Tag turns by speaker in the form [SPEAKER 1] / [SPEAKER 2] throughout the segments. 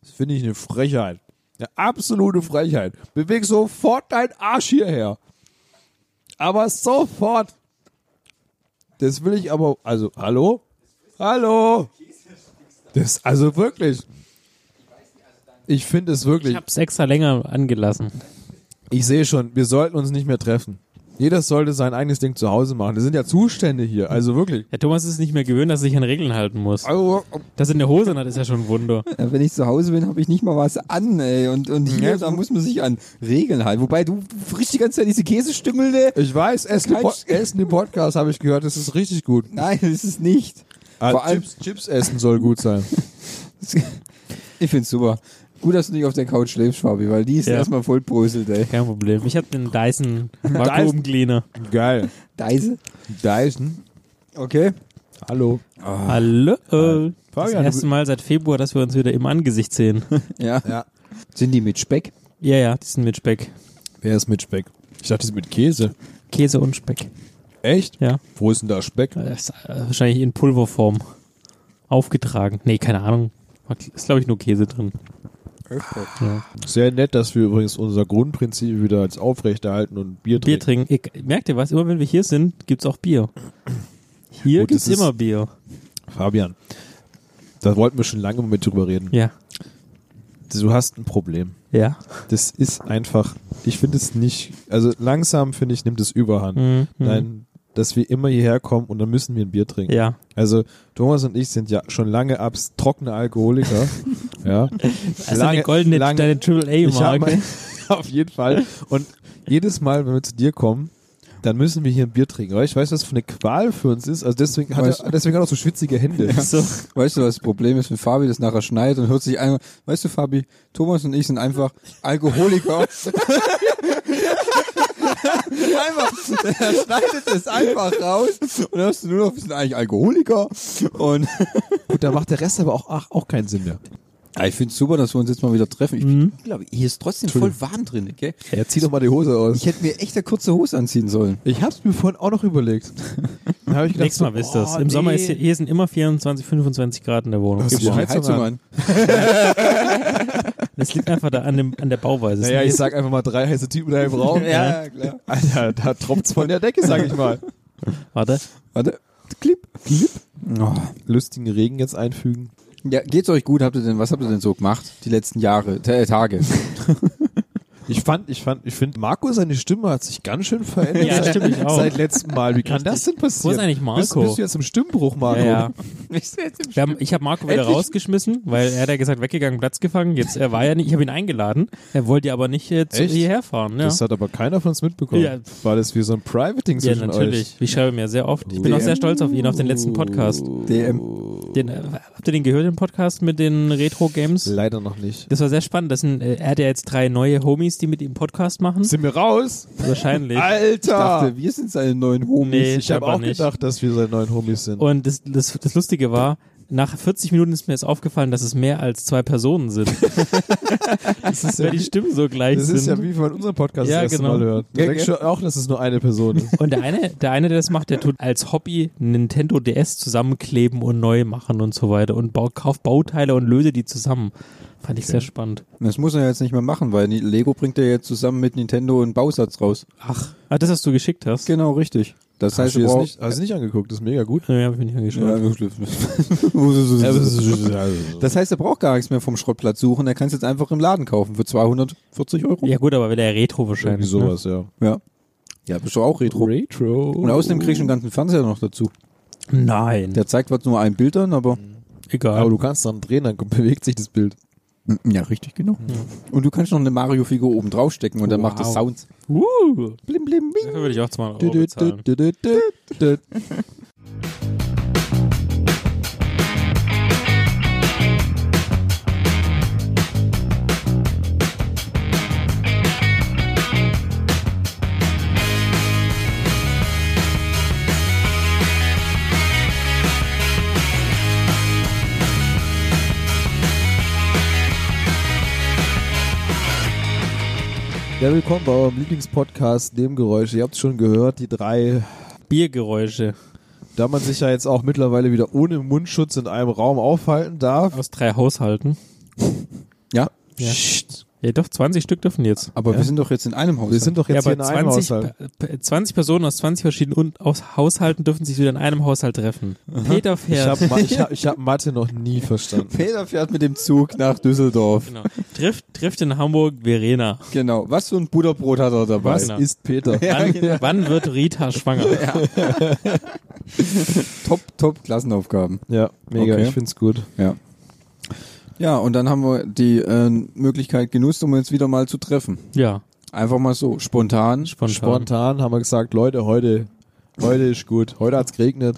[SPEAKER 1] Das finde ich eine Frechheit. Eine absolute Frechheit. Beweg sofort deinen Arsch hierher. Aber sofort. Das will ich aber. Also, hallo? Hallo? Das, also wirklich. Ich finde es wirklich.
[SPEAKER 2] Ich hab's extra länger angelassen.
[SPEAKER 1] Ich sehe schon, wir sollten uns nicht mehr treffen. Jeder sollte sein eigenes Ding zu Hause machen. Das sind ja Zustände hier, also wirklich.
[SPEAKER 2] Der Thomas ist nicht mehr gewöhnt, dass er sich an Regeln halten muss.
[SPEAKER 1] Also,
[SPEAKER 2] Das in der Hose hat ist ja schon ein Wunder.
[SPEAKER 3] Ja, Äh, wenn ich zu Hause bin, habe ich nicht mal was an, ey. Und, und hier,
[SPEAKER 1] Ja,
[SPEAKER 3] da muss man sich an Regeln halten. Wobei du frisch die ganze Zeit diese Käsestümmel, ne?
[SPEAKER 1] ich weiß, Essen, im,
[SPEAKER 3] Kein
[SPEAKER 1] Po-
[SPEAKER 3] Sch-
[SPEAKER 1] Essen im Podcast habe ich gehört, das ist richtig gut.
[SPEAKER 3] Nein, das ist nicht.
[SPEAKER 1] Ah,
[SPEAKER 3] Vor allem-
[SPEAKER 1] Chips, Chips essen soll gut sein.
[SPEAKER 3] Ich find's super. Gut, dass du nicht auf der Couch schläfst, Fabi, weil die ist
[SPEAKER 2] Ja.
[SPEAKER 3] erstmal voll bröselt, ey.
[SPEAKER 2] Kein Problem. Ich habe den Dyson Vakuum Cleaner.
[SPEAKER 1] Geil.
[SPEAKER 3] Deise.
[SPEAKER 1] Dyson.
[SPEAKER 3] Okay.
[SPEAKER 1] Hallo.
[SPEAKER 2] Ah. Hallo. das
[SPEAKER 1] Fabian,
[SPEAKER 2] erste
[SPEAKER 1] du-
[SPEAKER 2] Mal seit Februar, dass wir uns wieder im Angesicht sehen.
[SPEAKER 3] Ja.
[SPEAKER 1] Ja.
[SPEAKER 3] Sind die mit Speck?
[SPEAKER 2] ja, ja, die sind mit Speck.
[SPEAKER 1] Wer ist mit Speck? Ich dachte, das ist mit Käse.
[SPEAKER 2] Käse und Speck.
[SPEAKER 1] Echt?
[SPEAKER 2] Ja.
[SPEAKER 1] Wo ist denn da Speck?
[SPEAKER 2] Das ist äh, wahrscheinlich in Pulverform aufgetragen. Nee, keine Ahnung. Ist, glaube ich, nur Käse drin.
[SPEAKER 1] Sehr nett, dass wir übrigens unser Grundprinzip wieder als aufrechterhalten und Bier
[SPEAKER 2] Bier
[SPEAKER 1] trinken.
[SPEAKER 2] trinken. Ich, merkt ihr was? Immer wenn wir hier sind, gibt's auch Bier. Hier
[SPEAKER 1] Gut,
[SPEAKER 2] gibt's
[SPEAKER 1] das ist-
[SPEAKER 2] immer Bier.
[SPEAKER 1] Fabian, da wollten wir schon lange mal mit drüber reden.
[SPEAKER 2] Ja.
[SPEAKER 1] Du hast ein Problem.
[SPEAKER 2] Ja.
[SPEAKER 1] Das ist einfach, ich finde es nicht, also langsam finde ich, nimmt es überhand.
[SPEAKER 2] Mhm.
[SPEAKER 1] Nein, dass wir immer hierher kommen und dann müssen wir ein Bier trinken.
[SPEAKER 2] Ja.
[SPEAKER 1] Also Thomas und ich sind ja schon lange abs trockene Alkoholiker. ja.
[SPEAKER 2] Also deine goldene, deine
[SPEAKER 1] ich hab
[SPEAKER 2] Triple-A-Marke.
[SPEAKER 1] mein, auf jeden Fall. Und jedes Mal, wenn wir zu dir kommen, dann müssen wir hier ein Bier trinken. Weil ich weiß, was für eine Qual für uns ist. Also deswegen hat,
[SPEAKER 3] Weißt
[SPEAKER 1] er, deswegen hat er auch so schwitzige Hände.
[SPEAKER 2] So.
[SPEAKER 3] Weißt du, was das Problem ist, wenn Fabi das nachher schneit und hört sich einmal, weißt du, Fabi, Thomas und ich sind einfach Alkoholiker. einfach, er schneidet es einfach raus und dann hast du nur noch, wir sind eigentlich Alkoholiker. Und
[SPEAKER 1] Gut, da macht der Rest aber auch, ach, auch keinen Sinn mehr.
[SPEAKER 3] ja, ich find's super, dass wir uns jetzt mal wieder treffen. Ich glaube, hier ist trotzdem voll warm drin, okay?
[SPEAKER 1] Ja, zieh doch mal die Hose aus.
[SPEAKER 3] Ich hätte mir echt eine kurze Hose anziehen sollen.
[SPEAKER 1] Ich hab's mir vorhin auch noch überlegt. Dann hab ich gedacht,
[SPEAKER 2] Nächstes Mal
[SPEAKER 1] so,
[SPEAKER 2] wisst
[SPEAKER 1] oh,
[SPEAKER 2] ihr es. Im Sommer
[SPEAKER 1] nee.
[SPEAKER 2] ist hier, hier sind immer 24, 25 Grad in der Wohnung.
[SPEAKER 1] Das ist
[SPEAKER 3] Gib die
[SPEAKER 1] warm.
[SPEAKER 3] Heizung an.
[SPEAKER 2] Das liegt einfach da an, dem, an der Bauweise.
[SPEAKER 1] Naja,
[SPEAKER 2] Das
[SPEAKER 1] ich
[SPEAKER 2] ist-
[SPEAKER 1] sag einfach mal drei heiße Typen da im Raum.
[SPEAKER 3] Ja, klar.
[SPEAKER 1] Alter, da tropft's von der Decke, sag ich mal.
[SPEAKER 2] Warte.
[SPEAKER 3] Warte. Clip. Clip.
[SPEAKER 1] Lustigen Regen jetzt einfügen.
[SPEAKER 3] Ja, geht's euch gut? Habt ihr denn, was habt ihr denn so gemacht? Die letzten Jahre, Ta- äh, Tage.
[SPEAKER 1] Ich fand, ich fand, ich finde, Marco, seine Stimme hat sich ganz schön verändert.
[SPEAKER 2] Ja,
[SPEAKER 1] seit-
[SPEAKER 2] stimmt, ich auch.
[SPEAKER 1] Seit letztem Mal. Wie kann das denn passieren?
[SPEAKER 2] Wo ist eigentlich Marco?
[SPEAKER 1] Bist, bist du jetzt im Stimmbruch, Marco?
[SPEAKER 2] Ja, ja. Wir haben, ich habe Marco wieder rausgeschmissen, weil er hat ja gesagt, weggegangen, Platz gefangen. Jetzt er war ja nicht, ich habe ihn eingeladen. Er wollte ja aber nicht äh, zu,
[SPEAKER 1] Echt?
[SPEAKER 2] hierher fahren. Ja,
[SPEAKER 1] Das hat aber keiner von uns mitbekommen.
[SPEAKER 2] Ja.
[SPEAKER 1] War das wie so ein Private-Ding
[SPEAKER 2] ja
[SPEAKER 1] zwischen
[SPEAKER 2] natürlich. Ich schreibe mir sehr oft. Ich bin auch sehr stolz auf ihn, auf den letzten Podcast.
[SPEAKER 1] Oh.
[SPEAKER 3] DM.
[SPEAKER 2] Den, äh, habt ihr den gehört, den Podcast mit den Retro
[SPEAKER 1] euch?
[SPEAKER 2] Games?
[SPEAKER 1] Leider noch nicht.
[SPEAKER 2] Das war sehr spannend. Das sind, äh, er hat ja jetzt drei neue Homies, die mit ihm Podcast machen.
[SPEAKER 1] Sind wir raus?
[SPEAKER 2] Wahrscheinlich.
[SPEAKER 1] Alter!
[SPEAKER 3] Ich dachte, wir sind seine neuen Homies.
[SPEAKER 2] Nee,
[SPEAKER 1] ich habe
[SPEAKER 2] scheinbar
[SPEAKER 1] auch
[SPEAKER 2] nicht.
[SPEAKER 1] gedacht, dass wir seine neuen Homies sind.
[SPEAKER 2] Und das, das, das Lustige war, nach 40 Minuten ist mir jetzt aufgefallen, dass es mehr als zwei Personen sind.
[SPEAKER 1] das ist
[SPEAKER 2] weil die Stimmen so gleich
[SPEAKER 1] das
[SPEAKER 2] sind.
[SPEAKER 1] ist ja wie wenn man unseren Podcast
[SPEAKER 2] Ja,
[SPEAKER 1] das erste
[SPEAKER 2] genau.
[SPEAKER 1] Mal hört. Du
[SPEAKER 3] Ja,
[SPEAKER 1] denkst schon auch, dass es nur eine Person ist.
[SPEAKER 2] und der eine, der eine, der das macht, der tut als Hobby Nintendo DS zusammenkleben und neu machen und so weiter und bau, kauft Bauteile und löse die zusammen. Fand ich sehr spannend.
[SPEAKER 3] Das muss er jetzt nicht mehr machen, weil Lego bringt ja jetzt zusammen mit Nintendo einen Bausatz raus.
[SPEAKER 2] Ach, ah, das, was du geschickt hast?
[SPEAKER 3] Genau, richtig. Das
[SPEAKER 1] Hast
[SPEAKER 3] heißt,
[SPEAKER 1] du
[SPEAKER 3] wir
[SPEAKER 1] es
[SPEAKER 3] brauchen-
[SPEAKER 1] nicht, hast du nicht angeguckt? Das ist mega gut.
[SPEAKER 2] Nee, hab ich nicht angeschaut.
[SPEAKER 3] Ja, wirklich. Das heißt, er braucht gar nichts mehr vom Schrottplatz suchen. Er kann es jetzt einfach im Laden kaufen für 240 Euro.
[SPEAKER 2] Ja. gut, aber der Retro
[SPEAKER 1] Irgendwie
[SPEAKER 2] wahrscheinlich. Ne?
[SPEAKER 1] sowas, ja.
[SPEAKER 3] Ja, ja bist du auch Retro.
[SPEAKER 1] Retro.
[SPEAKER 3] Und außerdem kriegst du einen ganzen Fernseher noch dazu.
[SPEAKER 2] Nein.
[SPEAKER 3] Der zeigt was nur ein Bild an, aber
[SPEAKER 1] Aber
[SPEAKER 2] Egal.
[SPEAKER 1] du kannst dran drehen, Mhm. dann bewegt sich das Bild. Mhm.
[SPEAKER 3] Ja, richtig, genau. Und du kannst noch eine Mario-Figur oben draufstecken und dann
[SPEAKER 2] Wow.
[SPEAKER 3] macht das Sounds.
[SPEAKER 2] Uh,
[SPEAKER 3] Blim, blim, bling.
[SPEAKER 2] dafür würde ich auch 200
[SPEAKER 1] Du,
[SPEAKER 2] Euro
[SPEAKER 1] du,
[SPEAKER 2] bezahlen.
[SPEAKER 1] du, du, du, du. Ja, willkommen bei eurem Lieblingspodcast Nebengeräusche. Ihr habt es schon gehört, die drei,
[SPEAKER 2] Biergeräusche
[SPEAKER 1] da man sich ja jetzt auch mittlerweile wieder ohne Mundschutz in einem Raum aufhalten darf,
[SPEAKER 2] aus drei Haushalten.
[SPEAKER 3] Ja,
[SPEAKER 2] Ja. ja, doch, 20 Stück dürfen jetzt.
[SPEAKER 3] aber
[SPEAKER 2] ja.
[SPEAKER 3] wir sind doch jetzt in einem Haus.
[SPEAKER 1] Wir sind doch
[SPEAKER 2] ja,
[SPEAKER 1] jetzt
[SPEAKER 2] aber
[SPEAKER 1] hier in einem
[SPEAKER 2] 20,
[SPEAKER 1] Haushalt.
[SPEAKER 2] Pe- Pe- 20 Personen aus 20 verschiedenen Un- aus Haushalten dürfen sich wieder in einem Haushalt treffen.
[SPEAKER 1] Mhm.
[SPEAKER 2] Peter
[SPEAKER 1] Ich
[SPEAKER 2] fährt.
[SPEAKER 1] habe Ma ich hab, ich hab Mathe noch nie verstanden.
[SPEAKER 3] Peter fährt mit dem Zug nach Düsseldorf.
[SPEAKER 2] Genau. Trifft, trifft in Hamburg Verena.
[SPEAKER 3] Genau. Was für ein Butterbrot hat er dabei?
[SPEAKER 1] Was
[SPEAKER 2] Genau.
[SPEAKER 1] ist Peter?
[SPEAKER 2] Wann,
[SPEAKER 1] genau.
[SPEAKER 2] wann wird Rita schwanger?
[SPEAKER 3] Top, top Klassenaufgaben.
[SPEAKER 1] Ja, mega,
[SPEAKER 3] Okay.
[SPEAKER 1] ich find's gut.
[SPEAKER 3] Ja. Ja, und dann haben wir die äh, Möglichkeit genutzt, um uns wieder mal zu treffen.
[SPEAKER 2] Ja,
[SPEAKER 3] Einfach mal so, spontan.
[SPEAKER 2] spontan.
[SPEAKER 1] Spontan haben wir gesagt, Leute, heute, heute ist gut. Heute hat's geregnet.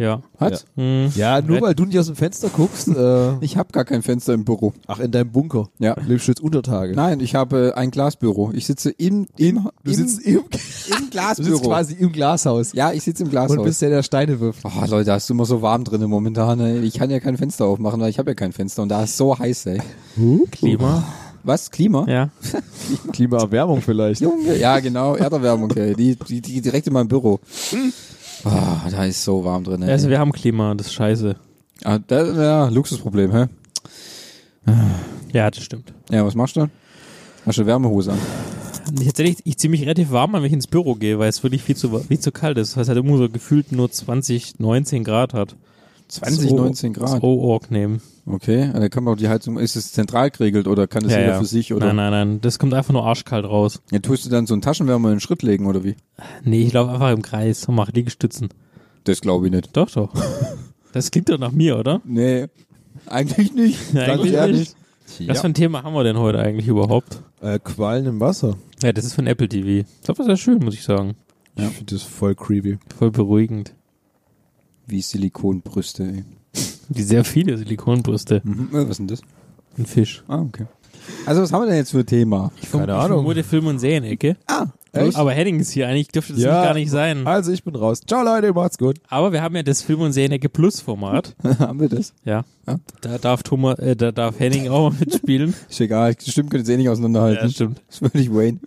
[SPEAKER 2] Ja.
[SPEAKER 3] Hat?
[SPEAKER 2] Hm.
[SPEAKER 1] Ja, nur weil du nicht aus dem Fenster guckst. Äh,
[SPEAKER 3] Ich habe gar kein Fenster im Büro.
[SPEAKER 1] ach, in deinem Bunker.
[SPEAKER 3] Ja.
[SPEAKER 1] Lebst du jetzt Untertage?
[SPEAKER 3] Nein, ich habe äh, ein Glasbüro. Ich sitze im, im,
[SPEAKER 1] du
[SPEAKER 3] im,
[SPEAKER 1] sitzt im,
[SPEAKER 3] im
[SPEAKER 1] du sitzt
[SPEAKER 3] Glasbüro.
[SPEAKER 1] quasi im Glashaus
[SPEAKER 3] Ja, ich sitze im Glashaus.
[SPEAKER 1] und bist der, der Steine wirft.
[SPEAKER 3] Oh, Leute, da ist immer so warm drin momentan. Ey. Ich kann ja kein Fenster aufmachen, weil ich habe ja kein Fenster und da ist so heiß, ey.
[SPEAKER 1] Uh.
[SPEAKER 2] Klima.
[SPEAKER 3] Was? Klima?
[SPEAKER 2] Ja.
[SPEAKER 1] Klimaerwärmung vielleicht.
[SPEAKER 3] Junge. Ja, genau, Erderwärmung, ey. Die, die, die direkt in meinem Büro. Ah, da ist so warm drin, ey.
[SPEAKER 2] Also wir haben Klima, das ist scheiße.
[SPEAKER 3] ah, das, ja, Luxusproblem, hä?
[SPEAKER 2] Ja, das stimmt.
[SPEAKER 3] Ja, was machst du dann? Hast du eine Wärmehose an?
[SPEAKER 2] Tatsächlich, ich ziehe mich relativ warm an, wenn ich ins Büro gehe, weil es wirklich viel zu, viel zu kalt ist. Das heißt, halt immer so gefühlt nur 20, 19 Grad hat.
[SPEAKER 3] 20,
[SPEAKER 2] Das O-
[SPEAKER 3] 19 Grad.
[SPEAKER 2] Das O-Org nehmen.
[SPEAKER 3] Okay, da kann man auch die Heizung, ist es zentral geregelt oder kann es jeder für sich oder?
[SPEAKER 2] Nein, nein, nein. Das kommt einfach nur arschkalt raus.
[SPEAKER 3] Ja, tust du dann so einen Taschenwärmer in den Schritt legen oder wie?
[SPEAKER 2] Nee, ich laufe einfach im Kreis und mache Liegestützen.
[SPEAKER 3] Das glaube ich nicht.
[SPEAKER 2] Doch, doch. Das klingt doch nach mir, oder?
[SPEAKER 3] Nee, eigentlich nicht.
[SPEAKER 2] Ja,
[SPEAKER 3] Ganz
[SPEAKER 2] eigentlich
[SPEAKER 3] ehrlich.
[SPEAKER 2] Was für ein Thema haben wir denn heute eigentlich überhaupt?
[SPEAKER 1] Äh, Quallen im Wasser.
[SPEAKER 2] Ja, das ist von Apple TV. Ich glaube, das ist ja schön, muss ich sagen.
[SPEAKER 3] Ja.
[SPEAKER 1] Ich finde das voll creepy.
[SPEAKER 2] Voll beruhigend.
[SPEAKER 3] Wie Silikonbrüste, ey.
[SPEAKER 2] Die sehr viele Silikonbrüste.
[SPEAKER 3] Mhm. äh, Was ist denn das?
[SPEAKER 2] Ein Fisch.
[SPEAKER 3] Ah, okay. Also, was haben wir denn jetzt für ein Thema?
[SPEAKER 2] Ich
[SPEAKER 1] Keine
[SPEAKER 2] ich
[SPEAKER 1] Ahnung.
[SPEAKER 2] vermute Film- und Serienecke.
[SPEAKER 3] Ah,
[SPEAKER 2] Aber Henning ist hier. Eigentlich dürfte das
[SPEAKER 1] Ja.
[SPEAKER 2] nicht gar nicht sein.
[SPEAKER 1] Also ich bin raus. Ciao Leute, macht's gut.
[SPEAKER 2] Aber wir haben ja das Film- und Serienecke Plus-Format.
[SPEAKER 3] haben wir das?
[SPEAKER 2] Ja.
[SPEAKER 3] Ja.
[SPEAKER 2] Da, darf Thomas, äh, da darf Henning auch mal mitspielen.
[SPEAKER 3] Ist egal, stimmt, könnt ihr es eh nicht auseinanderhalten.
[SPEAKER 2] stimmt.
[SPEAKER 3] Das würde ich Wayne.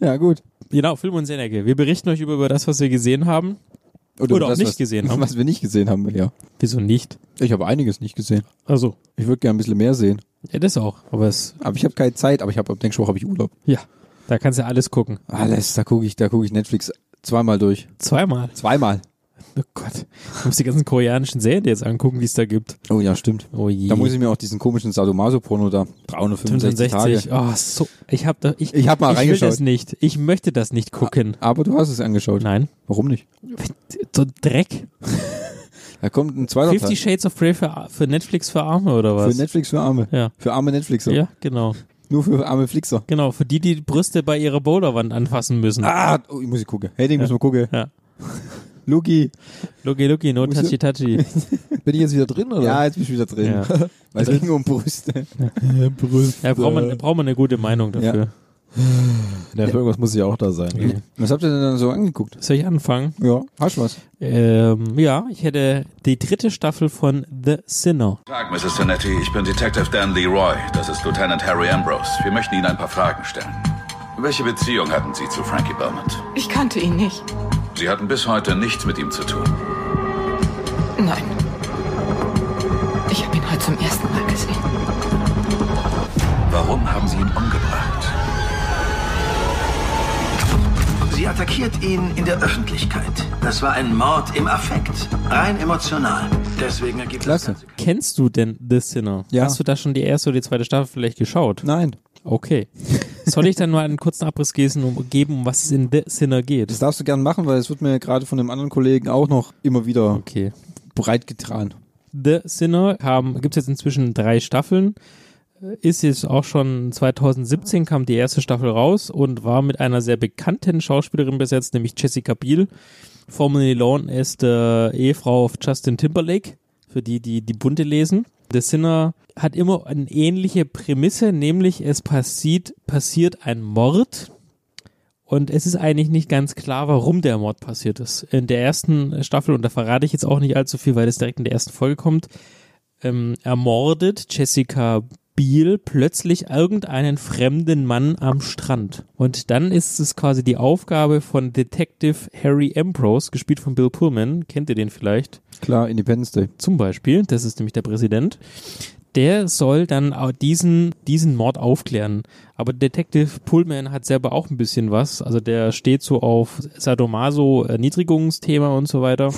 [SPEAKER 3] Ja, gut.
[SPEAKER 2] Genau, Film- und Serienecke. Wir berichten euch über, über das, was wir gesehen haben. Oder
[SPEAKER 3] über
[SPEAKER 2] auch nicht
[SPEAKER 3] was,
[SPEAKER 2] gesehen haben.
[SPEAKER 3] Was wir nicht gesehen haben, ja.
[SPEAKER 2] Wieso nicht?
[SPEAKER 3] Ich habe einiges nicht gesehen.
[SPEAKER 2] Also.
[SPEAKER 3] Ich würde gerne ein bisschen mehr sehen.
[SPEAKER 2] Ja, das auch. Aber es,
[SPEAKER 3] Aber ich habe keine Zeit, aber ich habe ab nächsten Woche habe ich Urlaub.
[SPEAKER 2] ja, da kannst du alles gucken.
[SPEAKER 3] Alles, da gucke ich, da gucke ich Netflix zweimal durch.
[SPEAKER 2] Zweimal.
[SPEAKER 3] Zweimal.
[SPEAKER 2] Oh Gott. Du musst die ganzen koreanischen Serien jetzt angucken, die es da gibt.
[SPEAKER 3] Oh ja, stimmt.
[SPEAKER 2] Oh je.
[SPEAKER 3] Da muss ich mir auch diesen komischen Sadomaso-Porno da 365 Tage.
[SPEAKER 2] Oh, so. Ich hab da, ich,
[SPEAKER 3] Ich hab mal
[SPEAKER 2] ich will
[SPEAKER 3] reingeschaut.
[SPEAKER 2] das nicht. Ich möchte das nicht gucken.
[SPEAKER 3] Aber du hast es angeschaut.
[SPEAKER 2] Nein.
[SPEAKER 3] Warum nicht?
[SPEAKER 2] So ein Dreck.
[SPEAKER 3] Da kommt ein zweiter
[SPEAKER 2] Fifty Shades of Grey für, für Netflix für Arme oder
[SPEAKER 3] Teil.
[SPEAKER 2] was?
[SPEAKER 3] Für Netflix für Arme.
[SPEAKER 2] Ja.
[SPEAKER 3] Für arme Netflixer.
[SPEAKER 2] Ja, genau.
[SPEAKER 3] Nur für arme Flixer.
[SPEAKER 2] Genau, für die, die Brüste bei ihrer Bowlerwand anfassen müssen.
[SPEAKER 3] Ah, oh, ich muss ich gucken. Hey, den muss man gucken.
[SPEAKER 2] Ja.
[SPEAKER 3] Luki.
[SPEAKER 2] Lucky, Lucky, no
[SPEAKER 3] Muss
[SPEAKER 2] touchy,
[SPEAKER 3] ich-
[SPEAKER 2] touchy.
[SPEAKER 1] Bin ich jetzt wieder drin oder?
[SPEAKER 3] Ja, Ah, jetzt bin ich wieder drin.
[SPEAKER 2] Ja.
[SPEAKER 3] Weil es ging um Brüste.
[SPEAKER 1] Brüste.
[SPEAKER 2] Ja, braucht man, braucht man eine gute Meinung dafür.
[SPEAKER 1] Na, für irgendwas muss ich auch da sein.
[SPEAKER 2] Okay.
[SPEAKER 3] Was habt ihr denn dann so angeguckt?
[SPEAKER 2] Soll ich anfangen?
[SPEAKER 3] Ja, hast du was?
[SPEAKER 2] Ähm, ja, ich hätte die dritte Staffel von The Sinner.
[SPEAKER 4] Guten Tag, Mrs. Zanetti. Ich bin Detective Dan Leroy. Das ist Lieutenant Harry Ambrose. Wir möchten Ihnen ein paar Fragen stellen. Welche Beziehung hatten Sie zu Frankie Belmont?
[SPEAKER 5] Ich kannte ihn nicht.
[SPEAKER 4] Sie hatten bis heute nichts mit ihm zu tun.
[SPEAKER 5] Nein. Ich habe ihn heute zum ersten Mal gesehen.
[SPEAKER 4] Warum haben Sie ihn umgebracht?
[SPEAKER 6] Sie attackiert ihn in der Öffentlichkeit. Das war ein Mord im Affekt, rein emotional. Deswegen ergibt
[SPEAKER 3] Klasse.
[SPEAKER 6] das Ganze
[SPEAKER 2] Kennst du denn The Sinner?
[SPEAKER 3] Ja.
[SPEAKER 2] Hast du da schon die erste oder die zweite Staffel vielleicht geschaut?
[SPEAKER 3] Nein.
[SPEAKER 2] Okay. Soll ich dann mal einen kurzen Abriss geben, um, geben, um was es in The Sinner
[SPEAKER 3] Das
[SPEAKER 2] geht?
[SPEAKER 3] darfst du gern machen, weil es wird mir gerade von einem anderen Kollegen auch noch immer wieder
[SPEAKER 2] Okay.
[SPEAKER 3] breit getan.
[SPEAKER 2] The Sinner gibt es jetzt inzwischen drei Staffeln. Ist jetzt auch schon 2017 kam die erste Staffel raus und war mit einer sehr bekannten Schauspielerin besetzt, nämlich Jessica Biel. Formerly Lone ist äh, Ehefrau auf Justin Timberlake, für die, die die Bunte lesen. The Sinner hat immer eine ähnliche Prämisse, nämlich es passiert, passiert ein Mord und es ist eigentlich nicht ganz klar, warum der Mord passiert ist. In der ersten Staffel, und da verrate ich jetzt auch nicht allzu viel, weil das direkt in der ersten Folge kommt, ähm, ermordet Jessica Biel plötzlich irgendeinen fremden Mann am Strand. Und dann ist es quasi die Aufgabe von Detective Harry Ambrose, gespielt von Bill Pullman, kennt ihr den vielleicht?
[SPEAKER 3] Klar, Independence Day.
[SPEAKER 2] Zum Beispiel, das ist nämlich der Präsident, der soll dann au- diesen, diesen Mord aufklären. Aber Detective Pullman hat selber auch ein bisschen was. Also der steht so auf Sadomaso Erniedrigungsthema und so weiter.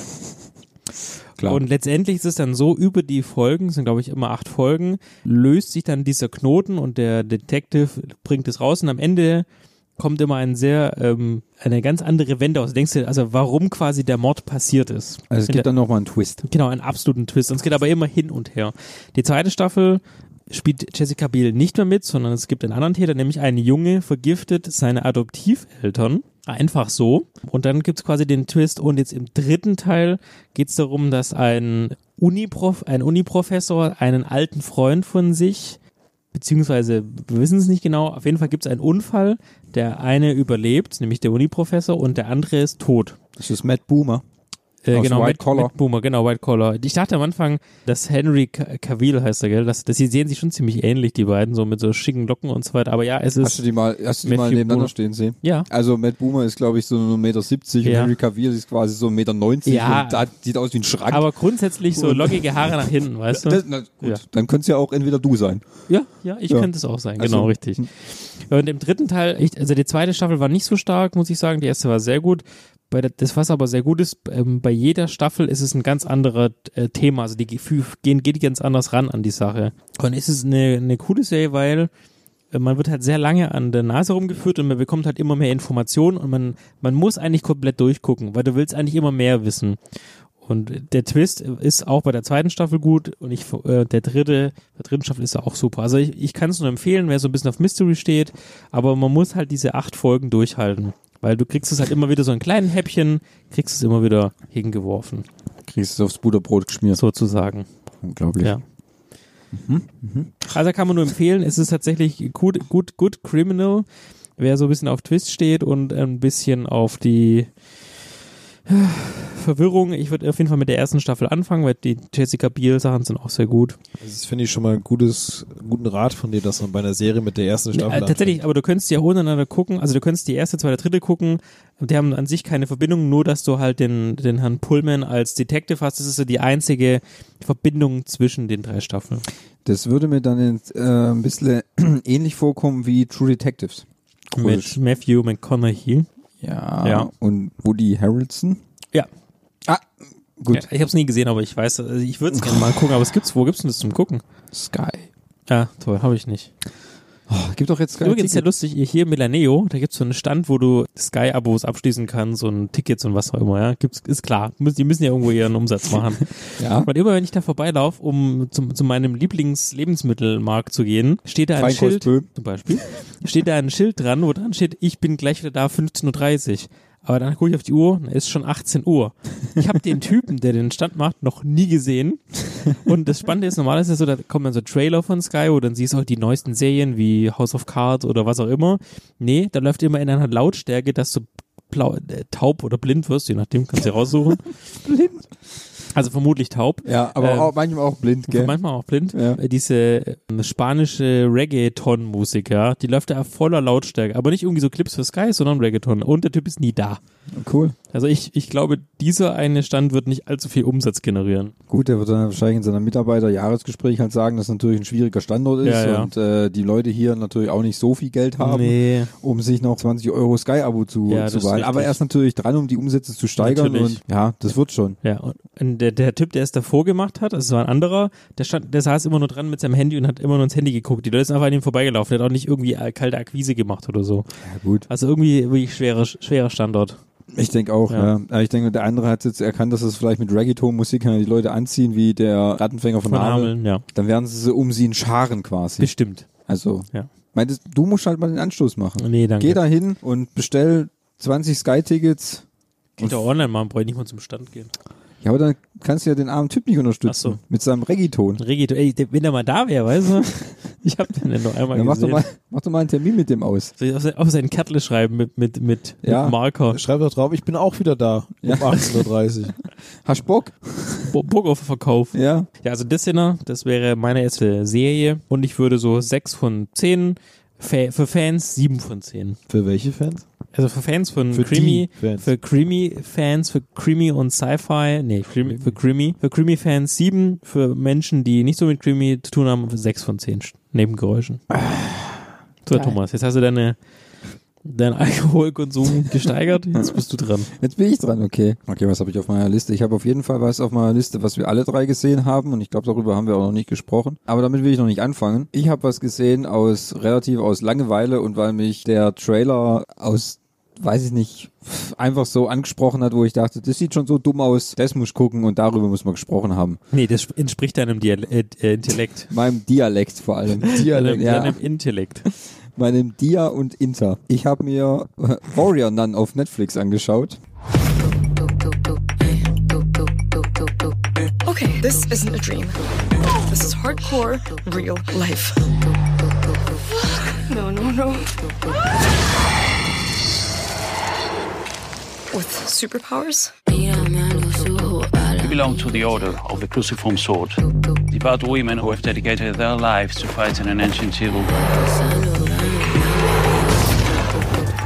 [SPEAKER 1] Klar.
[SPEAKER 2] Und letztendlich ist es dann so, über die Folgen, sind glaube ich immer acht Folgen, löst sich dann dieser Knoten und der Detective bringt es raus und am Ende kommt immer ein sehr, ähm, eine ganz andere Wende aus. Denkst du, also warum quasi der Mord passiert ist.
[SPEAKER 3] Also es
[SPEAKER 2] In
[SPEAKER 3] gibt
[SPEAKER 2] der-
[SPEAKER 3] dann nochmal einen Twist.
[SPEAKER 2] Genau, einen absoluten Twist. Und es geht aber immer hin und her. Die zweite Staffel spielt Jessica Biel nicht mehr mit, sondern es gibt einen anderen Täter, nämlich ein Junge vergiftet seine Adoptiveltern. Einfach so. Und dann gibt's quasi den Twist. Und jetzt im dritten Teil geht's darum, dass ein Uniprof, ein Uniprofessor einen alten Freund von sich, beziehungsweise wir wissen es nicht genau, auf jeden Fall gibt's einen Unfall. Der eine überlebt, nämlich der Uniprofessor, und der andere ist tot.
[SPEAKER 3] Das ist Matt Boomer.
[SPEAKER 2] Äh,
[SPEAKER 3] Aus
[SPEAKER 2] genau,
[SPEAKER 3] White
[SPEAKER 2] Matt-
[SPEAKER 3] Collar.
[SPEAKER 2] Matt Boomer, genau, White Collar. Ich dachte am Anfang, dass Henry Ca- Cavill heißt er, gell? Dass, dass sie sehen sich schon ziemlich ähnlich, die beiden, so mit so schicken Locken und so weiter. Aber ja, es
[SPEAKER 3] Hast du
[SPEAKER 2] ist.
[SPEAKER 3] die mal, hast du die mal
[SPEAKER 2] Matthew
[SPEAKER 3] nebeneinander
[SPEAKER 2] Boomer.
[SPEAKER 3] stehen sehen?
[SPEAKER 2] Ja.
[SPEAKER 3] Also Matt Boomer ist glaube ich so 1,70 Meter und
[SPEAKER 2] Ja.
[SPEAKER 3] Henry Cavill ist quasi so 1,90 Meter
[SPEAKER 2] Ja.
[SPEAKER 3] und hat, sieht aus wie ein Schrank.
[SPEAKER 2] Aber grundsätzlich so lockige Haare nach hinten, weißt du?
[SPEAKER 3] das, na, gut,
[SPEAKER 2] Ja.
[SPEAKER 3] dann könnte es ja auch entweder du sein.
[SPEAKER 2] Ja, ja, ich
[SPEAKER 3] Ja.
[SPEAKER 2] könnte es auch sein,
[SPEAKER 3] Also-
[SPEAKER 2] genau, richtig. Und im dritten Teil, ich, also die zweite Staffel war nicht so stark, muss ich sagen. Die erste war sehr gut. Bei der, das, was aber sehr gut ist, ähm, bei jeder Staffel ist es ein ganz anderes äh, Thema. Also die Gefühl- gehen, geht ganz anders ran an die Sache. Und es ist eine, eine coole Serie, weil äh, man wird halt sehr lange an der Nase rumgeführt und man bekommt halt immer mehr Informationen und man, man muss eigentlich komplett durchgucken, weil du willst eigentlich immer mehr wissen. Und der Twist ist auch bei der zweiten Staffel gut und ich äh, der dritte, der dritten Staffel ist er auch super. Also ich, ich kann es nur empfehlen, wer so ein bisschen auf Mystery steht, aber man muss halt diese acht Folgen durchhalten, weil du kriegst es halt immer wieder so in kleinen Häppchen, kriegst es immer wieder hingeworfen,
[SPEAKER 3] Kriegst du aufs Butterbrot geschmiert.
[SPEAKER 2] sozusagen.
[SPEAKER 3] Unglaublich.
[SPEAKER 2] Ja. Also kann man nur empfehlen, es ist tatsächlich gut, gut, gut Criminal, wer so ein bisschen auf Twist steht und ein bisschen auf die äh, Verwirrung. Ich würde auf jeden Fall mit der ersten Staffel anfangen, weil die Jessica Biel Sachen sind auch sehr gut.
[SPEAKER 1] Also, Das finde ich schon mal ein gutes, guten Rat von dir, dass man bei einer Serie mit der ersten Staffel.
[SPEAKER 2] Äh, tatsächlich, aber du könntest die ja untereinander gucken, also du könntest die erste, zweite, dritte gucken, die haben an sich keine Verbindung, nur dass du halt den, den Herrn Pullman als Detective hast, das ist so die einzige Verbindung zwischen den drei Staffeln.
[SPEAKER 3] Das würde mir dann jetzt, äh, ein bisschen ähnlich vorkommen wie True Detectives.
[SPEAKER 2] Mit Matthew McConaughey.
[SPEAKER 3] Ja.
[SPEAKER 2] Ja.
[SPEAKER 3] Und Woody Harrelson.
[SPEAKER 2] Ja.
[SPEAKER 3] Ah,
[SPEAKER 2] Ja,
[SPEAKER 3] gut.
[SPEAKER 2] ich habe es nie gesehen, aber ich weiß, also ich würde es gerne mal gucken, aber es gibt's, wo gibt's denn das zum gucken?
[SPEAKER 3] Sky.
[SPEAKER 2] Ja, toll, habe ich nicht.
[SPEAKER 3] Oh, gibt doch jetzt Sky.
[SPEAKER 2] Übrigens sehr lustig, ihr hier in Milaneo, da gibt's so einen Stand, wo du Sky-Abos abschließen kannst und Tickets und was auch immer, ja. Gibt's, ist klar. Müssen- Die müssen ja irgendwo ihren Umsatz machen.
[SPEAKER 3] Ja.
[SPEAKER 2] Und immer wenn ich da vorbeilaufe, um zum, zu meinem Lieblings-Lebensmittelmarkt zu gehen, steht da ein
[SPEAKER 3] Feinkost
[SPEAKER 2] Schild,
[SPEAKER 3] Böhm.
[SPEAKER 2] zum Beispiel, steht da ein Schild dran, wo dran steht, ich bin gleich wieder da, 15.30 Uhr. Aber dann gucke ich auf die Uhr, dann ist schon 18 Uhr. Ich habe den Typen, der den Stand macht, noch nie gesehen. Und das Spannende ist, normal ist es so, da kommen dann so Trailer von Sky, wo dann siehst du auch die neuesten Serien wie House of Cards oder was auch immer. Nee, da läuft immer in einer Lautstärke, dass du blau, äh, taub oder blind wirst, je nachdem, kannst du dir raussuchen. blind. Also vermutlich taub.
[SPEAKER 3] Ja, aber
[SPEAKER 2] Ähm,
[SPEAKER 3] auch, manchmal auch blind,
[SPEAKER 2] Und
[SPEAKER 3] gell?
[SPEAKER 2] Manchmal auch blind.
[SPEAKER 3] Ja.
[SPEAKER 2] Äh, Diese ähm, spanische Reggaeton-Musik, ja, die läuft da voller Lautstärke. Aber nicht irgendwie so Clips für Sky, sondern Reggaeton. Und der Typ ist nie da.
[SPEAKER 3] Cool.
[SPEAKER 2] Also ich, ich glaube, dieser eine Stand wird nicht allzu viel Umsatz generieren.
[SPEAKER 3] Gut, der wird dann wahrscheinlich in seinem Mitarbeiterjahresgespräch halt sagen, dass es natürlich ein schwieriger Standort ist
[SPEAKER 2] Ja, ja.
[SPEAKER 3] und äh, die Leute hier natürlich auch nicht so viel Geld haben,
[SPEAKER 2] Nee.
[SPEAKER 3] um sich noch 20 Euro Sky-Abo zu,
[SPEAKER 2] Ja, das
[SPEAKER 3] zu
[SPEAKER 2] ist
[SPEAKER 3] behalten.
[SPEAKER 2] richtig.
[SPEAKER 3] Aber er ist natürlich dran, um die Umsätze zu steigern
[SPEAKER 2] Natürlich.
[SPEAKER 3] und ja, das wird schon.
[SPEAKER 2] Ja, und- und der, der Typ, der es davor gemacht hat, das war ein anderer, der stand, der saß immer nur dran mit seinem Handy und hat immer nur ins Handy geguckt. Die Leute sind einfach an ihm vorbeigelaufen, der hat auch nicht irgendwie äh, kalte Akquise gemacht oder so.
[SPEAKER 3] Ja, gut.
[SPEAKER 2] Also irgendwie wirklich schwerer, schwerer Standort.
[SPEAKER 3] Ich denke auch,
[SPEAKER 2] Ja.
[SPEAKER 3] ja. Aber Ich denke, der andere hat jetzt erkannt, dass es vielleicht mit Reggaeton-Musik kann ja die Leute anziehen, wie der Rattenfänger von,
[SPEAKER 2] Von
[SPEAKER 3] Hameln.
[SPEAKER 2] Hameln, ja.
[SPEAKER 3] Dann werden sie so um sie in Scharen quasi.
[SPEAKER 2] Bestimmt.
[SPEAKER 3] Also,
[SPEAKER 2] Ja.
[SPEAKER 3] meintest, du musst halt mal den Anstoß machen.
[SPEAKER 2] Nee, danke.
[SPEAKER 3] Geh da hin und bestell 20 Sky-Tickets.
[SPEAKER 2] Geht doch online machen, brauche ich nicht mal zum Stand gehen.
[SPEAKER 3] Ja, aber dann kannst du ja den armen Typ nicht unterstützen.
[SPEAKER 2] Ach so.
[SPEAKER 3] Mit seinem Reggaeton.
[SPEAKER 2] Regito, ey, der- wenn der mal da wäre, weißt du? Ich hab den ja noch einmal
[SPEAKER 3] Dann mach doch,
[SPEAKER 2] gesehen.
[SPEAKER 3] mal, mach doch mal einen Termin mit dem aus.
[SPEAKER 2] Soll ich auf sein, auf sein Kärtle schreiben mit, mit, mit,
[SPEAKER 3] Ja.
[SPEAKER 2] mit Marker.
[SPEAKER 1] Schreib doch drauf, ich bin auch wieder da um
[SPEAKER 3] Ja.
[SPEAKER 1] 18.30 Uhr.
[SPEAKER 3] Hast Bock?
[SPEAKER 2] Bo- Bock auf Verkauf.
[SPEAKER 3] Ja.
[SPEAKER 2] Ja, also Dissinner, das wäre meine erste Serie und ich würde so 6 von 10, Fa für Fans 7 von 10.
[SPEAKER 1] Für welche Fans?
[SPEAKER 2] Äh, Also für Fans von
[SPEAKER 1] Für die
[SPEAKER 2] Creamy,
[SPEAKER 1] Fans.
[SPEAKER 2] für Creamy-Fans, für Creamy und Sci-Fi, nee, Creamy, für Creamy, für Creamy-Fans 7, für Menschen, die nicht so mit Creamy zu tun haben, 6 von 10 Nebengeräuschen. So,
[SPEAKER 5] Geil.
[SPEAKER 2] Thomas, jetzt hast du deine, deinen Alkoholkonsum gesteigert, jetzt bist du dran.
[SPEAKER 3] Jetzt bin ich dran, okay. Okay, was habe ich auf meiner Liste? Ich habe auf jeden Fall was auf meiner Liste, was wir alle drei gesehen haben und ich glaube, darüber haben wir auch noch nicht gesprochen. Aber damit will ich noch nicht anfangen. Ich habe was gesehen aus relativ aus Langeweile und weil mich der Trailer aus weiß ich nicht, einfach so angesprochen hat, wo ich dachte, das sieht schon so dumm aus, das muss ich gucken und darüber muss man gesprochen haben.
[SPEAKER 2] Nee, das entspricht deinem Dial äh, äh, Intellekt.
[SPEAKER 3] Meinem Dialekt vor allem.
[SPEAKER 2] Deinem,
[SPEAKER 3] ja.
[SPEAKER 2] deinem Intellekt.
[SPEAKER 3] meinem Dia und Inter. Ich habe mir äh, Warrior Nun auf Netflix angeschaut.
[SPEAKER 5] Okay, this isn't a dream. This is hardcore, real life. No, no, no. With superpowers?
[SPEAKER 7] You belong to the Order of the Cruciform Sword, the bad women who have dedicated their lives to fighting an ancient evil.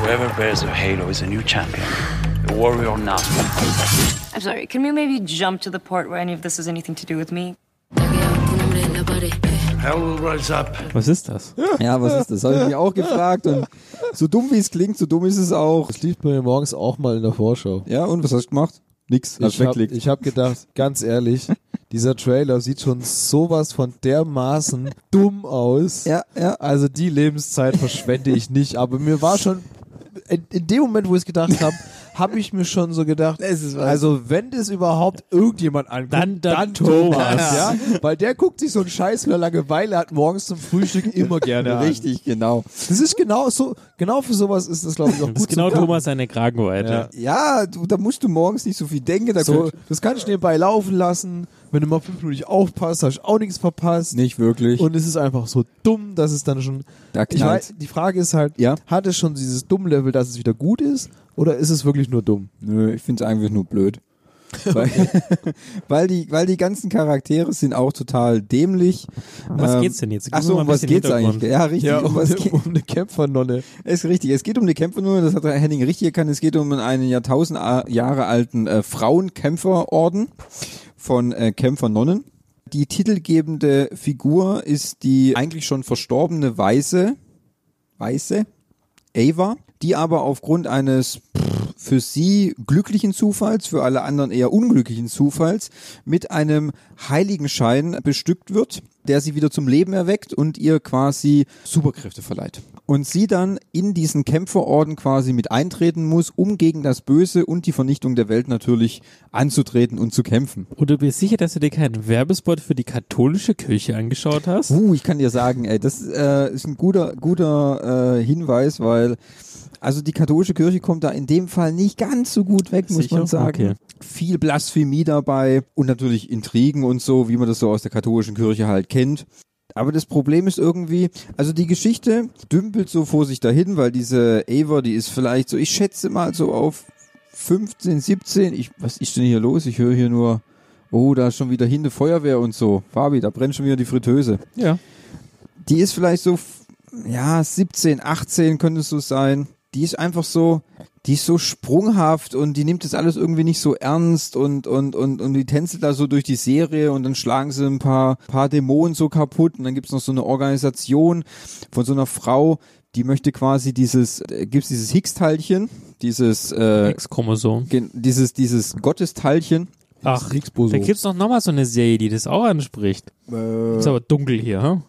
[SPEAKER 7] Whoever bears the halo is a new champion, a warrior now.
[SPEAKER 8] I'm sorry, can we maybe jump to the part where any of this has anything to do with me?
[SPEAKER 6] Hell will rise up.
[SPEAKER 2] Was ist das?
[SPEAKER 3] Ja, was ist das? Habe ich mich auch gefragt. Und so dumm wie es klingt, so dumm ist es auch.
[SPEAKER 1] Das liegt mir morgens auch mal in der Vorschau.
[SPEAKER 3] Ja, und was hast du gemacht? Nix. Hast
[SPEAKER 1] Ich habe
[SPEAKER 3] weggelegt.
[SPEAKER 1] hab gedacht, ganz ehrlich, dieser Trailer sieht schon sowas von dermaßen dumm aus.
[SPEAKER 3] Ja, ja.
[SPEAKER 1] Also die Lebenszeit verschwende ich nicht, aber mir war schon, in, in dem Moment, wo ich es gedacht habe, habe ich mir schon so gedacht, also wenn das überhaupt irgendjemand anguckt,
[SPEAKER 2] Dann- dann Thomas.
[SPEAKER 1] ja? Weil der guckt sich so einen Scheiß, weil er Langeweile hat, morgens zum Frühstück immer gerne an.
[SPEAKER 3] Richtig, genau.
[SPEAKER 1] Das ist genau so, genau für sowas ist das, glaube ich, auch gut
[SPEAKER 2] Das ist genau
[SPEAKER 1] zum-
[SPEAKER 2] Thomas seine Kragenweite.
[SPEAKER 1] Ja.
[SPEAKER 3] Ja, du, da musst du morgens nicht so viel denken. Da
[SPEAKER 1] So,
[SPEAKER 3] könnt-
[SPEAKER 1] das kann ich nebenbei laufen lassen. Wenn du mal fünf Minuten nicht aufpasst, hast du auch nichts verpasst.
[SPEAKER 3] nicht wirklich.
[SPEAKER 1] Und es ist einfach so dumm, dass es dann schon.
[SPEAKER 3] Da
[SPEAKER 1] ich
[SPEAKER 3] knallt's.
[SPEAKER 1] weiß, die Frage ist halt,
[SPEAKER 3] Ja.
[SPEAKER 1] hat es schon dieses Dumm-Level, dass es wieder gut ist? Oder ist es wirklich nur dumm?
[SPEAKER 3] Nö, ich find's eigentlich nur blöd. weil, weil, die, weil die ganzen Charaktere sind auch total dämlich.
[SPEAKER 2] Um Was
[SPEAKER 3] Ähm,
[SPEAKER 2] geht's denn jetzt? Gib
[SPEAKER 3] Ach
[SPEAKER 2] mir
[SPEAKER 3] so,
[SPEAKER 2] mal ein
[SPEAKER 3] um was
[SPEAKER 2] bisschen
[SPEAKER 3] geht's eigentlich?
[SPEAKER 2] Hintergrund.
[SPEAKER 3] Ja, richtig. um was
[SPEAKER 1] eine,
[SPEAKER 3] geht-
[SPEAKER 1] um eine Kämpfernonne.
[SPEAKER 3] Ist richtig. Es geht um eine Kämpfernummer, das hat Herr Henning richtig erkannt. Es geht um einen Jahrtausend Jahre alten äh, Frauenkämpferorden von äh, Kämpfernonnen. Die titelgebende Figur ist die eigentlich schon verstorbene Weiße, Weiße, Ava, die aber aufgrund eines pff, für sie glücklichen Zufalls, für alle anderen eher unglücklichen Zufalls, mit einem Heiligenschein bestückt wird, der sie wieder zum Leben erweckt und ihr quasi Superkräfte verleiht. Und sie dann in diesen Kämpferorden quasi mit eintreten muss, um gegen das Böse und die Vernichtung der Welt natürlich anzutreten und zu kämpfen.
[SPEAKER 2] Und du bist sicher, dass du dir keinen Werbespot für die katholische Kirche angeschaut hast?
[SPEAKER 3] Uh, ich kann dir sagen, ey, das äh, ist ein guter, guter äh, Hinweis, weil also die katholische Kirche kommt da in dem Fall nicht ganz so gut weg, muss
[SPEAKER 2] Sicher?
[SPEAKER 3] man sagen.
[SPEAKER 2] Okay.
[SPEAKER 3] Viel Blasphemie dabei und natürlich Intrigen und so, wie man das so aus der katholischen Kirche halt kennt. Aber das Problem ist irgendwie, also die Geschichte dümpelt so vor sich dahin, weil diese Ava, die ist vielleicht so, ich schätze mal so auf 15, 17, ich, was ist denn hier los? Ich höre hier nur, oh, da ist schon wieder hin eine Feuerwehr und so. Fabi, da brennt schon wieder die Fritteuse
[SPEAKER 2] Ja.
[SPEAKER 3] die ist vielleicht so, f- ja, 17, 18 könnte es so sein. Die ist einfach so, die ist so sprunghaft und die nimmt das alles irgendwie nicht so ernst und, und, und, und die tänzelt da so durch die Serie und dann schlagen sie ein paar, paar Dämonen so kaputt und dann gibt's noch so eine Organisation von so einer Frau, die möchte quasi dieses, äh, gibt's dieses Higgs-Teilchen, dieses, äh,
[SPEAKER 2] X-Chromosom.
[SPEAKER 3] gen- dieses, dieses Gottesteilchen.
[SPEAKER 2] Ach, da
[SPEAKER 1] Higgs-Boson.
[SPEAKER 2] gibt's doch nochmal so eine Serie, die das auch anspricht. Ist aber dunkel hier, hm?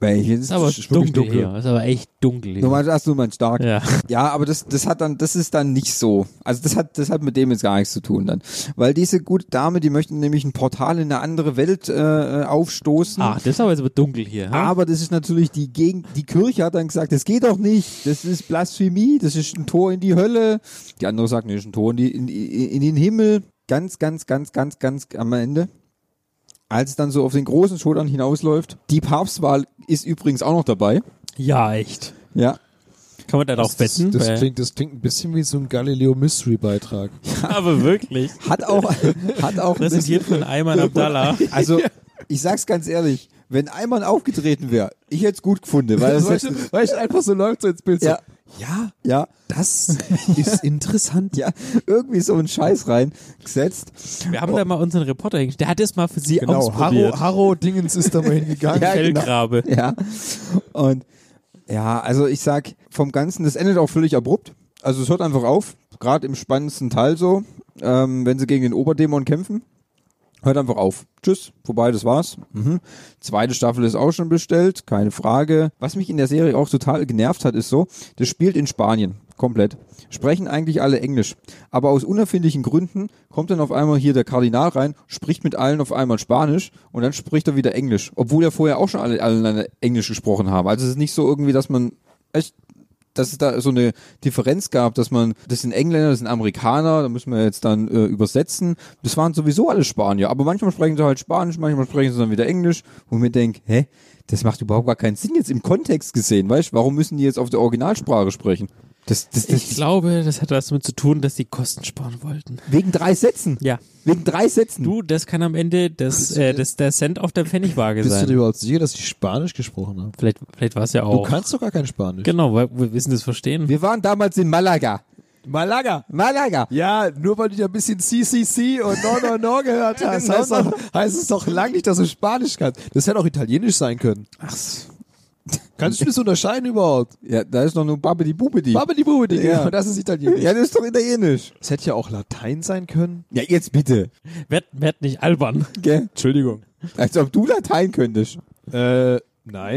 [SPEAKER 3] Welches?
[SPEAKER 2] Ist aber dunkel, hier. Ist aber echt dunkel hier.
[SPEAKER 3] Nur mal, ach, nur mal stark.
[SPEAKER 2] ja.
[SPEAKER 3] Ja, aber das, das hat dann, das ist dann nicht so. Also das hat, das hat mit dem jetzt gar nichts zu tun dann. Weil diese gute Dame, die möchte nämlich ein Portal in eine andere Welt äh, aufstoßen.
[SPEAKER 2] Ach, Ah, das ist aber jetzt aber dunkel hier. Hm?
[SPEAKER 3] Aber das ist natürlich die Gegend, die Kirche hat dann gesagt, das geht doch nicht, das ist Blasphemie, das ist ein Tor in die Hölle. Die andere sagen, das ist ein Tor in, die, in, in den Himmel. Ganz, ganz, ganz, ganz, ganz am Ende. Als es dann so auf den großen Schultern hinausläuft. Die Papstwahl ist übrigens auch noch dabei.
[SPEAKER 2] ja, echt.
[SPEAKER 3] Ja,
[SPEAKER 2] Kann man da drauf wetten?
[SPEAKER 1] Das,
[SPEAKER 2] Weil-
[SPEAKER 1] das, klingt, das klingt ein bisschen wie so ein Galileo Mystery Beitrag.
[SPEAKER 2] aber wirklich.
[SPEAKER 3] hat auch, hat auch ein bisschen-
[SPEAKER 2] Präsentiert von Ayman Abdallah.
[SPEAKER 3] Also, ich sag's ganz ehrlich, wenn Eimann aufgetreten wäre, ich hätt's gut gefunden, weil das
[SPEAKER 1] Weil es einfach so läuft, so ins Bild.
[SPEAKER 3] Ja.
[SPEAKER 1] So, Ja,
[SPEAKER 3] Ja,
[SPEAKER 1] das ist interessant.
[SPEAKER 3] ja, irgendwie so ein Scheiß reingesetzt.
[SPEAKER 2] Wir haben da mal unseren Reporter hingestellt. Der hat das mal für Sie
[SPEAKER 1] Genau,
[SPEAKER 2] ausprobiert.
[SPEAKER 1] Harro, Harro Dingens ist da mal hingegangen.
[SPEAKER 3] Ja, genau.
[SPEAKER 2] Fellgrabe.
[SPEAKER 3] Ja. Und ja, also ich sag vom Ganzen, das endet auch völlig abrupt. Also es hört einfach auf, gerade im spannendsten Teil so, ähm, wenn sie gegen den Oberdämon kämpfen. Hört einfach auf. Tschüss, vorbei, das war's. Mhm. Zweite Staffel ist auch schon bestellt, keine Frage. Was mich in der Serie auch total genervt hat, ist so, das spielt in Spanien, komplett. Sprechen eigentlich alle Englisch. Aber aus unerfindlichen Gründen kommt dann auf einmal hier der Kardinal rein, spricht mit allen auf einmal Spanisch und dann spricht er wieder Englisch. Obwohl ja vorher auch schon alle, alle Englisch gesprochen haben. Also es ist nicht so irgendwie, dass man echt dass es da so eine Differenz gab, dass man, das sind Engländer, das sind Amerikaner, da müssen wir jetzt dann äh, übersetzen. Das waren sowieso alle Spanier, aber manchmal sprechen sie halt Spanisch, manchmal sprechen sie dann wieder Englisch, wo ich mir denke, hä, das macht überhaupt gar keinen Sinn jetzt im Kontext gesehen, weißt du, warum müssen die jetzt auf der Originalsprache sprechen? Das, das, das
[SPEAKER 2] Ich glaube, das hat was damit zu tun, dass die Kosten sparen wollten.
[SPEAKER 3] wegen drei Sätzen.
[SPEAKER 2] Ja.
[SPEAKER 3] Wegen drei Sätzen.
[SPEAKER 2] Du, das kann am Ende das, äh, das, der Cent auf der Pfennigwaage
[SPEAKER 1] Bist du dir
[SPEAKER 2] sein.
[SPEAKER 1] überhaupt sicher, dass ich Spanisch gesprochen habe?
[SPEAKER 2] Vielleicht, vielleicht war es ja
[SPEAKER 1] Du
[SPEAKER 2] auch.
[SPEAKER 1] kannst doch gar kein Spanisch.
[SPEAKER 2] Genau, weil wir wissen das verstehen.
[SPEAKER 3] Wir waren damals in Malaga.
[SPEAKER 1] Malaga.
[SPEAKER 3] Malaga.
[SPEAKER 1] Ja, nur weil du ja ein bisschen CCC und No No No gehört hast, heißt,
[SPEAKER 3] No, no,
[SPEAKER 1] Doch, heißt es doch lang nicht, dass du Spanisch kannst. Das hätte auch Italienisch sein können. Ach. Kannst du das unterscheiden überhaupt?
[SPEAKER 3] Ja, da ist noch nur Babidi Bubidi.
[SPEAKER 1] Babidi Bubidi,
[SPEAKER 3] Ja.
[SPEAKER 1] genau, das ist Italienisch.
[SPEAKER 3] Ja, das ist doch Italienisch.
[SPEAKER 1] Das hätte ja auch Latein sein können.
[SPEAKER 3] Ja, jetzt bitte.
[SPEAKER 2] Werd, werd nicht albern.
[SPEAKER 3] Gell?
[SPEAKER 1] Entschuldigung.
[SPEAKER 3] Als ob du Latein könntest.
[SPEAKER 1] Äh, nein.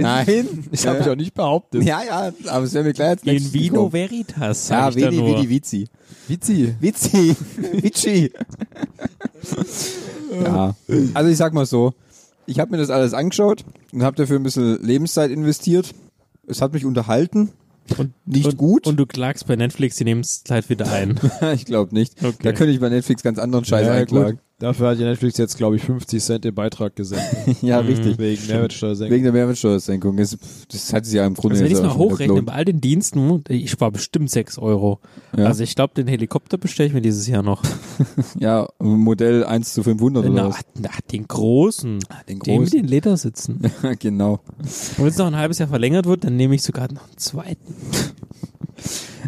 [SPEAKER 3] Nein.
[SPEAKER 1] Das habe ich auch nicht behauptet.
[SPEAKER 3] Ja, ja, aber es wäre mir klar, jetzt
[SPEAKER 2] In Vino Veritas. Sag
[SPEAKER 3] Ja,
[SPEAKER 2] ich da
[SPEAKER 3] Vidi,
[SPEAKER 2] nur.
[SPEAKER 3] Vidi, Vici.
[SPEAKER 1] Witzi.
[SPEAKER 3] Vici. Vici. ja. Also ich sag mal so, ich habe mir das alles angeschaut und habe dafür ein bisschen Lebenszeit investiert. Es hat mich unterhalten.
[SPEAKER 2] Und,
[SPEAKER 3] Nicht
[SPEAKER 2] und,
[SPEAKER 3] gut.
[SPEAKER 2] Und du klagst bei Netflix, die nehmen es gleich wieder ein.
[SPEAKER 3] ich glaube nicht.
[SPEAKER 2] Okay.
[SPEAKER 3] Da könnte ich bei Netflix ganz anderen Scheiß einklagen.
[SPEAKER 1] Dafür hat ja Netflix jetzt, glaube ich, 50 Cent den Beitrag gesendet.
[SPEAKER 3] Ja,
[SPEAKER 2] Mhm.
[SPEAKER 3] richtig.
[SPEAKER 1] wegen Mehrwertsteuersenkung.
[SPEAKER 3] Wegen der Mehrwertsteuersenkung. Das, das hat sich ja im Grunde
[SPEAKER 2] Also wenn ich
[SPEAKER 3] jetzt
[SPEAKER 2] es mal
[SPEAKER 3] auch schon
[SPEAKER 2] hochrechne,
[SPEAKER 3] gelohnt.
[SPEAKER 2] bei all den Diensten, ich spare bestimmt 6 Euro. Also ich glaube, den Helikopter bestelle ich mir dieses Jahr noch.
[SPEAKER 3] Ja, Modell 1 zu 500 oder
[SPEAKER 2] Na,
[SPEAKER 3] was?
[SPEAKER 2] na, den großen.
[SPEAKER 3] den
[SPEAKER 2] Den mit
[SPEAKER 3] großen.
[SPEAKER 2] den Ledersitzen. Und
[SPEAKER 3] genau.
[SPEAKER 2] wenn es noch ein halbes Jahr verlängert wird, dann nehme ich sogar noch einen zweiten.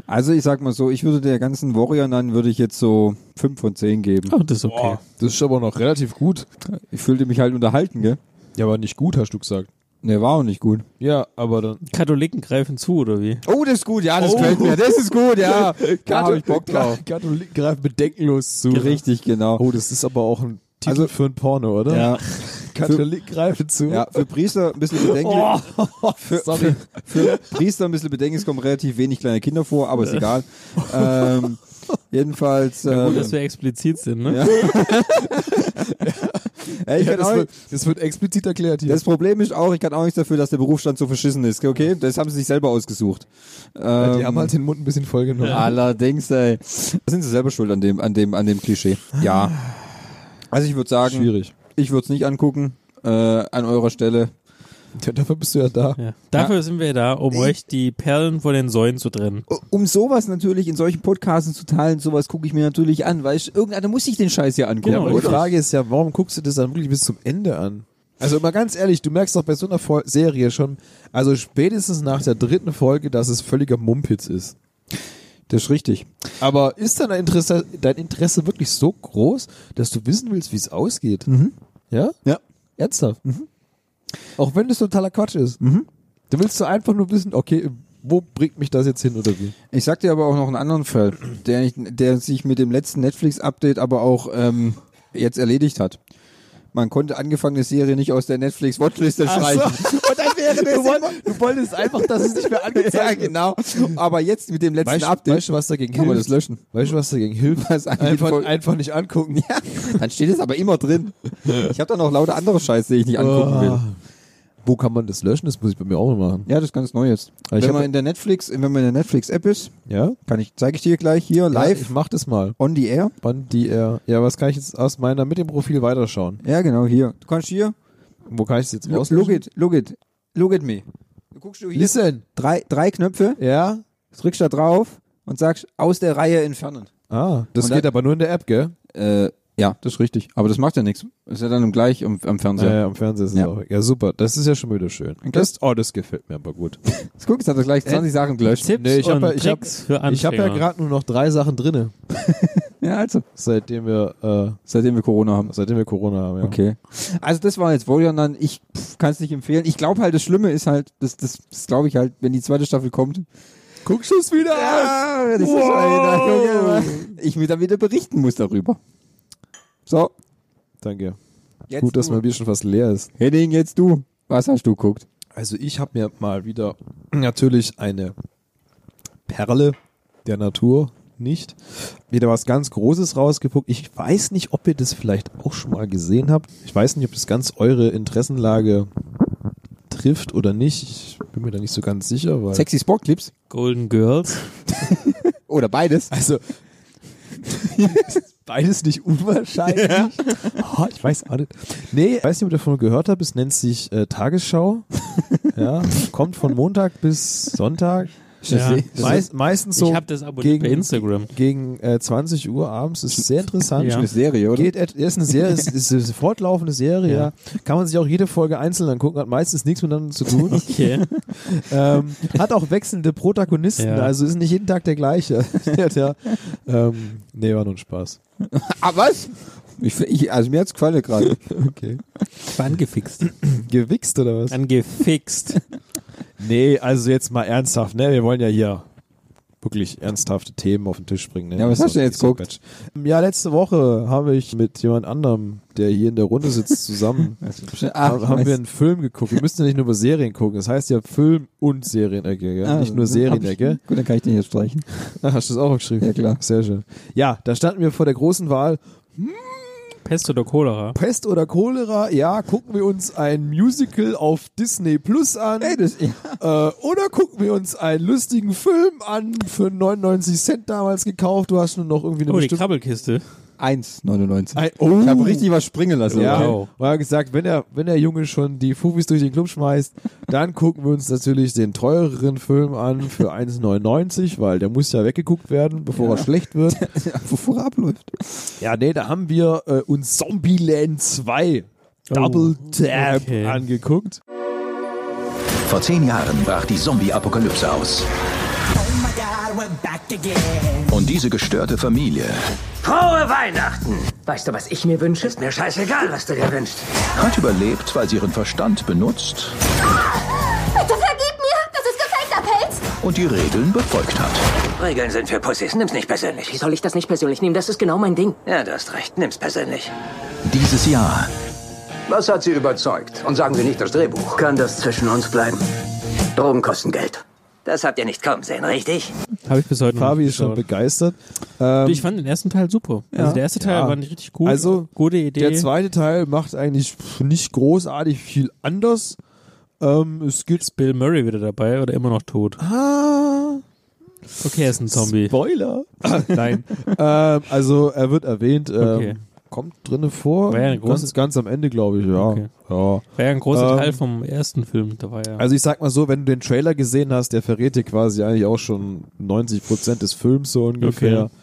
[SPEAKER 3] Also ich sag mal so, ich würde der ganzen Warrior dann würde ich jetzt so 5 von 10 geben.
[SPEAKER 2] Oh, das ist okay.
[SPEAKER 1] Das ist aber noch relativ gut.
[SPEAKER 3] Ich fühlte mich halt unterhalten, gell?
[SPEAKER 1] Ja, aber nicht gut, hast du gesagt.
[SPEAKER 3] Ne, war auch nicht gut.
[SPEAKER 1] Ja, aber dann.
[SPEAKER 2] Katholiken greifen zu, oder wie?
[SPEAKER 3] Oh, das ist gut, ja, das
[SPEAKER 1] Oh.
[SPEAKER 3] gefällt mir. Das ist gut, ja. da habe ich Bock drauf.
[SPEAKER 1] Katholiken greifen bedenkenlos zu.
[SPEAKER 3] Richtig, genau.
[SPEAKER 1] Oh, das ist aber auch ein Titel
[SPEAKER 3] Also-
[SPEAKER 1] für ein Porno, oder?
[SPEAKER 3] Ja,
[SPEAKER 1] Katholiken greifen zu.
[SPEAKER 3] ja, für Priester ein bisschen bedenklich. für,
[SPEAKER 1] sorry.
[SPEAKER 3] Für, für Priester ein bisschen bedenklich, es kommen relativ wenig kleine Kinder vor, aber ist egal. ähm, jedenfalls,
[SPEAKER 2] Gut,
[SPEAKER 3] ähm,
[SPEAKER 2] dass wir explizit sind, ne?
[SPEAKER 3] Ja. ey, ich
[SPEAKER 1] Ja,
[SPEAKER 3] kann
[SPEAKER 1] das,
[SPEAKER 3] auch,
[SPEAKER 1] wird, das wird explizit erklärt hier.
[SPEAKER 3] das Problem ist auch, ich kann auch nichts dafür, dass der Berufsstand so verschissen ist, okay? Das haben sie sich selber ausgesucht. Ähm,
[SPEAKER 1] die haben halt den Mund ein bisschen vollgenommen.
[SPEAKER 3] Allerdings, ey. Da sind sie selber schuld an dem, an dem, an dem Klischee. Ja. Also ich würde sagen,
[SPEAKER 1] Schwierig.
[SPEAKER 3] ich würde es nicht angucken. Äh, an eurer Stelle.
[SPEAKER 1] Ja, dafür bist du ja Oh, da.
[SPEAKER 2] Ja. Dafür sind wir da, um euch die Perlen von den Säulen zu trennen.
[SPEAKER 3] Um sowas natürlich in solchen Podcasten zu teilen, sowas gucke ich mir natürlich an, weil ich, irgendeiner muss sich den Scheiß hier angucken.
[SPEAKER 2] Genau,
[SPEAKER 1] Aber die
[SPEAKER 2] richtig.
[SPEAKER 1] Frage ist ja, warum guckst du das dann wirklich bis zum Ende an? Also mal ganz ehrlich, du merkst doch bei so einer Fol Serie schon, also spätestens nach der dritten Folge, dass es völliger Mumpitz ist.
[SPEAKER 3] Das ist richtig.
[SPEAKER 1] Aber ist dein Interesse, dein Interesse wirklich so groß, dass du wissen willst, wie es ausgeht? Ja?
[SPEAKER 3] Mhm. Ja. Mhm.
[SPEAKER 1] Ernsthaft? Auch wenn das totaler Quatsch ist. Dann willst du einfach nur wissen, okay, wo bringt mich das jetzt hin oder wie?
[SPEAKER 3] Ich sag dir aber auch noch einen anderen Fall, der, nicht- der sich mit dem letzten Netflix-Update aber auch ähm, jetzt erledigt hat. Man konnte angefangene Serie nicht aus der Netflix-Watchliste streichen. Und dann wäre das immer,
[SPEAKER 1] Du wolltest einfach, dass es nicht mehr
[SPEAKER 3] Ja, genau. Aber jetzt mit dem letzten
[SPEAKER 1] Weißt
[SPEAKER 3] Update.
[SPEAKER 1] weißt du, was dagegen
[SPEAKER 3] Kann
[SPEAKER 1] hilft?
[SPEAKER 3] man das löschen?
[SPEAKER 1] Weißt du, was dagegen hilft?
[SPEAKER 3] Was angeht,
[SPEAKER 1] einfach,
[SPEAKER 3] voll-
[SPEAKER 1] einfach nicht angucken.
[SPEAKER 3] ja, dann steht es aber immer drin. Ich habe da noch lauter andere Scheiße, die ich nicht angucken will.
[SPEAKER 1] Wo kann man das löschen? Das muss ich bei mir auch mal machen.
[SPEAKER 3] Ja, das ist ganz neu jetzt.
[SPEAKER 1] Ich
[SPEAKER 3] wenn
[SPEAKER 1] hab-
[SPEAKER 3] man in der Netflix, wenn man in der Netflix-App ist,
[SPEAKER 1] Ja?
[SPEAKER 3] kann ich, zeige ich dir gleich hier
[SPEAKER 1] Ja, ich
[SPEAKER 3] live
[SPEAKER 1] mach das mal.
[SPEAKER 3] on the air.
[SPEAKER 1] Wann die er. Ja, was kann ich jetzt aus meiner mit dem Profil weiterschauen?
[SPEAKER 3] Ja, genau hier. Du kannst hier.
[SPEAKER 1] Wo kann ich es jetzt
[SPEAKER 3] Look,
[SPEAKER 1] rauslöschen?
[SPEAKER 3] look it, look it, look at me. Du guckst du hier
[SPEAKER 1] Listen.
[SPEAKER 3] drei, drei Knöpfe,
[SPEAKER 1] Ja?
[SPEAKER 3] drückst da drauf und sagst aus der Reihe entfernen.
[SPEAKER 1] Ah, das
[SPEAKER 3] Und
[SPEAKER 1] geht
[SPEAKER 3] dann-
[SPEAKER 1] aber nur in der App, gell?
[SPEAKER 3] Äh, Ja, das ist richtig. Aber das macht ja nichts. Ist ja dann im gleich am, am Fernseher.
[SPEAKER 1] Ja, ja, am Fernseher ist es
[SPEAKER 3] Ja.
[SPEAKER 1] auch. Ja, super. Das ist ja schon wieder schön. Das, oh, das gefällt mir aber gut.
[SPEAKER 3] Guck, jetzt hat er gleich 20 Sachen gelöscht.
[SPEAKER 2] Tipps
[SPEAKER 1] Nee, ich hab
[SPEAKER 2] und
[SPEAKER 1] ja- ich hab-
[SPEAKER 2] Tricks für
[SPEAKER 1] Ich habe ja
[SPEAKER 2] Anfänger.
[SPEAKER 1] gerade nur noch drei Sachen drinne,
[SPEAKER 3] Ja, also.
[SPEAKER 1] seitdem wir,
[SPEAKER 3] Seitdem wir Corona haben.
[SPEAKER 1] äh, seitdem wir Corona haben. Ja.
[SPEAKER 3] Okay. Also das war jetzt Volion dann. Ich kann es nicht empfehlen. Ich glaube halt, das Schlimme ist halt, das, das, das glaube ich halt, wenn die zweite Staffel kommt. Ah,
[SPEAKER 1] Guckst du es wieder
[SPEAKER 3] das ist
[SPEAKER 1] Wow.
[SPEAKER 3] schon wieder- ich mir dann wieder berichten muss darüber. So,
[SPEAKER 1] Danke.
[SPEAKER 3] jetzt
[SPEAKER 1] Gut, dass
[SPEAKER 3] du.
[SPEAKER 1] mein Bier schon fast leer ist.
[SPEAKER 3] Henning, jetzt du. Was hast du geguckt?
[SPEAKER 1] Also ich habe mir mal wieder natürlich eine Perle der Natur nicht wieder was ganz Großes rausgeguckt. Ich weiß nicht, ob ihr das vielleicht auch schon mal gesehen habt. Ich weiß nicht, ob das ganz eure Interessenlage trifft oder nicht. Ich bin mir da nicht so ganz sicher, weil
[SPEAKER 3] Sexy Sportclips?
[SPEAKER 2] Golden Girls.
[SPEAKER 3] Oder beides?
[SPEAKER 1] also beides nicht unwahrscheinlich. Oh, ich weiß auch nicht. Nee, ich weiß nicht, ob ihr davon gehört habt. Es nennt sich äh, Tagesschau. ja, kommt von Montag bis Sonntag.
[SPEAKER 2] Ja.
[SPEAKER 1] Meist, meistens so
[SPEAKER 2] ich habe das abonniert
[SPEAKER 1] gegen-
[SPEAKER 2] bei Instagram.
[SPEAKER 1] gegen äh, 20 Uhr abends. Ist sehr interessant.
[SPEAKER 2] Ja.
[SPEAKER 3] Eine Serie, oder?
[SPEAKER 1] Geht, et- ist eine Serie, ist, ist eine fortlaufende Serie. Ja.
[SPEAKER 2] Ja.
[SPEAKER 1] Kann man sich auch jede Folge einzeln angucken. Hat meistens nichts miteinander zu tun.
[SPEAKER 2] Okay.
[SPEAKER 1] ähm, hat auch wechselnde Protagonisten.
[SPEAKER 2] Ja.
[SPEAKER 1] Also ist nicht jeden Tag der gleiche. ja, ja. Ähm, nee, war nur ein Spaß.
[SPEAKER 3] Ah, was? Ich, fi- ich, also mir hat's gefallen gerade.
[SPEAKER 1] Okay.
[SPEAKER 2] Ich war angefixt.
[SPEAKER 1] Gewichst oder was?
[SPEAKER 2] Angefixt.
[SPEAKER 1] Nee, also jetzt mal ernsthaft. Ne, wir wollen ja hier wirklich ernsthafte Themen auf den Tisch bringen. Ne?
[SPEAKER 3] Ja, was
[SPEAKER 1] Das
[SPEAKER 3] hast du
[SPEAKER 1] ist
[SPEAKER 3] denn jetzt
[SPEAKER 1] so
[SPEAKER 3] geguckt?
[SPEAKER 1] Quatsch. Ähm, Ja, letzte Woche habe ich mit jemand anderem, der hier in der Runde sitzt, zusammen
[SPEAKER 3] Ah,
[SPEAKER 1] haben wir einen Film geguckt. Wir müssen ja nicht nur über Serien gucken. Das heißt ja Film und Serienecke, gell? nicht nur ne, Serienecke.
[SPEAKER 3] Gut, dann kann Ah, ich den jetzt streichen.
[SPEAKER 1] Ach, hast du das auch geschrieben?
[SPEAKER 3] Ja, klar.
[SPEAKER 1] Sehr schön. Ja, da standen wir vor der großen Wahl.
[SPEAKER 2] Pest oder Cholera?
[SPEAKER 1] Pest oder Cholera? Ja, gucken wir uns ein Musical auf Disney Plus an.
[SPEAKER 3] Ey, das, ja.
[SPEAKER 1] äh, oder gucken wir uns einen lustigen Film an, für 99 Cent damals gekauft. Du hast nur noch irgendwie eine
[SPEAKER 2] Oh, die
[SPEAKER 1] bestimmte...
[SPEAKER 2] Krabbelkiste.
[SPEAKER 3] 1,99.
[SPEAKER 1] Ein- oh.
[SPEAKER 3] Ich habe richtig was springen lassen.
[SPEAKER 1] Ja,
[SPEAKER 3] Okay.
[SPEAKER 2] Wow.
[SPEAKER 1] war gesagt, wenn der, wenn der Junge schon die Fufis durch den Club schmeißt, dann gucken wir uns natürlich den teureren Film an für 1,99, weil der muss ja weggeguckt werden, bevor er schlecht wird.
[SPEAKER 3] Ja, Wovor er abläuft.
[SPEAKER 1] Ja, nee, da haben wir äh, uns Zombieland 2 Double Tap
[SPEAKER 2] Oh. okay. Hm,
[SPEAKER 1] angeguckt.
[SPEAKER 9] Vor zehn Jahren brach die Zombie-Apokalypse aus. Und diese gestörte Familie
[SPEAKER 6] Frohe Weihnachten! Weißt du, was ich mir wünsche? Ist mir scheißegal, was du dir wünschst.
[SPEAKER 9] hat überlebt, weil sie ihren Verstand benutzt
[SPEAKER 10] Bitte vergib mir, das ist gefakter Pelz.
[SPEAKER 9] und die Regeln befolgt hat.
[SPEAKER 6] Regeln sind für Pussys. Nimm's nicht persönlich.
[SPEAKER 5] Wie soll ich das nicht persönlich nehmen? Das ist genau mein Ding.
[SPEAKER 6] Ja, du hast recht. Nimm's persönlich.
[SPEAKER 9] Dieses Jahr
[SPEAKER 6] Was hat Sie überzeugt? Und sagen Sie nicht das Drehbuch. Kann das zwischen uns bleiben? Drogen kosten Geld. Das habt ihr nicht kommen sehen, richtig?
[SPEAKER 2] Habe ich bis heute noch
[SPEAKER 1] Fabi
[SPEAKER 2] nicht
[SPEAKER 1] ist schon
[SPEAKER 2] geschaut.
[SPEAKER 1] begeistert.
[SPEAKER 2] Ich fand den ersten Teil super. Also der erste Teil
[SPEAKER 1] Ja.
[SPEAKER 2] war nicht richtig gut.
[SPEAKER 1] Also,
[SPEAKER 2] gute Idee.
[SPEAKER 1] Der zweite Teil macht eigentlich nicht großartig viel anders. Ähm, es gibt
[SPEAKER 2] ist Bill Murray wieder dabei oder immer noch tot?
[SPEAKER 1] ah,
[SPEAKER 2] Okay, er ist ein Zombie.
[SPEAKER 1] Spoiler. Nein. ähm, also er wird erwähnt. Ähm,
[SPEAKER 2] Okay.
[SPEAKER 1] Kommt drinne vor.
[SPEAKER 2] War ja eine
[SPEAKER 1] ganz,
[SPEAKER 2] große-
[SPEAKER 1] ganz am Ende, glaube ich. Ja.
[SPEAKER 2] Okay.
[SPEAKER 1] ja.
[SPEAKER 2] War ja ein großer
[SPEAKER 1] Ähm,
[SPEAKER 2] Teil vom ersten Film. Da war ja.
[SPEAKER 1] Also ich sag mal so, wenn du den Trailer gesehen hast, der verrät dir quasi eigentlich auch schon 90 Prozent des Films so ungefähr,
[SPEAKER 2] Okay.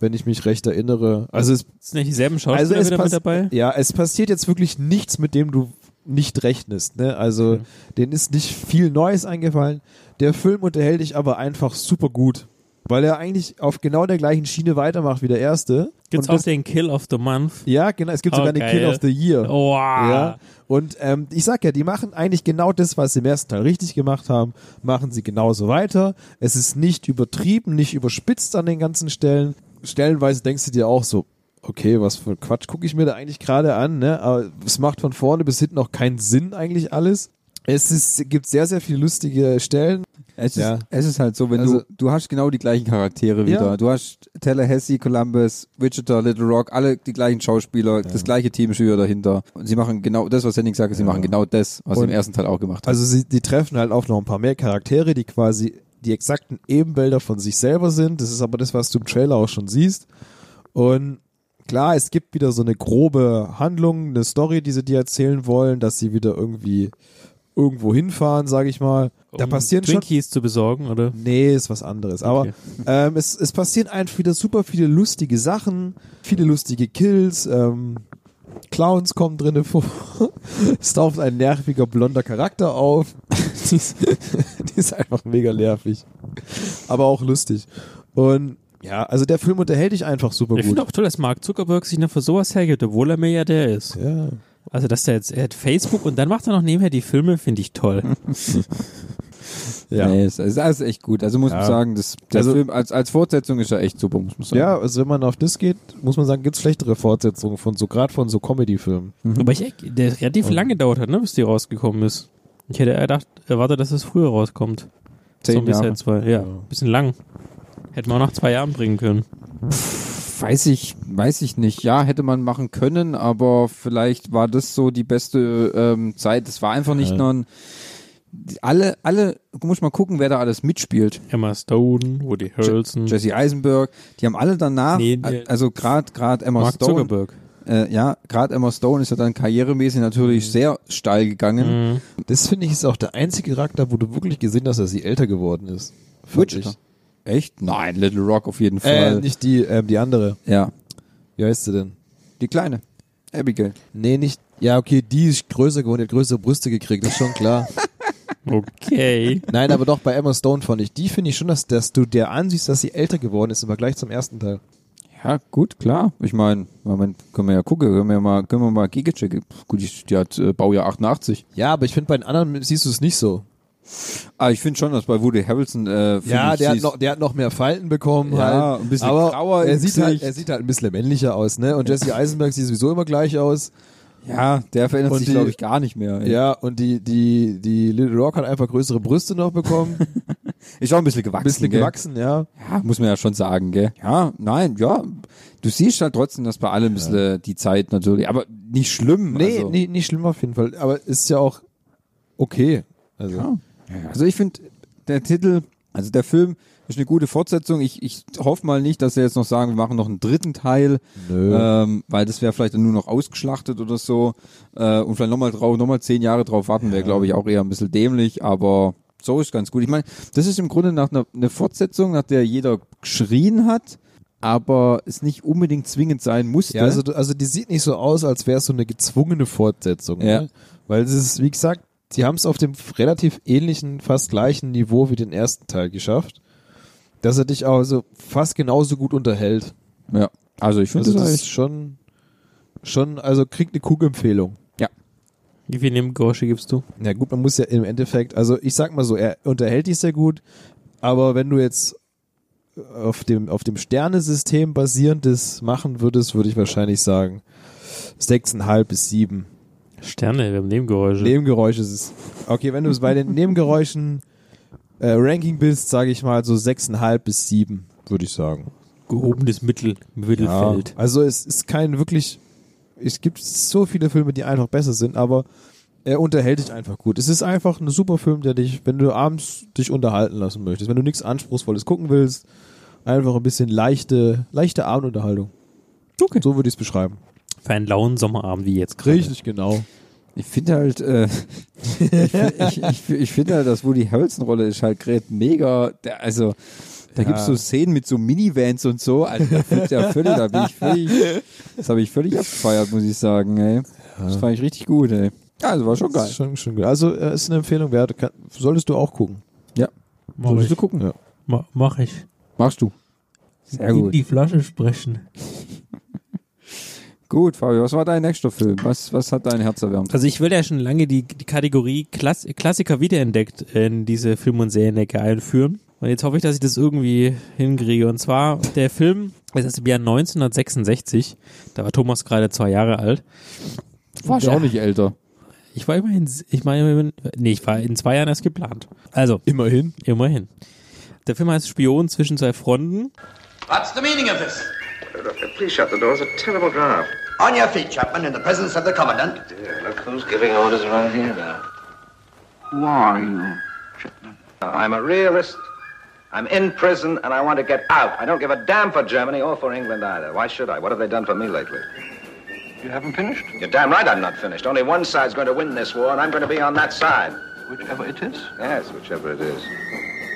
[SPEAKER 1] wenn ich mich recht erinnere. Also es,
[SPEAKER 2] ist nicht dieselben
[SPEAKER 1] also
[SPEAKER 2] Schauspieler
[SPEAKER 1] es
[SPEAKER 2] wieder
[SPEAKER 1] pass-
[SPEAKER 2] mit dabei?
[SPEAKER 1] ja, es passiert jetzt wirklich nichts, mit dem du nicht rechnest. Ne? Also denen ist nicht viel Neues eingefallen. Der Film unterhält dich aber einfach super gut, weil er eigentlich auf genau der gleichen Schiene weitermacht wie der erste.
[SPEAKER 2] Gibt's
[SPEAKER 1] Und
[SPEAKER 2] auch
[SPEAKER 1] das,
[SPEAKER 2] den Kill of the Month?
[SPEAKER 1] ja, genau. Es gibt
[SPEAKER 2] Oh,
[SPEAKER 1] sogar eine Kill
[SPEAKER 2] geil.
[SPEAKER 1] of the Year.
[SPEAKER 2] Wow.
[SPEAKER 1] Ja. Und ähm, ich sag ja, die machen eigentlich genau das, was sie im ersten Teil richtig gemacht haben, machen sie genauso weiter. Es ist nicht übertrieben, nicht überspitzt an den ganzen Stellen. Stellenweise denkst du dir auch so, okay, was für ein Quatsch gucke ich mir da eigentlich gerade an, ne? Aber es macht von vorne bis hinten auch keinen Sinn eigentlich alles. Es ist, gibt sehr, sehr viele lustige Stellen.
[SPEAKER 3] Es,
[SPEAKER 1] Ja.
[SPEAKER 3] ist, es ist halt so, wenn
[SPEAKER 1] Also-
[SPEAKER 3] du, du hast genau die gleichen Charaktere
[SPEAKER 1] Ja.
[SPEAKER 3] wieder. Du hast Tallahassee, Columbus, Wichita, Little Rock, alle die gleichen Schauspieler, das gleiche Teamschüler dahinter. Und sie machen genau das, was Henning sagt, sie machen genau das, was sie
[SPEAKER 1] Und-
[SPEAKER 3] im ersten Teil auch gemacht haben.
[SPEAKER 1] Also sie, die treffen halt auf noch ein paar mehr Charaktere, die quasi die exakten Ebenbilder von sich selber sind. Das ist aber das, was du im Trailer auch schon siehst. Und klar, es gibt wieder so eine grobe Handlung, eine Story, die sie dir erzählen wollen, dass sie wieder irgendwie irgendwo hinfahren, sage ich mal. da
[SPEAKER 2] um
[SPEAKER 1] passieren schon
[SPEAKER 2] Twinkies zu besorgen, oder?
[SPEAKER 1] Nee, ist was anderes. Aber
[SPEAKER 2] Okay.
[SPEAKER 1] ähm, es, es passieren einfach wieder super viele lustige Sachen, viele lustige Kills. Ähm, Clowns kommen drinne vor. es taucht ein nerviger blonder Charakter auf. die, ist, die ist einfach mega nervig. Aber auch lustig. Und ja, also der Film unterhält dich einfach super
[SPEAKER 2] Ich
[SPEAKER 1] gut.
[SPEAKER 2] finde auch toll, dass Mark Zuckerberg sich noch für sowas hergibt, obwohl er Milliardär ist.
[SPEAKER 1] Ja.
[SPEAKER 2] Also, dass er jetzt, er hat Facebook und dann macht er noch nebenher die Filme, finde ich toll.
[SPEAKER 1] Ja.
[SPEAKER 3] Nee, es ist alles echt gut. Also muss man sagen, das, der
[SPEAKER 1] Also-
[SPEAKER 3] Film als, als Fortsetzung ist er echt super, muss man sagen.
[SPEAKER 1] ja, also wenn man auf das geht, muss man sagen, gibt's schlechtere Fortsetzungen von so, gerade von so Comedy-Filmen.
[SPEAKER 2] Aber ich, der relativ lange gedauert hat, ne, bis die rausgekommen ist. Ich hätte gedacht, erwartet, dass es früher rauskommt.
[SPEAKER 3] Zehn
[SPEAKER 2] so
[SPEAKER 3] Jahre.
[SPEAKER 2] zwei. Ja, bisschen lang. Hätten wir auch nach zwei Jahren bringen können.
[SPEAKER 3] Weiß ich, weiß ich nicht. Ja, hätte man machen können, aber vielleicht war das so die beste ähm, Zeit. Es war einfach nicht nur ein. Alle, alle, muss mal gucken, wer da alles mitspielt.
[SPEAKER 2] Emma Stone, Woody Harrelson,
[SPEAKER 3] Jesse Eisenberg, die haben alle danach,
[SPEAKER 2] Nee, nee.
[SPEAKER 3] also gerade gerade Emma
[SPEAKER 2] Mark
[SPEAKER 3] Stone.
[SPEAKER 2] Zuckerberg.
[SPEAKER 3] Äh, ja, gerade Emma Stone ist ja dann karrieremäßig natürlich sehr steil gegangen.
[SPEAKER 2] Mhm.
[SPEAKER 1] Das finde ich ist auch der einzige Charakter, wo du wirklich gesehen hast, dass sie älter geworden ist. Fand
[SPEAKER 3] Witcher.
[SPEAKER 1] ich.
[SPEAKER 3] Echt? Nein, Little Rock auf jeden
[SPEAKER 1] Äh,
[SPEAKER 3] Fall.
[SPEAKER 1] nicht die, ähm, die andere.
[SPEAKER 3] ja,
[SPEAKER 1] Wie heißt sie denn?
[SPEAKER 3] die kleine. Abigail.
[SPEAKER 1] Nee, nicht. Ja, okay, die ist größer geworden, die hat größere Brüste gekriegt, ist schon klar.
[SPEAKER 2] Okay.
[SPEAKER 1] Nein, aber doch bei Emma Stone fand ich. Die finde ich schon, dass, dass du der ansiehst, dass sie älter geworden ist im Vergleich zum ersten Teil.
[SPEAKER 3] Ja, gut, klar. Ich meine, Moment, können wir ja gucken, können wir mal, können wir mal gegenchecken. Gut, die, die hat äh, Baujahr 88.
[SPEAKER 1] Ja, aber ich finde, bei den anderen siehst du es nicht so.
[SPEAKER 3] Ah, ich finde schon, dass bei Woody Harrelson äh, find
[SPEAKER 1] Ja,
[SPEAKER 3] ich,
[SPEAKER 1] der hat,
[SPEAKER 3] siehst-
[SPEAKER 1] noch, der hat noch mehr Falten bekommen.
[SPEAKER 3] Ja,
[SPEAKER 1] halt.
[SPEAKER 3] ein bisschen
[SPEAKER 1] aber
[SPEAKER 3] grauer
[SPEAKER 1] er
[SPEAKER 3] im
[SPEAKER 1] sieht, halt,
[SPEAKER 3] Gesicht.
[SPEAKER 1] er sieht halt ein bisschen männlicher aus, ne? Und Jesse Eisenberg sieht sowieso immer gleich aus.
[SPEAKER 3] ja, der verändert
[SPEAKER 1] Und
[SPEAKER 3] sich
[SPEAKER 1] die-
[SPEAKER 3] glaube ich gar nicht mehr. ey.
[SPEAKER 1] Ja, und die, die, die Little Rock hat einfach größere Brüste noch bekommen.
[SPEAKER 3] Ist auch ein bisschen gewachsen.
[SPEAKER 1] Ein bisschen
[SPEAKER 3] gell?
[SPEAKER 1] gewachsen, ja.
[SPEAKER 3] Ja, muss man ja schon sagen, gell? Ja, nein, ja. Du siehst halt trotzdem, dass bei allem ein bisschen äh, die Zeit natürlich, aber nicht schlimm.
[SPEAKER 1] Nee,
[SPEAKER 3] also.
[SPEAKER 1] nee, nicht schlimm auf jeden Fall. Aber ist ja auch okay. Also.
[SPEAKER 3] Ja. Also ich finde, der Titel, also der Film ist eine gute Fortsetzung. Ich, ich hoffe mal nicht, dass sie jetzt noch sagen, wir machen noch einen dritten Teil,
[SPEAKER 1] Nö.
[SPEAKER 3] ähm, weil das wäre vielleicht dann nur noch ausgeschlachtet oder so. Äh, und vielleicht nochmal drauf, nochmal zehn Jahre drauf warten, wäre glaube ich auch eher ein bisschen dämlich, aber so ist ganz gut. Ich meine, das ist im Grunde nach einer eine Fortsetzung, nach der jeder geschrien hat, aber es nicht unbedingt zwingend sein musste.
[SPEAKER 1] Ja, also, du- also die sieht nicht so aus, als wäre es so eine gezwungene Fortsetzung.
[SPEAKER 3] Ja.
[SPEAKER 1] Ne? Weil es ist, wie gesagt, sie haben es auf dem relativ ähnlichen, fast gleichen Niveau wie den ersten Teil geschafft, dass er dich also fast genauso gut unterhält.
[SPEAKER 3] ja. also ich finde
[SPEAKER 1] Also das
[SPEAKER 3] das,
[SPEAKER 1] ist schon, schon, also kriegt eine Kugempfehlung.
[SPEAKER 2] Wie viel Nebengeräusche gibst du?
[SPEAKER 1] Na gut, man muss ja im Endeffekt, also ich sag mal so, er unterhält dich sehr gut, aber wenn du jetzt auf dem, auf dem Sternesystem basierendes machen würdest, würde ich wahrscheinlich sagen, sechseinhalb bis sieben.
[SPEAKER 2] Sterne, wir haben Nebengeräusche.
[SPEAKER 1] Nebengeräusche ist es. Okay, wenn du es bei den Nebengeräuschen äh, Ranking bist, sage ich mal so 6,5 bis 7, würde ich sagen.
[SPEAKER 2] Gehobenes Mittel, Mittelfeld.
[SPEAKER 1] Also es ist kein wirklich, es gibt so viele Filme, die einfach besser sind, aber er unterhält dich einfach gut. Es ist einfach ein super Film, der dich, wenn du abends dich unterhalten lassen möchtest, wenn du nichts Anspruchsvolles gucken willst, einfach ein bisschen leichte, leichte Abendunterhaltung. Okay. So würde ich es beschreiben.
[SPEAKER 2] Für einen lauen Sommerabend wie jetzt gerade.
[SPEAKER 1] Richtig, genau.
[SPEAKER 3] Ich finde halt, äh, ich, ich, ich, ich finde halt, dass Woody Harrelson-Rolle ist halt gerade mega, der, also da gibt's so Szenen mit so Minivans und so, also da flippt's ja völlig, da bin ich völlig, das habe ich völlig abgefeiert, muss ich sagen, ey. Das fand ich richtig gut, ey. Ja, das war schon
[SPEAKER 1] Das
[SPEAKER 3] geil.
[SPEAKER 1] ist schon, schon gut. Also äh, ist eine Empfehlung wert. Kann, solltest du auch gucken.
[SPEAKER 2] Mach
[SPEAKER 3] Solltest
[SPEAKER 2] ich.
[SPEAKER 3] du gucken?
[SPEAKER 1] Ja.
[SPEAKER 2] Ma mach ich.
[SPEAKER 3] Machst du. Sehr
[SPEAKER 2] In
[SPEAKER 3] gut.
[SPEAKER 2] die Flasche sprechen.
[SPEAKER 3] Gut, Fabio, was war dein nächster Film? Was, was hat dein Herz erwärmt?
[SPEAKER 2] Also ich will ja schon lange die, die Kategorie Klass Klassiker wiederentdeckt in diese Film- und Serienecke einführen. Und jetzt hoffe ich, dass ich das irgendwie hinkriege. Und zwar der Film, das ist im Jahr 1966. Da war Thomas gerade zwei Jahre alt.
[SPEAKER 3] Warst du auch nicht älter.
[SPEAKER 2] Ich war immerhin, ich meine, immerhin- nee, ich war in zwei Jahren erst geplant. Also,
[SPEAKER 1] Immerhin.
[SPEAKER 2] immerhin. Der Film heißt Spion zwischen zwei Fronten.
[SPEAKER 6] What's the meaning of this?
[SPEAKER 11] Doctor, Uh, please shut the door. It's a terrible draft.
[SPEAKER 6] On your feet, Chapman, in the presence of the commandant.
[SPEAKER 11] Dear, look who's giving orders around here now. Who are you, Chapman? Uh, I'm a realist. I'm in prison and I want to get out. I don't give a damn for Germany or for England either. Why should I? What have they done for me lately? You haven't finished? You're damn right I'm not finished. Only one side's going to win this war, and I'm going to be on that side. Whichever it is? Yes, whichever it is.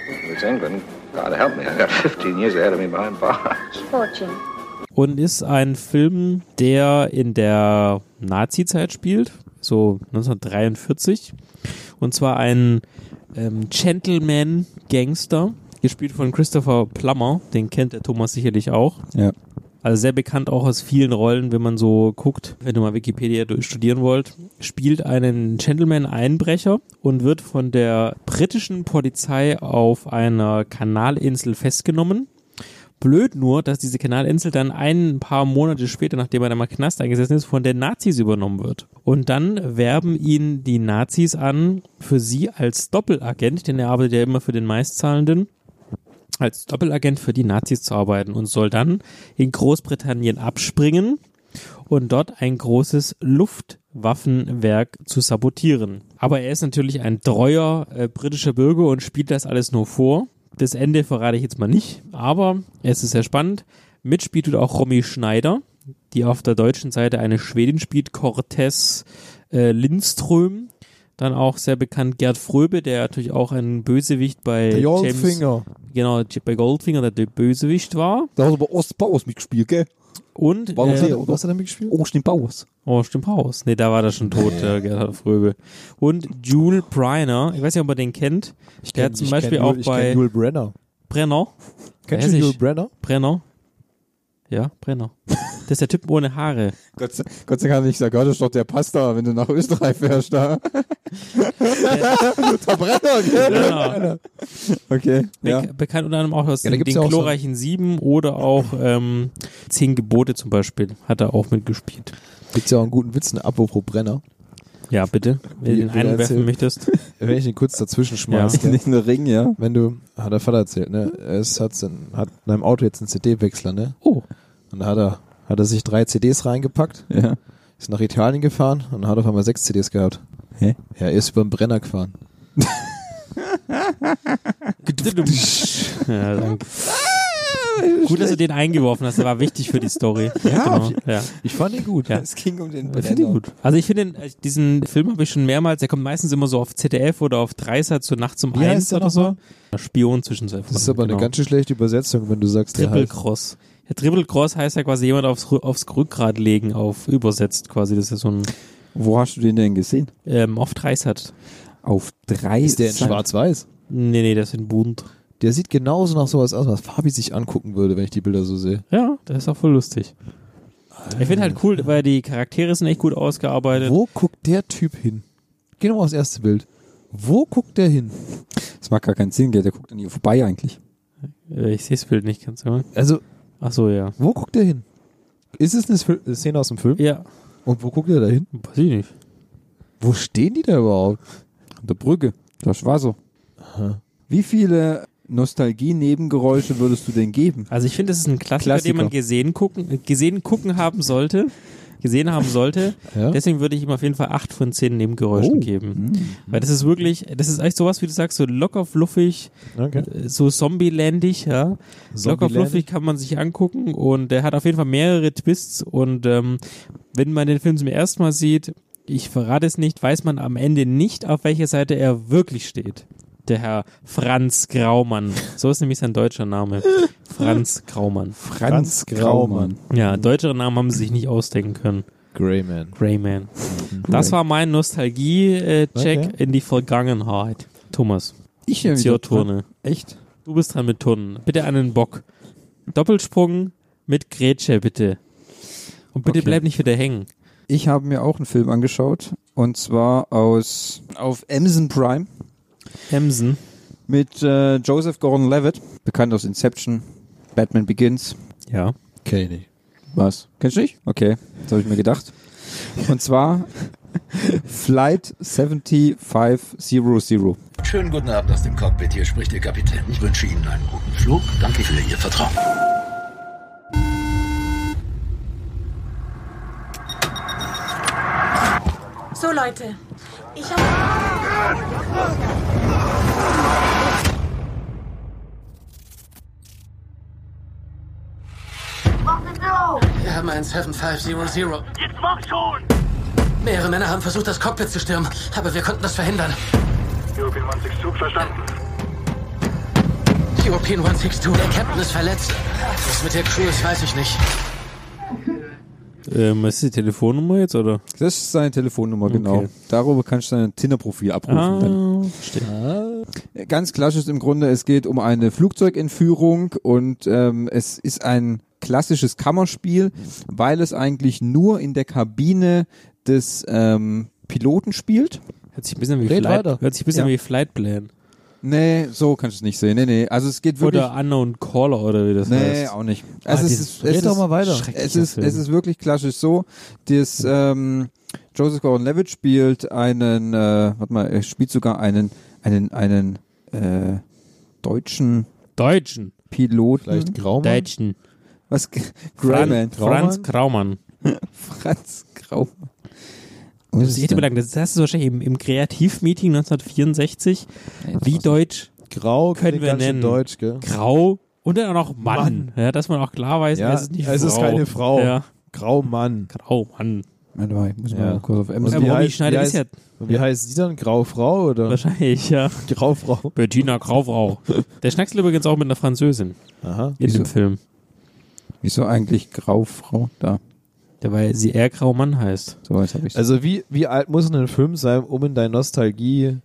[SPEAKER 11] If it's England, God help me, I got 15 years ahead of me behind bars.
[SPEAKER 10] Fortune.
[SPEAKER 2] Und ist ein Film, der in der Nazi-Zeit spielt, so 1943. Und zwar ein ähm, Gentleman-Gangster, gespielt von Christopher Plummer. Den kennt der Thomas sicherlich auch.
[SPEAKER 3] Ja.
[SPEAKER 2] Also sehr bekannt auch aus vielen Rollen, wenn man so guckt, wenn du mal Wikipedia durch- studieren wollt, spielt einen Gentleman-Einbrecher und wird von der britischen Polizei auf einer Kanalinsel festgenommen. Blöd nur, dass diese Kanalinsel dann ein paar Monate später, nachdem er dann mal Knast eingesessen ist, von den Nazis übernommen wird. Und dann werben ihn die Nazis an für sie als Doppelagent, denn er arbeitet ja immer für den Meistzahlenden als Doppelagent für die Nazis zu arbeiten und soll dann in Großbritannien abspringen und dort ein großes Luftwaffenwerk zu sabotieren. Aber er ist natürlich ein treuer äh, britischer Bürger und spielt das alles nur vor. Das Ende verrate ich jetzt mal nicht, aber es ist sehr spannend. Mitspielt tut auch Romy Schneider, die auf der deutschen Seite eine Schwedin spielt, Cortez äh, Lindström. Dann auch sehr bekannt Gerd Fröbe, der natürlich auch ein Bösewicht bei
[SPEAKER 1] Der
[SPEAKER 2] James
[SPEAKER 1] Goldfinger.
[SPEAKER 2] Genau, bei Goldfinger, der der Bösewicht war.
[SPEAKER 3] Da hast du aber Ost Bauers mitgespielt, gell?
[SPEAKER 2] Und
[SPEAKER 3] War
[SPEAKER 2] äh,
[SPEAKER 3] oder?
[SPEAKER 1] hat er mitgespielt?
[SPEAKER 3] Ost den Bauers.
[SPEAKER 2] Oh, stimmt Haus. Nee, da war der schon tot, der Gerhard Fröbe. Und Jule Briner, ich weiß nicht, ob man den kennt. der hat zum Beispiel auch bei
[SPEAKER 1] Jule Brenner.
[SPEAKER 2] Brenner.
[SPEAKER 1] Kennst
[SPEAKER 2] Weiß
[SPEAKER 1] du
[SPEAKER 2] ich.
[SPEAKER 1] Jule Brenner?
[SPEAKER 2] Brenner. Ja, Brenner. Das ist der Typ ohne Haare.
[SPEAKER 3] Gott sei, Gott sei Dank, ich sage, Gott, das ist doch der Pasta, wenn du nach Österreich fährst, da. der Brenner, gell?
[SPEAKER 2] Brenner.
[SPEAKER 3] Okay, ja.
[SPEAKER 2] Bek- Bekannt unter anderem auch aus
[SPEAKER 3] Ja, da
[SPEAKER 2] den,
[SPEAKER 3] gibt's
[SPEAKER 2] den
[SPEAKER 3] ja auch so-
[SPEAKER 2] glorreichen Sieben oder auch ähm, Zehn Gebote zum Beispiel hat er auch mitgespielt.
[SPEAKER 1] Gibt's ja auch einen guten Witz, ne? apropos Brenner.
[SPEAKER 2] Ja, bitte. Wenn
[SPEAKER 1] Wie-
[SPEAKER 2] du den
[SPEAKER 1] wie er
[SPEAKER 2] einen werfen
[SPEAKER 1] erzählt.
[SPEAKER 2] möchtest.
[SPEAKER 1] Wenn ich ihn kurz dazwischen schmeiß, gell?
[SPEAKER 3] In den Ring, ja.
[SPEAKER 1] wenn du, hat der Vater erzählt, ne? Es hat, sein- hat in einem Auto jetzt einen CD-Wechsler, ne?
[SPEAKER 2] Oh.
[SPEAKER 1] Und da hat er, hat er sich drei CDs reingepackt,
[SPEAKER 3] Ja.
[SPEAKER 1] ist nach Italien gefahren und hat auf einmal sechs CDs gehabt.
[SPEAKER 3] Hä?
[SPEAKER 1] Ja, er ist über den Brenner gefahren.
[SPEAKER 2] Ja, danke. Ah, Gut, dass du den eingeworfen hast. Der war wichtig für die Story. Ja, genau. ja.
[SPEAKER 1] Ich fand ihn gut.
[SPEAKER 2] Ja.
[SPEAKER 3] Es ging um den
[SPEAKER 2] Ich finde
[SPEAKER 3] Brenner.
[SPEAKER 2] ihn gut. Also ich finde den- äh, diesen Film habe ich schon mehrmals, der kommt meistens immer so auf ZDF oder auf Dreisat zur Nacht zum
[SPEAKER 1] Wie heißt
[SPEAKER 2] Eins
[SPEAKER 1] der
[SPEAKER 2] oder so. Spion zwischen zwei genau.
[SPEAKER 1] Das ist aber eine ganz schön schlechte Übersetzung, wenn du sagst, der
[SPEAKER 2] Triple
[SPEAKER 1] halt.
[SPEAKER 2] Cross. Ja, Triple Cross heißt ja quasi jemand aufs, Rü- aufs Rückgrat legen, auf übersetzt quasi. Das ist ja so ein
[SPEAKER 3] Wo hast du den denn gesehen?
[SPEAKER 2] ähm, auf Dreisat.
[SPEAKER 3] Auf drei.
[SPEAKER 1] Ist halt der in
[SPEAKER 3] Seiten.
[SPEAKER 1] schwarz-weiß?
[SPEAKER 2] Nee, nee, das ist in Bund.
[SPEAKER 1] Der sieht genauso nach sowas aus, was Fabi sich angucken würde, wenn ich die Bilder so sehe.
[SPEAKER 2] Ja, das ist auch voll lustig. Ich finde halt cool, weil die Charaktere sind echt gut ausgearbeitet.
[SPEAKER 1] Wo guckt der Typ hin? Geh nochmal aufs erste Bild. Wo guckt der hin?
[SPEAKER 3] Das macht gar keinen Sinn, gell? Der guckt an ihr vorbei eigentlich.
[SPEAKER 2] Äh, Ich sehe das Bild nicht ganz genau.
[SPEAKER 1] Also,
[SPEAKER 2] Ach so, ja.
[SPEAKER 1] wo guckt der hin? Ist es eine Sp- eine Szene aus dem Film?
[SPEAKER 2] Ja,
[SPEAKER 1] Und wo guckt er da hin?
[SPEAKER 2] weiß ich nicht.
[SPEAKER 1] Wo stehen die da überhaupt?
[SPEAKER 3] An der Brücke. Das war so. Wie viele Nostalgie-Nebengeräusche würdest du denn geben?
[SPEAKER 2] Also ich finde, das ist ein Klassiker,
[SPEAKER 3] Klassiker.
[SPEAKER 2] den man gesehen gucken, äh, gesehen gucken haben sollte, gesehen haben sollte.
[SPEAKER 1] Ja?
[SPEAKER 2] Deswegen würde ich ihm auf jeden Fall acht von zehn Nebengeräuschen
[SPEAKER 1] Oh.
[SPEAKER 2] geben. Weil das ist wirklich, das ist echt sowas, wie du sagst, so locker fluffig,
[SPEAKER 1] Okay.
[SPEAKER 2] äh, so zombielandig, ja. Locker
[SPEAKER 1] Zombieland?
[SPEAKER 2] fluffig kann man sich angucken und er hat auf jeden Fall mehrere Twists und ähm, wenn man den Film zum ersten Mal sieht, ich verrate es nicht, weiß man am Ende nicht, auf welcher Seite er wirklich steht. Der Herr Franz Graumann. So ist nämlich sein deutscher Name. Franz Graumann.
[SPEAKER 1] Franz Graumann.
[SPEAKER 2] Ja, deutschere Namen haben sie sich nicht ausdenken können.
[SPEAKER 1] Greyman.
[SPEAKER 2] Greyman. Das war mein Nostalgie-Check
[SPEAKER 1] Okay.
[SPEAKER 2] in die Vergangenheit. Thomas,
[SPEAKER 3] Ich nehme wieder
[SPEAKER 2] Zierturne.
[SPEAKER 3] ne? Echt?
[SPEAKER 2] Du bist dran mit Turnen. Bitte an den Bock. Doppelsprung mit Grätsche, bitte. Und bitte
[SPEAKER 3] Okay.
[SPEAKER 2] bleib nicht wieder hängen.
[SPEAKER 3] Ich habe mir auch einen Film angeschaut. Und zwar aus, auf Amazon Prime.
[SPEAKER 2] Hemsen.
[SPEAKER 3] mit äh, Joseph Gordon-Levitt, bekannt aus Inception, Batman Begins.
[SPEAKER 2] Ja.
[SPEAKER 1] Kenn ich nicht.
[SPEAKER 3] Was? Kennst du nicht? Okay, das habe ich mir gedacht. Und zwar Flight 7500.
[SPEAKER 9] Schönen guten Abend aus dem Cockpit. Hier spricht Ihr Kapitän. Ich wünsche Ihnen einen guten Flug. Danke für Ihr Vertrauen.
[SPEAKER 12] So Leute, ich habe
[SPEAKER 13] Wir haben einen 7500. Jetzt mach schon! Mehrere Männer haben versucht, das Cockpit zu stürmen, aber wir konnten das verhindern. European 162, verstanden. European 162, der Captain ist verletzt. Was mit der Crew ist, weiß ich nicht.
[SPEAKER 2] Ähm, ist die Telefonnummer jetzt, oder?
[SPEAKER 3] Das ist seine Telefonnummer, genau.
[SPEAKER 2] Okay.
[SPEAKER 3] Darüber kannst du dein Tinder-Profil abrufen.
[SPEAKER 2] Ah,
[SPEAKER 3] dann. Ah. Ganz klassisch ist im Grunde, es geht um eine Flugzeugentführung und ähm, es ist ein klassisches Kammerspiel, weil es eigentlich nur in der Kabine des ähm, Piloten spielt.
[SPEAKER 2] Hört sich ein bisschen wie,
[SPEAKER 3] Red
[SPEAKER 2] Flight,
[SPEAKER 3] weiter.
[SPEAKER 2] hört sich ein bisschen
[SPEAKER 3] Ja.
[SPEAKER 2] wie Flightplan.
[SPEAKER 3] Nee, so kannst du es nicht sehen. Nee, nee. Also es geht wirklich.
[SPEAKER 2] Oder Unknown Caller, oder wie das heißt.
[SPEAKER 3] Nee, auch nicht. Also
[SPEAKER 2] Ah,
[SPEAKER 3] es
[SPEAKER 2] dieses-
[SPEAKER 3] ist, es
[SPEAKER 2] Red
[SPEAKER 3] ist,
[SPEAKER 2] doch mal weiter.
[SPEAKER 3] Es
[SPEAKER 2] Schrecklicher
[SPEAKER 3] ist,
[SPEAKER 2] Film.
[SPEAKER 3] es ist wirklich klassisch so, dass ähm, Joseph Gordon-Levitt spielt einen, äh, warte mal, er spielt sogar einen, einen, einen äh, deutschen
[SPEAKER 2] Deutschen Mhm.
[SPEAKER 3] Piloten.
[SPEAKER 1] Vielleicht Graumann?
[SPEAKER 2] Deutschen.
[SPEAKER 3] Was?
[SPEAKER 2] Fran
[SPEAKER 3] Graumann.
[SPEAKER 2] Franz Kraumann.
[SPEAKER 3] Franz Graumann.
[SPEAKER 2] Das
[SPEAKER 3] ist
[SPEAKER 2] ist echt
[SPEAKER 3] denn?
[SPEAKER 2] bedankt. Das hast du wahrscheinlich im, im Kreativmeeting 1964. Wie deutsch
[SPEAKER 1] Grau
[SPEAKER 2] können
[SPEAKER 1] klingt
[SPEAKER 2] wir
[SPEAKER 1] ganz schön
[SPEAKER 2] nennen?
[SPEAKER 1] deutsch, gell?
[SPEAKER 2] Grau und dann auch noch Mann. Ja, dass man auch klar weiß,
[SPEAKER 1] Ja,
[SPEAKER 2] es ist nicht
[SPEAKER 1] es
[SPEAKER 2] Frau.
[SPEAKER 1] ist keine Frau.
[SPEAKER 2] Ja.
[SPEAKER 1] Graumann.
[SPEAKER 2] Graumann.
[SPEAKER 3] Warte mal, ich muss
[SPEAKER 1] Ja.
[SPEAKER 3] mal kurz auf
[SPEAKER 1] Und
[SPEAKER 3] Amazon.
[SPEAKER 1] wie
[SPEAKER 2] Romy
[SPEAKER 1] heißt-
[SPEAKER 2] Schneider
[SPEAKER 1] wie
[SPEAKER 2] ist
[SPEAKER 1] heißt-
[SPEAKER 2] ja-
[SPEAKER 1] und Wie heißt sie dann? Graufrau oder?
[SPEAKER 2] Wahrscheinlich, ja.
[SPEAKER 1] Graufrau.
[SPEAKER 2] Bettina Graufrau. Der schnackselt übrigens auch mit einer Französin.
[SPEAKER 1] Aha.
[SPEAKER 2] In
[SPEAKER 3] Wieso?
[SPEAKER 2] dem Film.
[SPEAKER 3] Wieso eigentlich Graufrau da?
[SPEAKER 2] Ja, weil sie eher Graumann heißt.
[SPEAKER 3] So, jetzt habe ich
[SPEAKER 1] Also wie, wie alt muss denn ein Film sein, um in deine Nostalgie...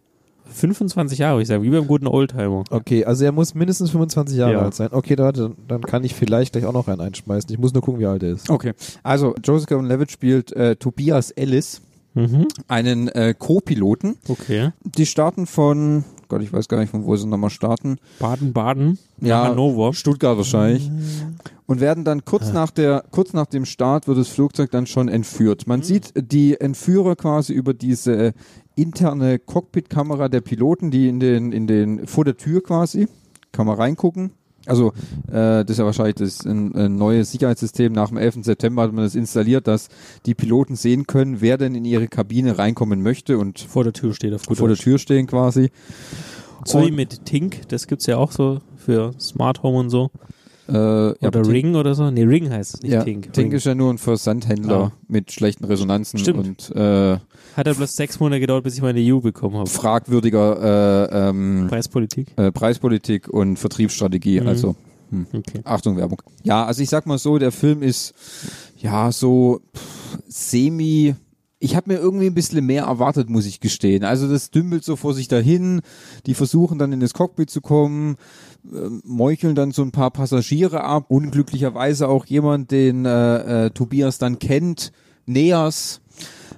[SPEAKER 2] 25 Jahre, ich sage, wie beim guten Oldtimer.
[SPEAKER 1] Okay, also er muss mindestens 25 Jahre
[SPEAKER 2] Ja.
[SPEAKER 1] alt sein. Okay, da, dann, dann kann ich vielleicht gleich auch noch einen einschmeißen. Ich muss nur gucken, wie alt er ist.
[SPEAKER 3] Okay, also Joseph Gordon-Levitt spielt äh, Tobias Ellis,
[SPEAKER 2] Mhm.
[SPEAKER 3] einen äh, Co-Piloten.
[SPEAKER 2] Okay.
[SPEAKER 3] Die starten von, Gott, ich weiß gar nicht, von wo sie nochmal starten.
[SPEAKER 2] Baden-Baden. nach Hannover.
[SPEAKER 3] Stuttgart wahrscheinlich. Und werden dann kurz nach der, kurz nach dem Start wird das Flugzeug dann schon entführt. Man sieht die Entführer quasi über diese interne Cockpit-Kamera der Piloten, die in den, in den, vor der Tür quasi, kann man reingucken. Also, äh, das ist ja wahrscheinlich das ein, ein neues Sicherheitssystem. Nach dem 11. September hat man das installiert, dass die Piloten sehen können, wer denn in ihre Kabine reinkommen möchte und
[SPEAKER 2] Vor der Tür steht auf gut
[SPEAKER 3] vor der Tür stehen quasi.
[SPEAKER 2] Zoe mit Tink, das gibt's ja auch so für Smart Home und so.
[SPEAKER 3] Äh, oder
[SPEAKER 2] Oder Ring oder so. Nee, Ring heißt es, nicht
[SPEAKER 3] ja,
[SPEAKER 2] Tink.
[SPEAKER 3] Tink
[SPEAKER 2] Ring.
[SPEAKER 3] ist ja nur ein Versandhändler
[SPEAKER 2] Ah.
[SPEAKER 3] mit schlechten Resonanzen
[SPEAKER 2] Stimmt.
[SPEAKER 3] und äh,
[SPEAKER 2] Hat ja bloß sechs Monate gedauert, bis ich meine EU bekommen habe.
[SPEAKER 3] fragwürdiger äh, ähm,
[SPEAKER 2] Preispolitik.
[SPEAKER 3] äh, Preispolitik und Vertriebsstrategie.
[SPEAKER 2] Mhm.
[SPEAKER 3] Also hm.
[SPEAKER 2] Okay.
[SPEAKER 3] Achtung Werbung. Ja, also ich sag mal so, der Film ist ja so pff, semi. Ich habe mir irgendwie ein bisschen mehr erwartet, muss ich gestehen. Also das dümpelt so vor sich dahin. Die versuchen dann in das Cockpit zu kommen, äh, meucheln dann so ein paar Passagiere ab. Unglücklicherweise auch jemand, den äh, äh, Tobias dann kennt, Neas.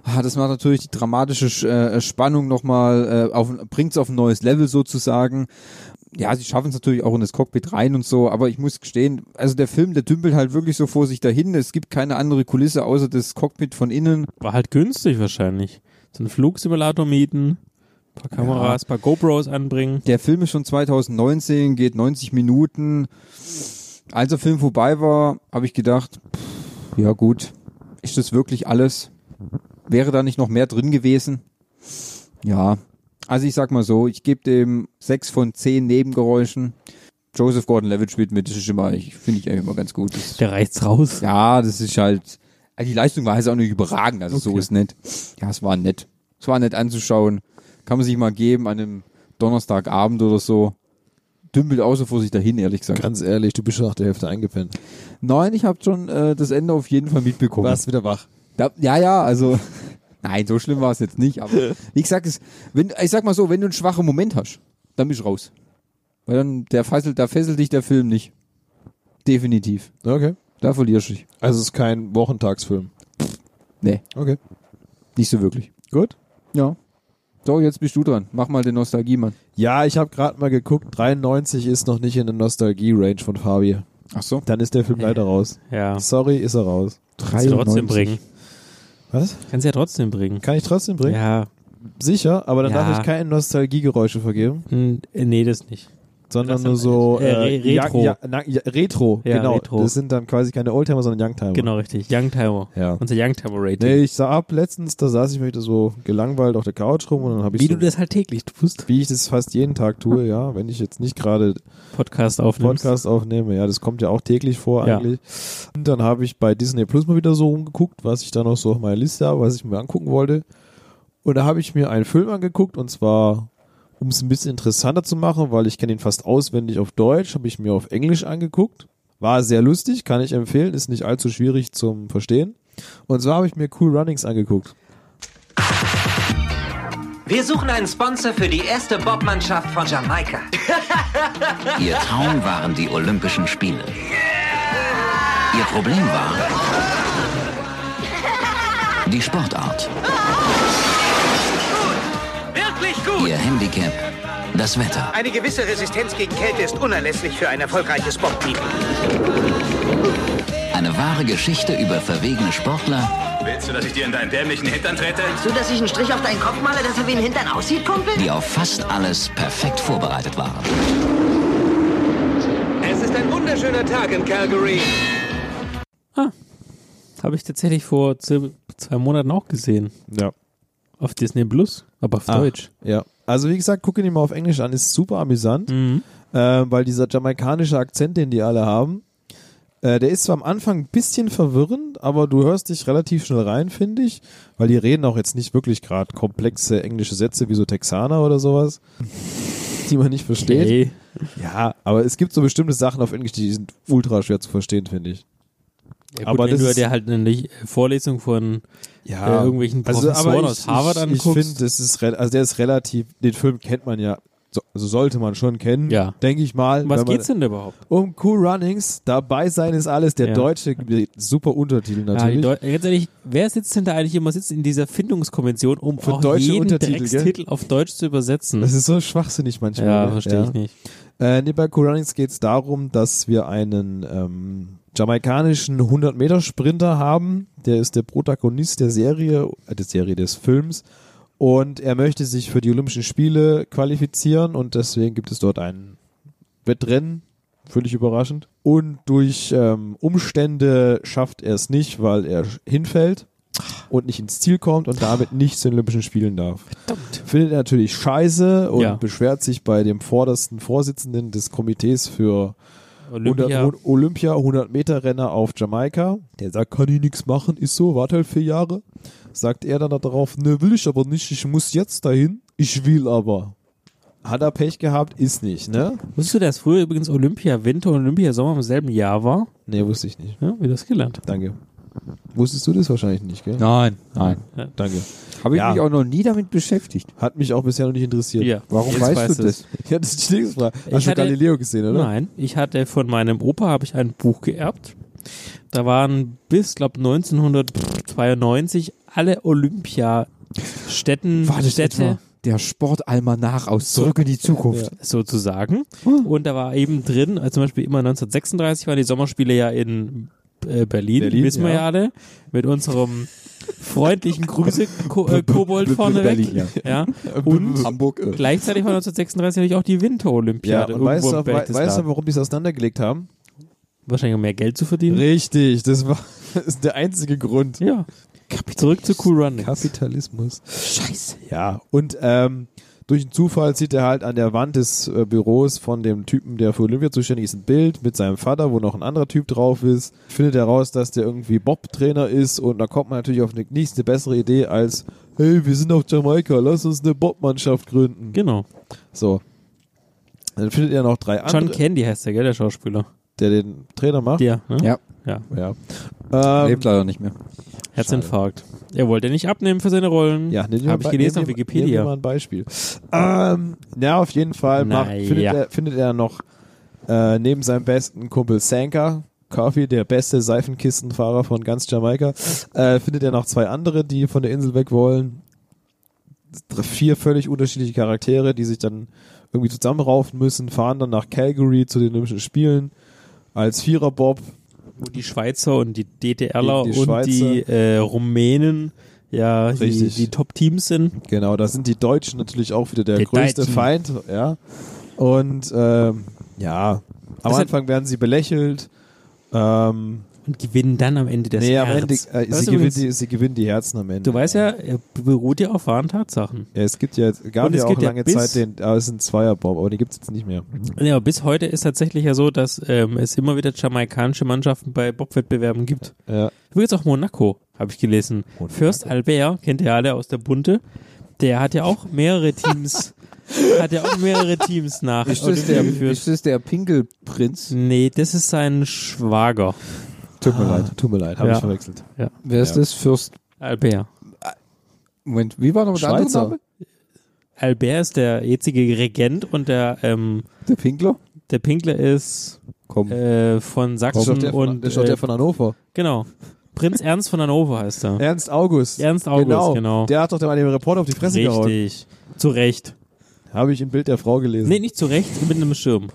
[SPEAKER 3] Ah, das macht natürlich die dramatische äh, Spannung nochmal, äh, bringt es auf ein neues Level sozusagen. Ja, sie schaffen es natürlich auch in das Cockpit rein und so, aber ich muss gestehen, also der Film, der dümpelt halt wirklich so vor sich dahin. Es gibt keine andere Kulisse außer das Cockpit von innen.
[SPEAKER 2] War halt günstig wahrscheinlich. So einen Flugsimulator mieten, ein paar Kameras, ein paar GoPros anbringen.
[SPEAKER 3] Der Film ist schon 2019, geht 90 Minuten. Als der Film vorbei war, habe ich gedacht, pff, ja gut, ist das wirklich alles? Wäre da nicht noch mehr drin gewesen? Ja, also ich sag mal so, ich gebe dem sechs von zehn Nebengeräuschen. Joseph Gordon-Levitt spielt mit, das ist immer, ich finde ich eigentlich immer ganz gut. Das,
[SPEAKER 2] Der reicht's raus.
[SPEAKER 3] ja, das ist halt, also die Leistung war jetzt auch nicht überragend, also so ist nett. Ja, es war nett. Es war nett anzuschauen. Kann man sich mal geben an einem Donnerstagabend oder so. Dümpelt außer vor sich dahin, ehrlich gesagt.
[SPEAKER 1] Ganz ehrlich, du bist schon nach der Hälfte eingepennt.
[SPEAKER 3] Nein, ich habe schon äh, das Ende auf jeden Fall mitbekommen.
[SPEAKER 1] Warst wieder wach.
[SPEAKER 3] Da, ja, ja, also. Nein, so schlimm war es jetzt nicht, aber wie gesagt, es, wenn, ich sag mal so, wenn du einen schwachen Moment hast, dann bist du raus. Weil dann, der fesselt, da fesselt dich der Film nicht. Definitiv.
[SPEAKER 1] Okay.
[SPEAKER 3] Da verlierst du dich.
[SPEAKER 1] Also es ist kein Wochentagsfilm.
[SPEAKER 3] Nee.
[SPEAKER 1] Okay.
[SPEAKER 3] Nicht so wirklich.
[SPEAKER 1] Gut.
[SPEAKER 3] Ja. So, jetzt bist du dran. Mach mal den Nostalgie-Mann.
[SPEAKER 1] Ja, ich habe gerade mal geguckt, 93 ist noch nicht in der Nostalgie-Range von Fabi.
[SPEAKER 3] Ach so.
[SPEAKER 1] Dann ist der Film leider raus.
[SPEAKER 2] Ja.
[SPEAKER 1] Sorry, ist er raus.
[SPEAKER 2] Äh. Kannst du trotzdem
[SPEAKER 3] 93.
[SPEAKER 2] bringen.
[SPEAKER 1] Was?
[SPEAKER 2] Kannst du ja trotzdem bringen.
[SPEAKER 1] Kann ich trotzdem bringen?
[SPEAKER 2] Ja.
[SPEAKER 1] Sicher, aber dann
[SPEAKER 2] Ja.
[SPEAKER 1] darf ich keine Nostalgiegeräusche vergeben,
[SPEAKER 2] Hm, Nee, das nicht.
[SPEAKER 1] sondern
[SPEAKER 2] Das
[SPEAKER 1] nur so
[SPEAKER 2] dann- äh, Re-
[SPEAKER 1] Ja-
[SPEAKER 2] Retro.
[SPEAKER 1] Ja, na, ja, Retro,
[SPEAKER 2] Ja,
[SPEAKER 1] genau.
[SPEAKER 2] Retro.
[SPEAKER 1] Das sind dann quasi keine Oldtimer, sondern Youngtimer.
[SPEAKER 2] Genau richtig. Youngtimer.
[SPEAKER 1] Ja.
[SPEAKER 2] Unser Youngtimer-Rating.
[SPEAKER 1] Nee, ich sah ab letztens, da saß ich mich da so gelangweilt auf der Couch rum und dann habe ich
[SPEAKER 2] Wie
[SPEAKER 1] so,
[SPEAKER 2] du das halt täglich tust.
[SPEAKER 1] wie ich das fast jeden Tag tue, ja, wenn ich jetzt nicht gerade
[SPEAKER 2] Podcast aufnimmst.
[SPEAKER 1] Podcast aufnehme, ja, das kommt ja auch täglich vor
[SPEAKER 2] Ja.
[SPEAKER 1] eigentlich. Und dann habe ich bei Disney Plus mal wieder so rumgeguckt, was ich da noch so auf meiner Liste habe, was ich mir angucken wollte. Und da habe ich mir einen Film angeguckt und zwar Um es ein bisschen interessanter zu machen, weil ich kenne ihn fast auswendig auf Deutsch, habe ich mir auf Englisch angeguckt. War sehr lustig, kann ich empfehlen, ist nicht allzu schwierig zum Verstehen. Und zwar habe ich mir Cool Runnings angeguckt.
[SPEAKER 14] Wir suchen einen Sponsor für die erste Bobmannschaft von Jamaika.
[SPEAKER 9] Ihr Traum waren die Olympischen Spiele. Ihr Problem war die Sportart.
[SPEAKER 14] Wirklich gut!
[SPEAKER 9] Ihr Handicap, das Wetter.
[SPEAKER 14] Eine gewisse Resistenz gegen Kälte ist unerlässlich für ein erfolgreiches Bobteam.
[SPEAKER 9] Eine wahre Geschichte über verwegene Sportler
[SPEAKER 4] Willst du, dass ich dir in deinen dämlichen Hintern trete?
[SPEAKER 15] Du, dass ich einen Strich auf deinen Kopf male, dass er wie ein Hintern aussieht, Kumpel?
[SPEAKER 9] die auf fast alles perfekt vorbereitet waren.
[SPEAKER 14] Es ist ein wunderschöner Tag in Calgary.
[SPEAKER 2] Habe ich tatsächlich vor zwei zwei Monaten auch gesehen.
[SPEAKER 1] Ja.
[SPEAKER 2] Auf Disney Plus, aber auf
[SPEAKER 1] Ah,
[SPEAKER 2] Deutsch.
[SPEAKER 1] Ja. Also wie gesagt, gucke ihn mal auf Englisch an, ist super amüsant, äh, weil dieser jamaikanische Akzent, den die alle haben, äh, der ist zwar am Anfang ein bisschen verwirrend, aber du hörst dich relativ schnell rein, finde ich, weil die reden auch jetzt nicht wirklich gerade komplexe englische Sätze wie so Texaner oder sowas, die man nicht versteht.
[SPEAKER 2] Okay.
[SPEAKER 1] Ja, aber es gibt so bestimmte Sachen auf Englisch, die sind ultra schwer zu verstehen, finde ich.
[SPEAKER 2] Ja, gut,
[SPEAKER 1] aber
[SPEAKER 2] wenn
[SPEAKER 1] das
[SPEAKER 2] du
[SPEAKER 1] ist-
[SPEAKER 2] dir halt eine Li- Vorlesung von
[SPEAKER 1] ja,
[SPEAKER 2] äh, irgendwelchen
[SPEAKER 1] also,
[SPEAKER 2] Professoren
[SPEAKER 1] aber ich,
[SPEAKER 2] aus Harvard
[SPEAKER 1] ich,
[SPEAKER 2] anguckst.
[SPEAKER 1] Ich finde, das ist re- also der ist relativ, den Film kennt man ja, so, also sollte man schon kennen,
[SPEAKER 2] Ja.
[SPEAKER 1] denke ich mal.
[SPEAKER 2] Um was
[SPEAKER 1] wenn man,
[SPEAKER 2] geht's denn da überhaupt?
[SPEAKER 1] Um Cool Runnings, dabei sein ist alles, der
[SPEAKER 2] Ja.
[SPEAKER 1] deutsche super Untertitel
[SPEAKER 2] Ja, die
[SPEAKER 1] natürlich.
[SPEAKER 2] Deu- ganz ehrlich, wer sitzt denn da eigentlich immer sitzt in dieser Findungskonvention, um
[SPEAKER 1] Für
[SPEAKER 2] auch
[SPEAKER 1] deutsche
[SPEAKER 2] jeden
[SPEAKER 1] Untertitel, gell?
[SPEAKER 2] Dreckstitel auf Deutsch zu übersetzen?
[SPEAKER 1] das ist so schwachsinnig manchmal.
[SPEAKER 2] ja,
[SPEAKER 1] ne?
[SPEAKER 2] verstehe ich nicht.
[SPEAKER 1] Äh, nee, bei Cool Runnings geht es darum, dass wir einen ähm, jamaikanischen 100-Meter-Sprinter haben. Der ist der Protagonist der Serie, äh, der Serie des Films. Und er möchte sich für die Olympischen Spiele qualifizieren und deswegen gibt es dort ein Wettrennen. Völlig überraschend. Und durch ähm, Umstände schafft er es nicht, weil er sch- hinfällt und nicht ins Ziel kommt und damit nicht zu den Olympischen Spielen darf. Findet er natürlich scheiße und
[SPEAKER 2] Ja.
[SPEAKER 1] beschwert sich bei dem vordersten Vorsitzenden des Komitees für
[SPEAKER 2] Olympia.
[SPEAKER 1] 100 Olympia 100 Meter Renner auf Jamaika. Der sagt, kann ich nichts machen, ist so, warte halt vier Jahre. Sagt er dann darauf, ne, will ich aber nicht, ich muss jetzt dahin, ich will aber. Hat er Pech gehabt, ist nicht, ne?
[SPEAKER 2] Wusstest du, dass früher übrigens Olympia Winter und Olympia Sommer im selben Jahr war?
[SPEAKER 1] Ne, wusste ich nicht.
[SPEAKER 2] Ja, wie das gelernt.
[SPEAKER 1] Danke. Wusstest du das wahrscheinlich nicht, gell?
[SPEAKER 3] Nein, nein.
[SPEAKER 1] Danke.
[SPEAKER 3] Habe ich
[SPEAKER 1] Ja.
[SPEAKER 3] mich auch noch nie damit beschäftigt.
[SPEAKER 1] Hat mich auch bisher noch nicht interessiert.
[SPEAKER 2] Ja.
[SPEAKER 3] Warum
[SPEAKER 2] Jetzt
[SPEAKER 3] weißt
[SPEAKER 2] weißt
[SPEAKER 3] du
[SPEAKER 2] du's.
[SPEAKER 3] das?
[SPEAKER 1] Ja, das ist die nächste Frage. Hast du
[SPEAKER 2] hatte-
[SPEAKER 1] Galileo gesehen, oder?
[SPEAKER 2] Nein, ich hatte von meinem Opa habe ich ein Buch geerbt. Da waren bis glaube 1992 alle Olympiastätten
[SPEAKER 3] Warte,
[SPEAKER 2] Städte
[SPEAKER 3] Städte. Der Sportalmanach aus Zurück in die Zukunft.
[SPEAKER 2] sozusagen. Und da war eben drin, also zum Beispiel immer 1936 waren die Sommerspiele ja in äh, Berlin,
[SPEAKER 1] Berlin,
[SPEAKER 2] wissen wir
[SPEAKER 1] ja.
[SPEAKER 2] ja alle, mit unserem freundlichen Grüße Ko äh, Kobold vorneweg.
[SPEAKER 3] Berlin,
[SPEAKER 2] ja. Und
[SPEAKER 3] Hamburg. äh.
[SPEAKER 2] gleichzeitig war 1936 natürlich auch die Winterolympiade.
[SPEAKER 1] und weißt
[SPEAKER 2] irgendwo
[SPEAKER 1] du,
[SPEAKER 2] im
[SPEAKER 1] wei- weißt
[SPEAKER 2] Berchtesgaden.
[SPEAKER 1] du, warum die es auseinandergelegt haben?
[SPEAKER 2] Wahrscheinlich um mehr Geld zu verdienen.
[SPEAKER 1] Richtig, das war das ist der einzige Grund.
[SPEAKER 2] Ja. Zurück zu Cool Running.
[SPEAKER 1] Kapitalismus. Scheiße. Ja, und ähm, durch einen Zufall sieht er halt an der Wand des äh, Büros von dem Typen, der für Olympia zuständig ist, ein Bild mit seinem Vater, wo noch ein anderer Typ drauf ist. Findet heraus, dass der irgendwie Bob-Trainer ist und da kommt man natürlich auf eine, nichts eine bessere Idee als, hey, wir sind auf Jamaika, lass uns eine Bob-Mannschaft gründen.
[SPEAKER 2] Genau.
[SPEAKER 1] So. Dann findet er noch drei
[SPEAKER 2] John
[SPEAKER 1] andere,
[SPEAKER 2] Candy heißt der, gell, der Schauspieler.
[SPEAKER 1] der den Trainer macht.
[SPEAKER 2] Der, ne?
[SPEAKER 3] Ja,
[SPEAKER 2] Ja.
[SPEAKER 1] Ja. Ähm,
[SPEAKER 3] lebt leider nicht mehr.
[SPEAKER 2] Herzinfarkt. Er wollte nicht abnehmen für seine Rollen.
[SPEAKER 1] Ja, nehmen wir
[SPEAKER 2] Habe Mhm. ich
[SPEAKER 1] mal-
[SPEAKER 2] gelesen
[SPEAKER 1] nehmen
[SPEAKER 2] auf
[SPEAKER 1] wir- Nehmen wir mal
[SPEAKER 2] Wikipedia.
[SPEAKER 1] ein Beispiel. Ähm, na, auf jeden Fall macht,
[SPEAKER 2] Naja.
[SPEAKER 1] findet, er, findet er noch äh, neben seinem besten Kumpel Sanka, Coffee, der beste Seifenkistenfahrer von ganz Jamaika, äh, findet er noch zwei andere, die von der Insel weg wollen. Dr- Vier völlig unterschiedliche Charaktere, die sich dann irgendwie zusammenraufen müssen, fahren dann nach Calgary zu den Olympischen Spielen als Vierer-Bob.
[SPEAKER 2] Wo die Schweizer und die DDRler
[SPEAKER 1] Die- die
[SPEAKER 2] und
[SPEAKER 1] Schweizer.
[SPEAKER 2] die äh, Rumänen ja die,
[SPEAKER 1] Richtig.
[SPEAKER 2] die Top-Teams sind.
[SPEAKER 1] Genau, da sind die Deutschen natürlich auch wieder der
[SPEAKER 2] Die
[SPEAKER 1] größte
[SPEAKER 2] Deutschen.
[SPEAKER 1] Feind, ja. Und ähm, ja, am
[SPEAKER 2] Das hat-
[SPEAKER 1] Anfang werden sie belächelt. Ähm,
[SPEAKER 2] Und gewinnen dann am Ende das
[SPEAKER 1] nee, am
[SPEAKER 2] Herz.
[SPEAKER 1] Ende, äh,
[SPEAKER 2] Das
[SPEAKER 1] sie,
[SPEAKER 2] ist
[SPEAKER 1] gewinnen
[SPEAKER 2] übrigens-
[SPEAKER 1] die, sie gewinnen die Herzen am Ende.
[SPEAKER 2] Du weißt ja, er beruht ja auf wahren Tatsachen.
[SPEAKER 1] ja, es gibt ja, jetzt- gab
[SPEAKER 2] Und es
[SPEAKER 1] ja auch
[SPEAKER 2] gibt ja
[SPEAKER 1] lange
[SPEAKER 2] bis-
[SPEAKER 1] Zeit den, aber es ist ein Zweierbaum, aber den gibt es jetzt nicht mehr.
[SPEAKER 2] Ja, aber bis heute ist tatsächlich ja so, dass ähm, es immer wieder jamaikanische Mannschaften bei Bobwettbewerben gibt.
[SPEAKER 1] Ja.
[SPEAKER 2] Übrigens auch Monaco, habe ich gelesen. Fürst Albert, kennt ihr alle aus der Bunte, der hat ja auch mehrere Teams Hat ja auch mehrere Teams nach.
[SPEAKER 3] Ist das, der, ist das der Pinkelprinz?
[SPEAKER 2] Nee, das ist sein Schwager.
[SPEAKER 1] Tut mir leid. Tut mir leid, habe
[SPEAKER 2] Ah. Ja.
[SPEAKER 1] ich verwechselt.
[SPEAKER 2] Ja.
[SPEAKER 3] Wer ist
[SPEAKER 1] Ja.
[SPEAKER 3] das? Fürst.
[SPEAKER 2] Albert.
[SPEAKER 3] Moment, wie war noch der andere
[SPEAKER 1] Schweizer.
[SPEAKER 3] Name?
[SPEAKER 2] Albert ist der jetzige Regent und der, ähm,
[SPEAKER 3] Der Pinkler?
[SPEAKER 2] der Pinkler ist
[SPEAKER 3] Komm.
[SPEAKER 2] äh, von
[SPEAKER 1] Das ist doch
[SPEAKER 2] Sachsen
[SPEAKER 1] der, von,
[SPEAKER 2] und
[SPEAKER 1] das ist doch der
[SPEAKER 2] äh,
[SPEAKER 1] von Hannover.
[SPEAKER 2] genau. Prinz Ernst von Hannover heißt er.
[SPEAKER 1] Ernst August.
[SPEAKER 2] Ernst August, genau.
[SPEAKER 1] Der hat doch dem einem Reporter auf die Fresse gehauen.
[SPEAKER 2] Richtig. Zu Recht.
[SPEAKER 1] Habe ich im Bild der Frau gelesen.
[SPEAKER 2] Nee, nicht zu Recht, mit einem Schirm.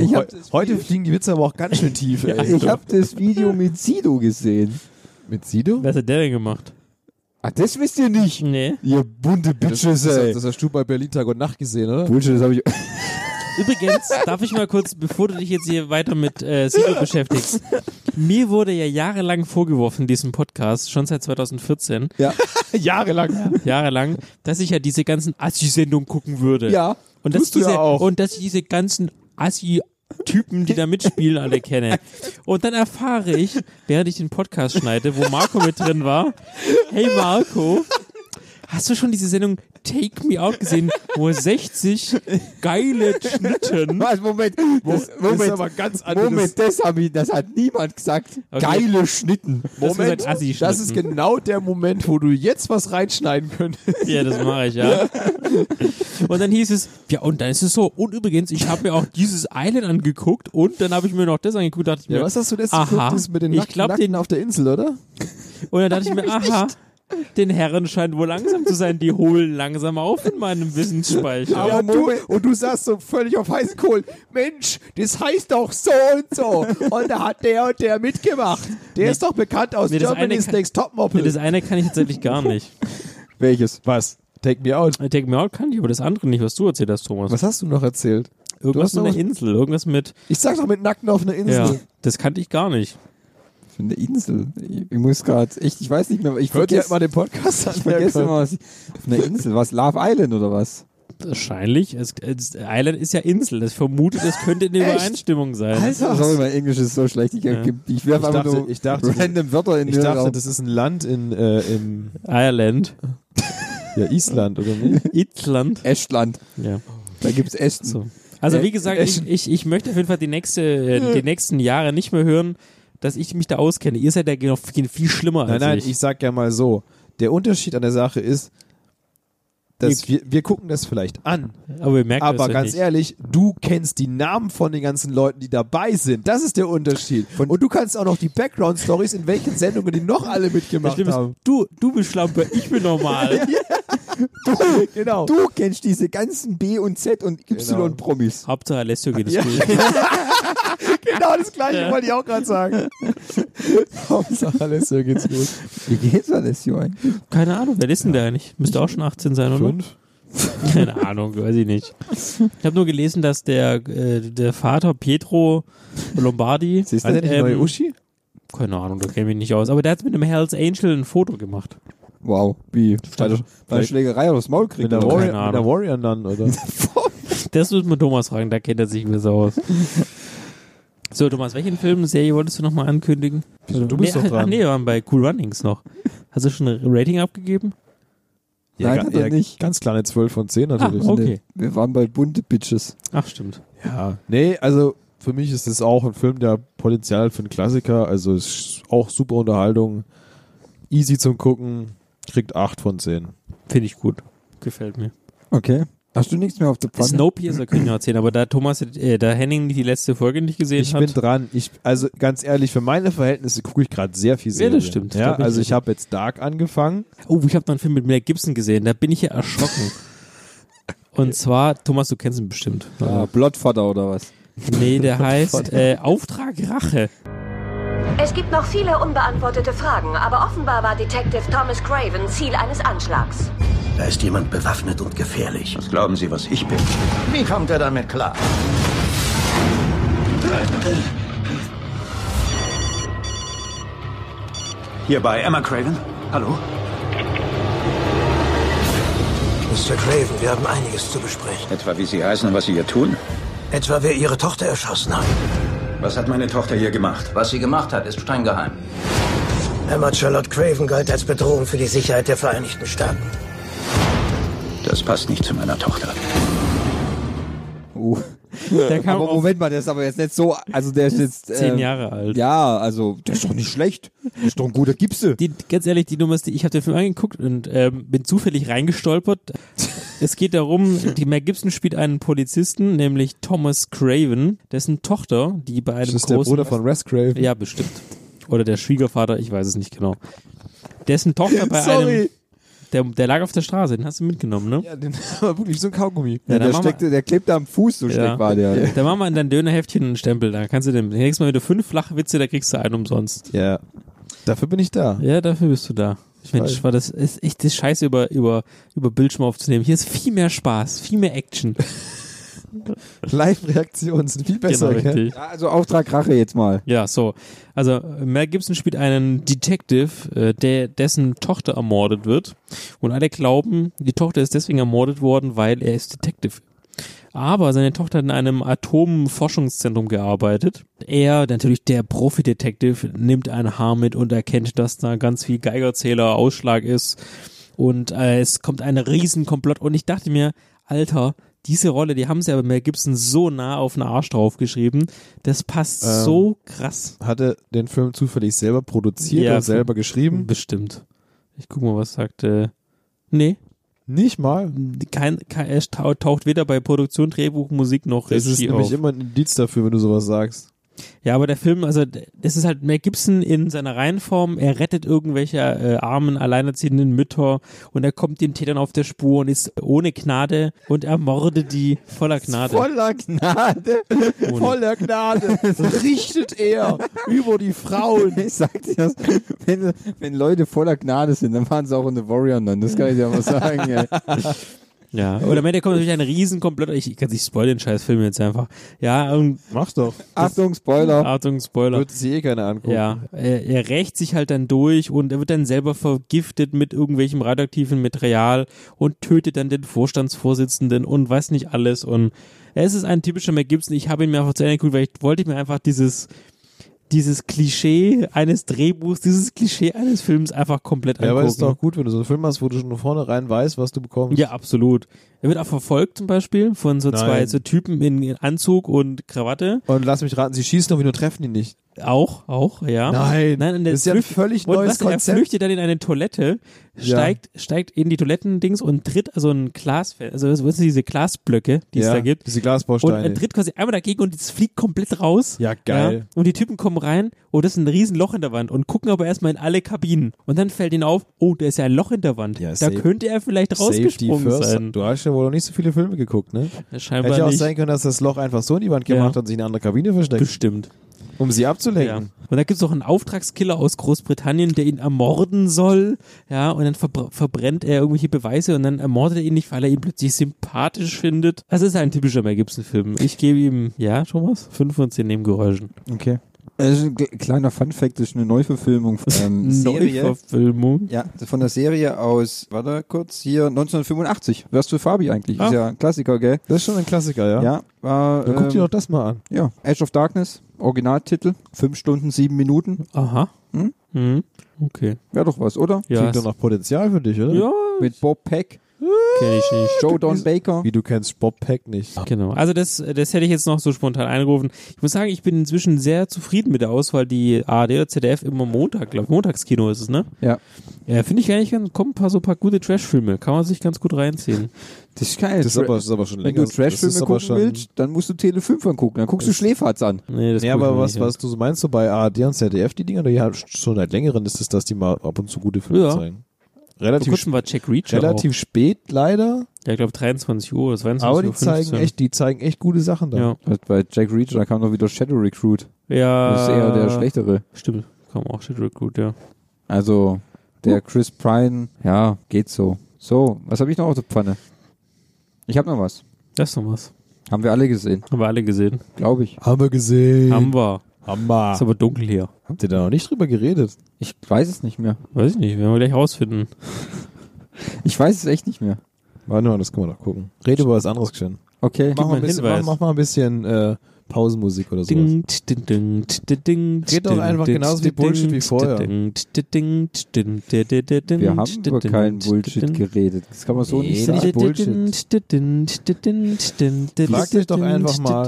[SPEAKER 3] Ich hab
[SPEAKER 1] Heu- Heute fliegen die Witze aber auch ganz schön tief.
[SPEAKER 2] Ja,
[SPEAKER 1] ey.
[SPEAKER 3] Ich habe das Video mit Sido gesehen.
[SPEAKER 1] Mit Sido?
[SPEAKER 2] Was hat der denn gemacht?
[SPEAKER 3] Ach, das wisst ihr nicht.
[SPEAKER 2] Nee.
[SPEAKER 3] Ihr bunte
[SPEAKER 1] Das,
[SPEAKER 3] Bitches,
[SPEAKER 1] das,
[SPEAKER 3] ey.
[SPEAKER 1] das, das hast du bei Berlin Tag und Nacht gesehen, oder?
[SPEAKER 3] Bullshit, das habe ich.
[SPEAKER 2] Übrigens, darf ich mal kurz, bevor du dich jetzt hier weiter mit äh, Sido beschäftigst. Mir wurde ja jahrelang vorgeworfen, in diesem Podcast, schon seit 2014,
[SPEAKER 3] Ja.
[SPEAKER 1] Jahrelang.
[SPEAKER 2] jahrelang, dass ich ja diese ganzen Assi-Sendungen gucken würde.
[SPEAKER 1] Ah?
[SPEAKER 3] Ja.
[SPEAKER 2] Und dass,
[SPEAKER 1] Tust du ja
[SPEAKER 2] diese,
[SPEAKER 1] auch.
[SPEAKER 2] und dass ich diese ganzen Assi-Typen, die da mitspielen, alle kenne. Und dann erfahre ich, während ich den Podcast schneide, wo Marco mit drin war, hey Marco, hast du schon diese Sendung Take Me Out gesehen, wo 60 geile Schnitten...
[SPEAKER 3] Was, Moment. Das, Moment.
[SPEAKER 1] Das ist aber ganz anderes.
[SPEAKER 3] Moment, das, hab ich, das hat niemand gesagt.
[SPEAKER 2] Okay.
[SPEAKER 3] Geile Schnitten.
[SPEAKER 1] Moment,
[SPEAKER 2] Das ist,
[SPEAKER 1] das ist genau der Moment, wo du jetzt was reinschneiden könntest.
[SPEAKER 2] Ja, das mache ich, ja. Und dann hieß es, ja, und dann ist es so, und übrigens, ich habe mir auch dieses Island angeguckt und dann habe ich mir noch das angeguckt, dachte ich mir,
[SPEAKER 1] Ja, was hast du das
[SPEAKER 2] Aha.
[SPEAKER 1] geguckt, das mit den
[SPEAKER 2] Ich
[SPEAKER 1] Nack
[SPEAKER 2] glaub,
[SPEAKER 1] Nackten
[SPEAKER 2] den-
[SPEAKER 1] auf der Insel, oder?
[SPEAKER 2] und dann dachte ich mir, aha, den Herren scheint wohl langsam zu sein, die holen langsam auf in meinem Wissensspeicher.
[SPEAKER 1] Aber du, und du sagst so völlig auf heißen Kohlen, Mensch, das heißt doch so und so. Und da hat der und der mitgemacht. Der ist doch bekannt aus
[SPEAKER 2] nee, das
[SPEAKER 1] Germany's
[SPEAKER 2] eine kann-
[SPEAKER 1] Next Top Model.
[SPEAKER 2] Nee, das eine kann ich tatsächlich gar nicht.
[SPEAKER 1] Welches? Was? Take me out.
[SPEAKER 2] Ich denke mir, oh, kann ich, aber das andere nicht, was du erzählt hast, Thomas.
[SPEAKER 1] Was hast du noch erzählt?
[SPEAKER 2] Irgendwas
[SPEAKER 1] du hast
[SPEAKER 2] mit
[SPEAKER 1] noch-
[SPEAKER 2] einer Insel, irgendwas mit,
[SPEAKER 1] Ich sag doch mit Nackten auf einer
[SPEAKER 2] ja,
[SPEAKER 1] Insel.
[SPEAKER 2] das kannte ich gar nicht.
[SPEAKER 3] Eine Insel. Ich ich muss gerade. Ich, ich weiß nicht mehr. Ich
[SPEAKER 1] Hört ihr
[SPEAKER 3] vergesse
[SPEAKER 1] halt mal den Podcast an.
[SPEAKER 3] ich vergess
[SPEAKER 1] Herr
[SPEAKER 3] immer, was. Auf einer Insel. Was? Love Island oder was?
[SPEAKER 2] Wahrscheinlich, es, es, Island ist ja Insel, das vermute, das könnte eine
[SPEAKER 3] Echt?
[SPEAKER 2] Übereinstimmung sein.
[SPEAKER 3] Sorry, mein Englisch ist so schlecht. Ich,
[SPEAKER 2] Ja.
[SPEAKER 3] ich werfe
[SPEAKER 1] Ich
[SPEAKER 3] einfach
[SPEAKER 1] dachte-
[SPEAKER 3] nur
[SPEAKER 1] ich dachte-
[SPEAKER 3] random Wörter in
[SPEAKER 1] Kohl. Ich
[SPEAKER 3] den
[SPEAKER 1] dachte,
[SPEAKER 3] Raum.
[SPEAKER 1] das ist ein Land in äh, im,
[SPEAKER 2] Ireland,
[SPEAKER 1] ja, Island, oder nicht?
[SPEAKER 2] Island.
[SPEAKER 3] Estland.
[SPEAKER 2] Ja.
[SPEAKER 3] Da gibt's Esten.
[SPEAKER 2] So. Also
[SPEAKER 1] Ä-
[SPEAKER 2] wie gesagt, ich,
[SPEAKER 1] Eschen.
[SPEAKER 2] ich, ich möchte auf jeden Fall die, nächste, äh, die nächsten Jahre nicht mehr hören, dass ich mich da auskenne. Ihr seid ja genau viel, viel schlimmer
[SPEAKER 1] Nein,
[SPEAKER 2] als
[SPEAKER 1] nein,
[SPEAKER 2] ich.
[SPEAKER 1] ich sag ja mal so. Der Unterschied an der Sache ist, dass
[SPEAKER 2] Ihr-
[SPEAKER 1] wir, wir gucken das vielleicht an,
[SPEAKER 2] aber ihr merkt das
[SPEAKER 1] Aber
[SPEAKER 2] ja
[SPEAKER 1] ganz
[SPEAKER 2] nicht.
[SPEAKER 1] ehrlich, du kennst die Namen von den ganzen Leuten, die dabei sind. Das ist der Unterschied. und du kannst auch noch die Background-Stories, in welchen Sendungen die noch alle
[SPEAKER 2] Das
[SPEAKER 1] mitgemacht
[SPEAKER 2] Schlimme ist,
[SPEAKER 1] haben.
[SPEAKER 2] du, du bist Schlampe, ich bin normal.
[SPEAKER 1] Genau.
[SPEAKER 3] Du kennst diese ganzen B und Z und Y-Promis.
[SPEAKER 2] Hauptsache Alessio geht es gut.
[SPEAKER 1] Genau das Gleiche wollte ich auch gerade sagen. Hauptsache, alles so geht's gut.
[SPEAKER 3] Wie geht's Alessio eigentlich?
[SPEAKER 2] Keine Ahnung, wer ist denn da nicht? Müsste auch schon 18 sein, oder?
[SPEAKER 1] Fünf?
[SPEAKER 2] Keine Ahnung, weiß ich nicht. Ich habe nur gelesen, dass der, äh, der Vater Pietro Lombardi,
[SPEAKER 3] Siehst du?
[SPEAKER 1] Hat er nicht eine neue
[SPEAKER 2] Ähm,
[SPEAKER 1] Uschi?
[SPEAKER 2] keine Ahnung, da kenne ich mich nicht aus, aber der hat mit einem Hells Angel ein Foto gemacht.
[SPEAKER 3] Wow, wie? Bei der, bei der
[SPEAKER 1] vielleicht-
[SPEAKER 3] Schlägerei oder Maul kriegt
[SPEAKER 1] Mit einer
[SPEAKER 2] keine
[SPEAKER 1] Warrior,
[SPEAKER 2] Ahnung.
[SPEAKER 1] mit einer Warrior Nun, oder?
[SPEAKER 2] Das muss man Thomas fragen, da kennt er sich besser aus. So, Thomas, welchen Film, Serie wolltest du nochmal ankündigen?
[SPEAKER 1] Wieso, du bist
[SPEAKER 2] nee,
[SPEAKER 1] doch dran.
[SPEAKER 2] Ach nee, wir waren bei Cool Runnings noch. Hast du schon ein Rating abgegeben?
[SPEAKER 3] Nein, hat er nicht.
[SPEAKER 1] Ganz kleine 12 von 10 natürlich.
[SPEAKER 2] Ah, okay.
[SPEAKER 3] Wir waren bald bunte Bitches.
[SPEAKER 2] Ach, stimmt.
[SPEAKER 1] Ja. Nee, also für mich ist es auch ein Film, der Potenzial hat für einen Klassiker. Also ist auch super Unterhaltung. Easy zum Gucken. Kriegt 8 von 10.
[SPEAKER 2] Finde ich gut. Gefällt mir.
[SPEAKER 3] Okay. Hast du nichts mehr auf der Pfanne?
[SPEAKER 2] Snowpiercer können wir erzählen, aber da Thomas, äh, da Henning die letzte Folge nicht gesehen
[SPEAKER 1] Ich
[SPEAKER 2] hat.
[SPEAKER 1] bin dran. Ich, also ganz ehrlich, für meine Verhältnisse gucke ich gerade sehr viel Serien.
[SPEAKER 2] das stimmt. Da
[SPEAKER 1] Ja,
[SPEAKER 2] bin ich
[SPEAKER 1] also ich
[SPEAKER 2] sicher.
[SPEAKER 1] habe jetzt Dark angefangen.
[SPEAKER 2] oh, ich habe noch einen Film mit Mel Gibson gesehen, da bin ich ja erschrocken. Und zwar, Thomas, du kennst ihn bestimmt. Äh,
[SPEAKER 3] Ah, Blottvater oder was?
[SPEAKER 2] Nee, der heißt äh, Auftrag Rache.
[SPEAKER 10] Es gibt noch viele unbeantwortete Fragen, aber offenbar war Detective Thomas Craven Ziel eines Anschlags.
[SPEAKER 6] Da ist jemand bewaffnet und gefährlich.
[SPEAKER 4] Was glauben Sie, was ich bin?
[SPEAKER 6] Wie kommt er damit klar?
[SPEAKER 4] Hier bei Emma Craven? Hallo?
[SPEAKER 6] Mr. Craven, wir haben einiges zu besprechen.
[SPEAKER 4] Etwa wie Sie heißen und was Sie hier tun?
[SPEAKER 6] Etwa wer Ihre Tochter erschossen hat.
[SPEAKER 4] Was hat meine Tochter hier gemacht?
[SPEAKER 11] Was sie gemacht hat, ist streng geheim.
[SPEAKER 16] Emma Charlotte Craven galt als Bedrohung für die Sicherheit der Vereinigten Staaten.
[SPEAKER 4] Das passt nicht zu meiner Tochter.
[SPEAKER 3] Oh.
[SPEAKER 2] Der kam
[SPEAKER 3] aber
[SPEAKER 2] auf-
[SPEAKER 3] Moment mal, der ist aber jetzt nicht so, also der ist jetzt äh,
[SPEAKER 2] Zehn Jahre alt.
[SPEAKER 3] Ja, also der ist doch nicht schlecht. Der ist doch ein guter Gipse.
[SPEAKER 2] Die, ganz ehrlich, die Nummer ist, die- ich habe den Film angeguckt und ähm, bin zufällig reingestolpert. es geht darum, die Mel Gibson spielt einen Polizisten, nämlich Thomas Craven, dessen Tochter, die bei einem
[SPEAKER 1] Das ist der
[SPEAKER 2] großen
[SPEAKER 1] Bruder von Wes Craven.
[SPEAKER 2] Ja, bestimmt. Oder der Schwiegervater, ich weiß es nicht genau. Dessen Tochter bei
[SPEAKER 1] Sorry.
[SPEAKER 2] einem der, der lag auf der Straße, den hast du mitgenommen, ne?
[SPEAKER 1] Ja, den war wirklich so ein Kaugummi.
[SPEAKER 2] Ja, dann
[SPEAKER 3] der,
[SPEAKER 2] machen
[SPEAKER 3] steckte, der klebte am Fuß, so schlecht war der.
[SPEAKER 2] Da machen wir in dein Dönerheftchen einen Stempel, da kannst du dem nächstes Mal wieder fünf flache Witze, da kriegst du einen umsonst.
[SPEAKER 1] Ja. Dafür bin ich da.
[SPEAKER 2] Ja, dafür bist du da. Mensch,
[SPEAKER 1] weiß.
[SPEAKER 2] war das ist echt das Scheiße über, über, über Bildschirm aufzunehmen. Hier ist viel mehr Spaß, viel mehr Action.
[SPEAKER 1] Live-Reaktionen sind viel besser.
[SPEAKER 2] Genau,
[SPEAKER 1] gell?
[SPEAKER 2] richtig.
[SPEAKER 3] Ja, also Auftrag Rache jetzt mal.
[SPEAKER 2] Ja, so. Also Mel Gibson spielt einen Detective, äh, der dessen Tochter ermordet wird. Und alle glauben, die Tochter ist deswegen ermordet worden, weil er ist Detective. Aber seine Tochter hat in einem Atomforschungszentrum gearbeitet. Er, natürlich der Profi-Detective, nimmt ein Haar mit und erkennt, dass da ganz viel Geigerzähler Ausschlag ist. Und äh, es kommt ein Riesenkomplott. Und ich dachte mir, Alter, diese Rolle, die haben sie aber Mel Gibson so nah auf den Arsch draufgeschrieben. Das passt
[SPEAKER 1] Ähm,
[SPEAKER 2] so krass.
[SPEAKER 1] Hatte den Film zufällig selber produziert
[SPEAKER 2] Ja,
[SPEAKER 1] und selber geschrieben?
[SPEAKER 2] Bestimmt. Ich guck mal, was sagt. Äh, nee.
[SPEAKER 1] Nicht mal.
[SPEAKER 2] Kein, kein, er tau- taucht weder bei Produktion, Drehbuch, Musik noch
[SPEAKER 1] Das ist
[SPEAKER 2] Regie
[SPEAKER 1] nämlich
[SPEAKER 2] auf.
[SPEAKER 1] immer ein Indiz dafür, wenn du sowas sagst.
[SPEAKER 2] Ja, aber der Film, also d- das ist halt Mel Gibson in seiner Reihenform. Er rettet irgendwelche äh, armen, alleinerziehenden Mütter und er kommt den Tätern auf der Spur und ist ohne Gnade und ermordet die voller Gnade.
[SPEAKER 1] Voller Gnade. Voller Gnade. Richtet er über die Frauen.
[SPEAKER 3] Ich sag dir das, wenn, wenn Leute voller Gnade sind, dann waren sie auch in The Warrior Nun, das kann ich dir mal sagen. Ey.
[SPEAKER 2] Ja, oder am Ende kommt natürlich ein Riesenkomplott. Ich, ich kann nicht spoilern, den scheiß Film jetzt einfach. Ja, und
[SPEAKER 1] Mach doch.
[SPEAKER 3] Achtung, Spoiler.
[SPEAKER 2] Achtung, Spoiler.
[SPEAKER 1] Wird sich eh keiner angucken.
[SPEAKER 2] Ja, er, er rächt sich halt dann durch und er wird dann selber vergiftet mit irgendwelchem radioaktiven Material und tötet dann den Vorstandsvorsitzenden und weiß nicht alles. Und es ist ein typischer Mel Gibson. Ich habe ihn mir einfach zu Ende geguckt, weil ich wollte mir einfach dieses dieses Klischee eines Drehbuchs, dieses Klischee eines Films einfach komplett
[SPEAKER 1] Ja,
[SPEAKER 2] angucken.
[SPEAKER 1] aber ist doch gut, wenn du so einen Film hast, wo du schon von vornherein weißt, was du bekommst.
[SPEAKER 2] Ja, absolut. Er wird auch verfolgt zum Beispiel von so zwei
[SPEAKER 1] Nein.
[SPEAKER 2] so Typen in, in Anzug und Krawatte.
[SPEAKER 1] Und lass mich raten, sie schießen auf ihn und treffen ihn nicht.
[SPEAKER 2] Auch, auch, ja.
[SPEAKER 1] Nein.
[SPEAKER 2] Nein, und der
[SPEAKER 1] Das ist ja ein
[SPEAKER 2] flücht-
[SPEAKER 1] völlig
[SPEAKER 2] und
[SPEAKER 1] neues
[SPEAKER 2] was, Er
[SPEAKER 1] Konzept.
[SPEAKER 2] flüchtet dann in eine Toilette,
[SPEAKER 1] Ja.
[SPEAKER 2] steigt, steigt in die Toilettendings und tritt also ein Glas, also was sind diese Glasblöcke, die es
[SPEAKER 1] ja,
[SPEAKER 2] da gibt.
[SPEAKER 1] Diese
[SPEAKER 2] Und
[SPEAKER 1] Glasbausteine.
[SPEAKER 2] er tritt quasi einmal dagegen und es fliegt komplett raus.
[SPEAKER 1] Ja, geil.
[SPEAKER 2] Und die Typen kommen rein, oh, das ist ein riesen Loch in der Wand und gucken aber erstmal in alle Kabinen. Und dann fällt ihnen auf, oh, da ist ja ein Loch in der Wand.
[SPEAKER 1] Ja,
[SPEAKER 2] da
[SPEAKER 1] safe-
[SPEAKER 2] könnte er vielleicht
[SPEAKER 1] Safety
[SPEAKER 2] rausgesprungen
[SPEAKER 1] first.
[SPEAKER 2] sein.
[SPEAKER 1] Du hast ja wohl noch nicht so viele Filme geguckt, ne?
[SPEAKER 2] Scheinbar
[SPEAKER 1] Hätte ja auch
[SPEAKER 2] nicht.
[SPEAKER 1] sein können, dass das Loch einfach so in die Wand gemacht hat und sich in eine andere Kabine versteckt.
[SPEAKER 2] Bestimmt.
[SPEAKER 1] Um sie
[SPEAKER 2] Ja.
[SPEAKER 1] abzulenken.
[SPEAKER 2] Und da gibt's noch einen Auftragskiller aus Großbritannien, der ihn ermorden soll. Ja, und dann verbr verbrennt er irgendwelche Beweise und dann ermordet er ihn nicht, weil er ihn plötzlich sympathisch findet. Das ist ein typischer Mel Gibson-Film. Ich gebe ihm, ja, schon was? Fünf von zehn Nebengeräuschen.
[SPEAKER 3] Okay. Das ist ein ge- kleiner Fun-Fact, das ist eine Neuverfilmung ähm, Serie.
[SPEAKER 2] Neuverfilmung.
[SPEAKER 3] Ja, von der Serie aus, warte kurz, hier 1985. Wärst du Fabi eigentlich?
[SPEAKER 1] Ah.
[SPEAKER 3] Ist ja ein Klassiker, gell?
[SPEAKER 1] Das ist schon ein Klassiker, ja?
[SPEAKER 3] Ja, war.
[SPEAKER 1] Dann guck dir
[SPEAKER 3] ähm,
[SPEAKER 1] doch das mal an.
[SPEAKER 3] Ja, Edge of Darkness, Originaltitel, fünf Stunden, sieben Minuten.
[SPEAKER 2] Aha.
[SPEAKER 3] Hm?
[SPEAKER 2] Mhm. Okay.
[SPEAKER 3] Wäre doch was, oder?
[SPEAKER 2] Ja,
[SPEAKER 1] Klingt doch nach Potenzial für dich, oder?
[SPEAKER 2] ja
[SPEAKER 3] Mit Bob Peck,
[SPEAKER 2] kenne ich nicht.
[SPEAKER 3] Joe Don Baker.
[SPEAKER 1] Wie du kennst Bob Peck nicht.
[SPEAKER 2] Genau. Also das, das hätte ich jetzt noch so spontan eingerufen. Ich muss sagen, ich bin inzwischen sehr zufrieden mit der Auswahl, die ARD oder ZDF immer Montag, glaube ich, Montagskino ist es, ne?
[SPEAKER 3] Ja.
[SPEAKER 2] Ja, finde ich eigentlich ganz, kommen ein paar so ein paar gute Trash-Filme. Kann man sich ganz gut reinziehen.
[SPEAKER 3] Das ist geil.
[SPEAKER 1] Das ist aber, das ist aber schon
[SPEAKER 3] Wenn
[SPEAKER 1] länger.
[SPEAKER 3] du
[SPEAKER 1] das ist
[SPEAKER 3] Trashfilme
[SPEAKER 1] aber
[SPEAKER 3] gucken
[SPEAKER 1] schon-
[SPEAKER 3] willst, dann musst du Tele 5 angucken. Dann guckst du Schläferz an.
[SPEAKER 2] Nee, das
[SPEAKER 1] Nee,
[SPEAKER 2] guck ich
[SPEAKER 1] aber
[SPEAKER 2] mir
[SPEAKER 1] was,
[SPEAKER 2] nicht an.
[SPEAKER 1] was du so meinst so bei ARD und ZDF, die Dinger, die ja schon seit längerem ist es, dass die mal ab und zu gute Filme
[SPEAKER 2] Ja.
[SPEAKER 1] zeigen.
[SPEAKER 2] Vor
[SPEAKER 1] Relativ,
[SPEAKER 2] kurzem war Jack Reacher
[SPEAKER 1] relativ spät leider,
[SPEAKER 2] auch. Ja, ich glaube 23 Uhr oder 22
[SPEAKER 1] aber
[SPEAKER 2] Uhr.
[SPEAKER 1] die zeigen,
[SPEAKER 2] 15.
[SPEAKER 1] echt, die zeigen echt gute Sachen da.
[SPEAKER 2] Ja.
[SPEAKER 3] Also Bei Jack Reacher, da kam noch wieder Shadow Recruit.
[SPEAKER 2] ja.
[SPEAKER 3] Das ist eher der schlechtere.
[SPEAKER 2] Stimmt. Kam auch Shit Recruit, ja.
[SPEAKER 3] Also der Chris Pine, ja, geht so. So, was habe ich noch auf der Pfanne? Ich habe noch was.
[SPEAKER 2] Das ist noch was.
[SPEAKER 3] Haben wir alle gesehen,
[SPEAKER 2] Haben wir alle gesehen.
[SPEAKER 3] glaube ich.
[SPEAKER 1] Haben wir gesehen.
[SPEAKER 2] Haben wir.
[SPEAKER 1] Hammer.
[SPEAKER 2] Ist aber dunkel hier.
[SPEAKER 1] Habt ihr da noch nicht drüber geredet?
[SPEAKER 3] Ich weiß es nicht mehr.
[SPEAKER 2] Weiß ich nicht, werden wir gleich rausfinden.
[SPEAKER 3] Ich weiß es echt nicht mehr.
[SPEAKER 1] Warte mal, das können wir noch gucken. Rede über was anderes, Sven.
[SPEAKER 3] Okay.
[SPEAKER 1] Mach,
[SPEAKER 2] mal
[SPEAKER 1] mal ein
[SPEAKER 2] einen
[SPEAKER 1] bisschen-
[SPEAKER 2] Hinweis.
[SPEAKER 1] mach, mach mal ein bisschen äh, Pausenmusik oder sowas.
[SPEAKER 2] Ding, ding, ding, ding, ding,
[SPEAKER 1] Red doch einfach genauso viel Bullshit wie vorher.
[SPEAKER 3] Wir
[SPEAKER 2] Wir
[SPEAKER 3] haben über keinen Bullshit geredet. Das kann man so nicht
[SPEAKER 1] das
[SPEAKER 3] sagen.
[SPEAKER 1] ist Bullshit.
[SPEAKER 2] Frag
[SPEAKER 1] Frag dich doch einfach mal.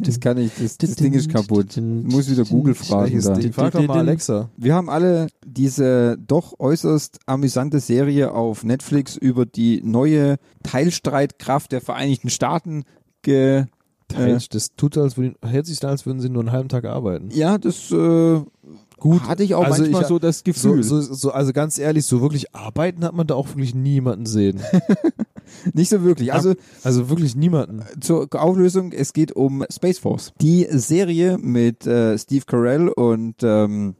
[SPEAKER 3] Das kann ich, das, das Ding ist kaputt. Muss wieder Google fragen.
[SPEAKER 1] Welches
[SPEAKER 3] Da.
[SPEAKER 1] Ding? Frag doch mal Alexa.
[SPEAKER 3] Wir haben alle diese doch äußerst amüsante Serie auf Netflix über die neue Teilstreitkraft der Vereinigten Staaten ge. Äh,
[SPEAKER 1] Mensch, das tut als würden, hält sich da, als würden sie nur einen halben Tag arbeiten.
[SPEAKER 3] ja, das äh, Gut, hatte ich auch
[SPEAKER 1] Also
[SPEAKER 3] manchmal
[SPEAKER 1] ich-
[SPEAKER 3] so das Gefühl.
[SPEAKER 1] So, so, so, also ganz ehrlich, so wirklich arbeiten hat man da auch wirklich niemanden sehen.
[SPEAKER 3] Nicht so wirklich. Also
[SPEAKER 1] Also wirklich niemanden.
[SPEAKER 3] zur Auflösung, es geht um Space Force. Die Serie mit äh, Steve Carell und ähm,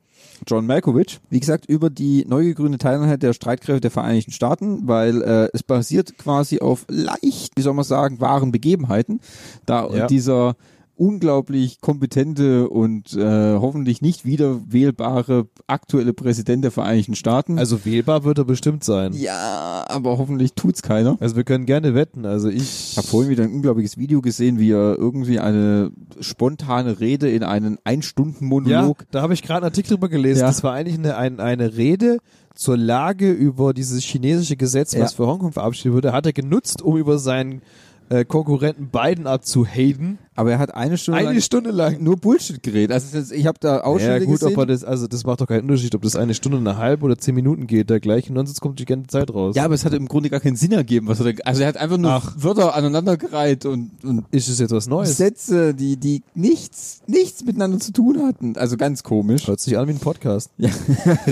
[SPEAKER 3] John Malkovich, wie gesagt, über die neu gegründete Teileinheit der Streitkräfte der Vereinigten Staaten, weil äh, es basiert quasi auf leicht, wie soll man sagen, wahren Begebenheiten. Da
[SPEAKER 1] Ja.
[SPEAKER 3] dieser unglaublich kompetente und äh, hoffentlich nicht wiederwählbare aktuelle Präsident der Vereinigten Staaten.
[SPEAKER 1] Also wählbar wird er bestimmt sein.
[SPEAKER 3] ja, aber hoffentlich tut's keiner.
[SPEAKER 1] Also wir können gerne wetten. Also ich.
[SPEAKER 3] Ich habe vorhin wieder ein unglaubliches Video gesehen, wie er irgendwie eine spontane Rede in einen
[SPEAKER 1] ja,
[SPEAKER 3] Ein-Stunden-Monolog.
[SPEAKER 1] da habe ich gerade einen Artikel drüber gelesen.
[SPEAKER 3] Ja.
[SPEAKER 1] Das war eigentlich eine, ein, eine Rede zur Lage über dieses chinesische Gesetz, was
[SPEAKER 3] Ja.
[SPEAKER 1] für Hongkong verabschiedet wurde. Hat er genutzt, um über seinen äh, Konkurrenten Biden abzuhaten.
[SPEAKER 3] Aber er hat eine Stunde,
[SPEAKER 1] Eine
[SPEAKER 3] lang
[SPEAKER 1] Stunde lang.
[SPEAKER 3] nur Bullshit geredet. Also das- ich habe da
[SPEAKER 1] Ja
[SPEAKER 3] Ausschnitte
[SPEAKER 1] gut,
[SPEAKER 3] gesehen.
[SPEAKER 1] aber das, also das macht doch keinen Unterschied, ob das eine Stunde, eine halbe oder zehn Minuten geht, der gleiche Nonsens kommt die ganze Zeit raus.
[SPEAKER 3] ja, aber es hat im Grunde gar keinen Sinn ergeben. Was er da, also er hat einfach nur Wörter aneinandergereiht und, und
[SPEAKER 1] Ist es jetzt was Neues?
[SPEAKER 3] Sätze, die, die nichts, nichts miteinander zu tun hatten. Also ganz komisch.
[SPEAKER 1] Hört sich an wie ein Podcast.
[SPEAKER 3] Ja,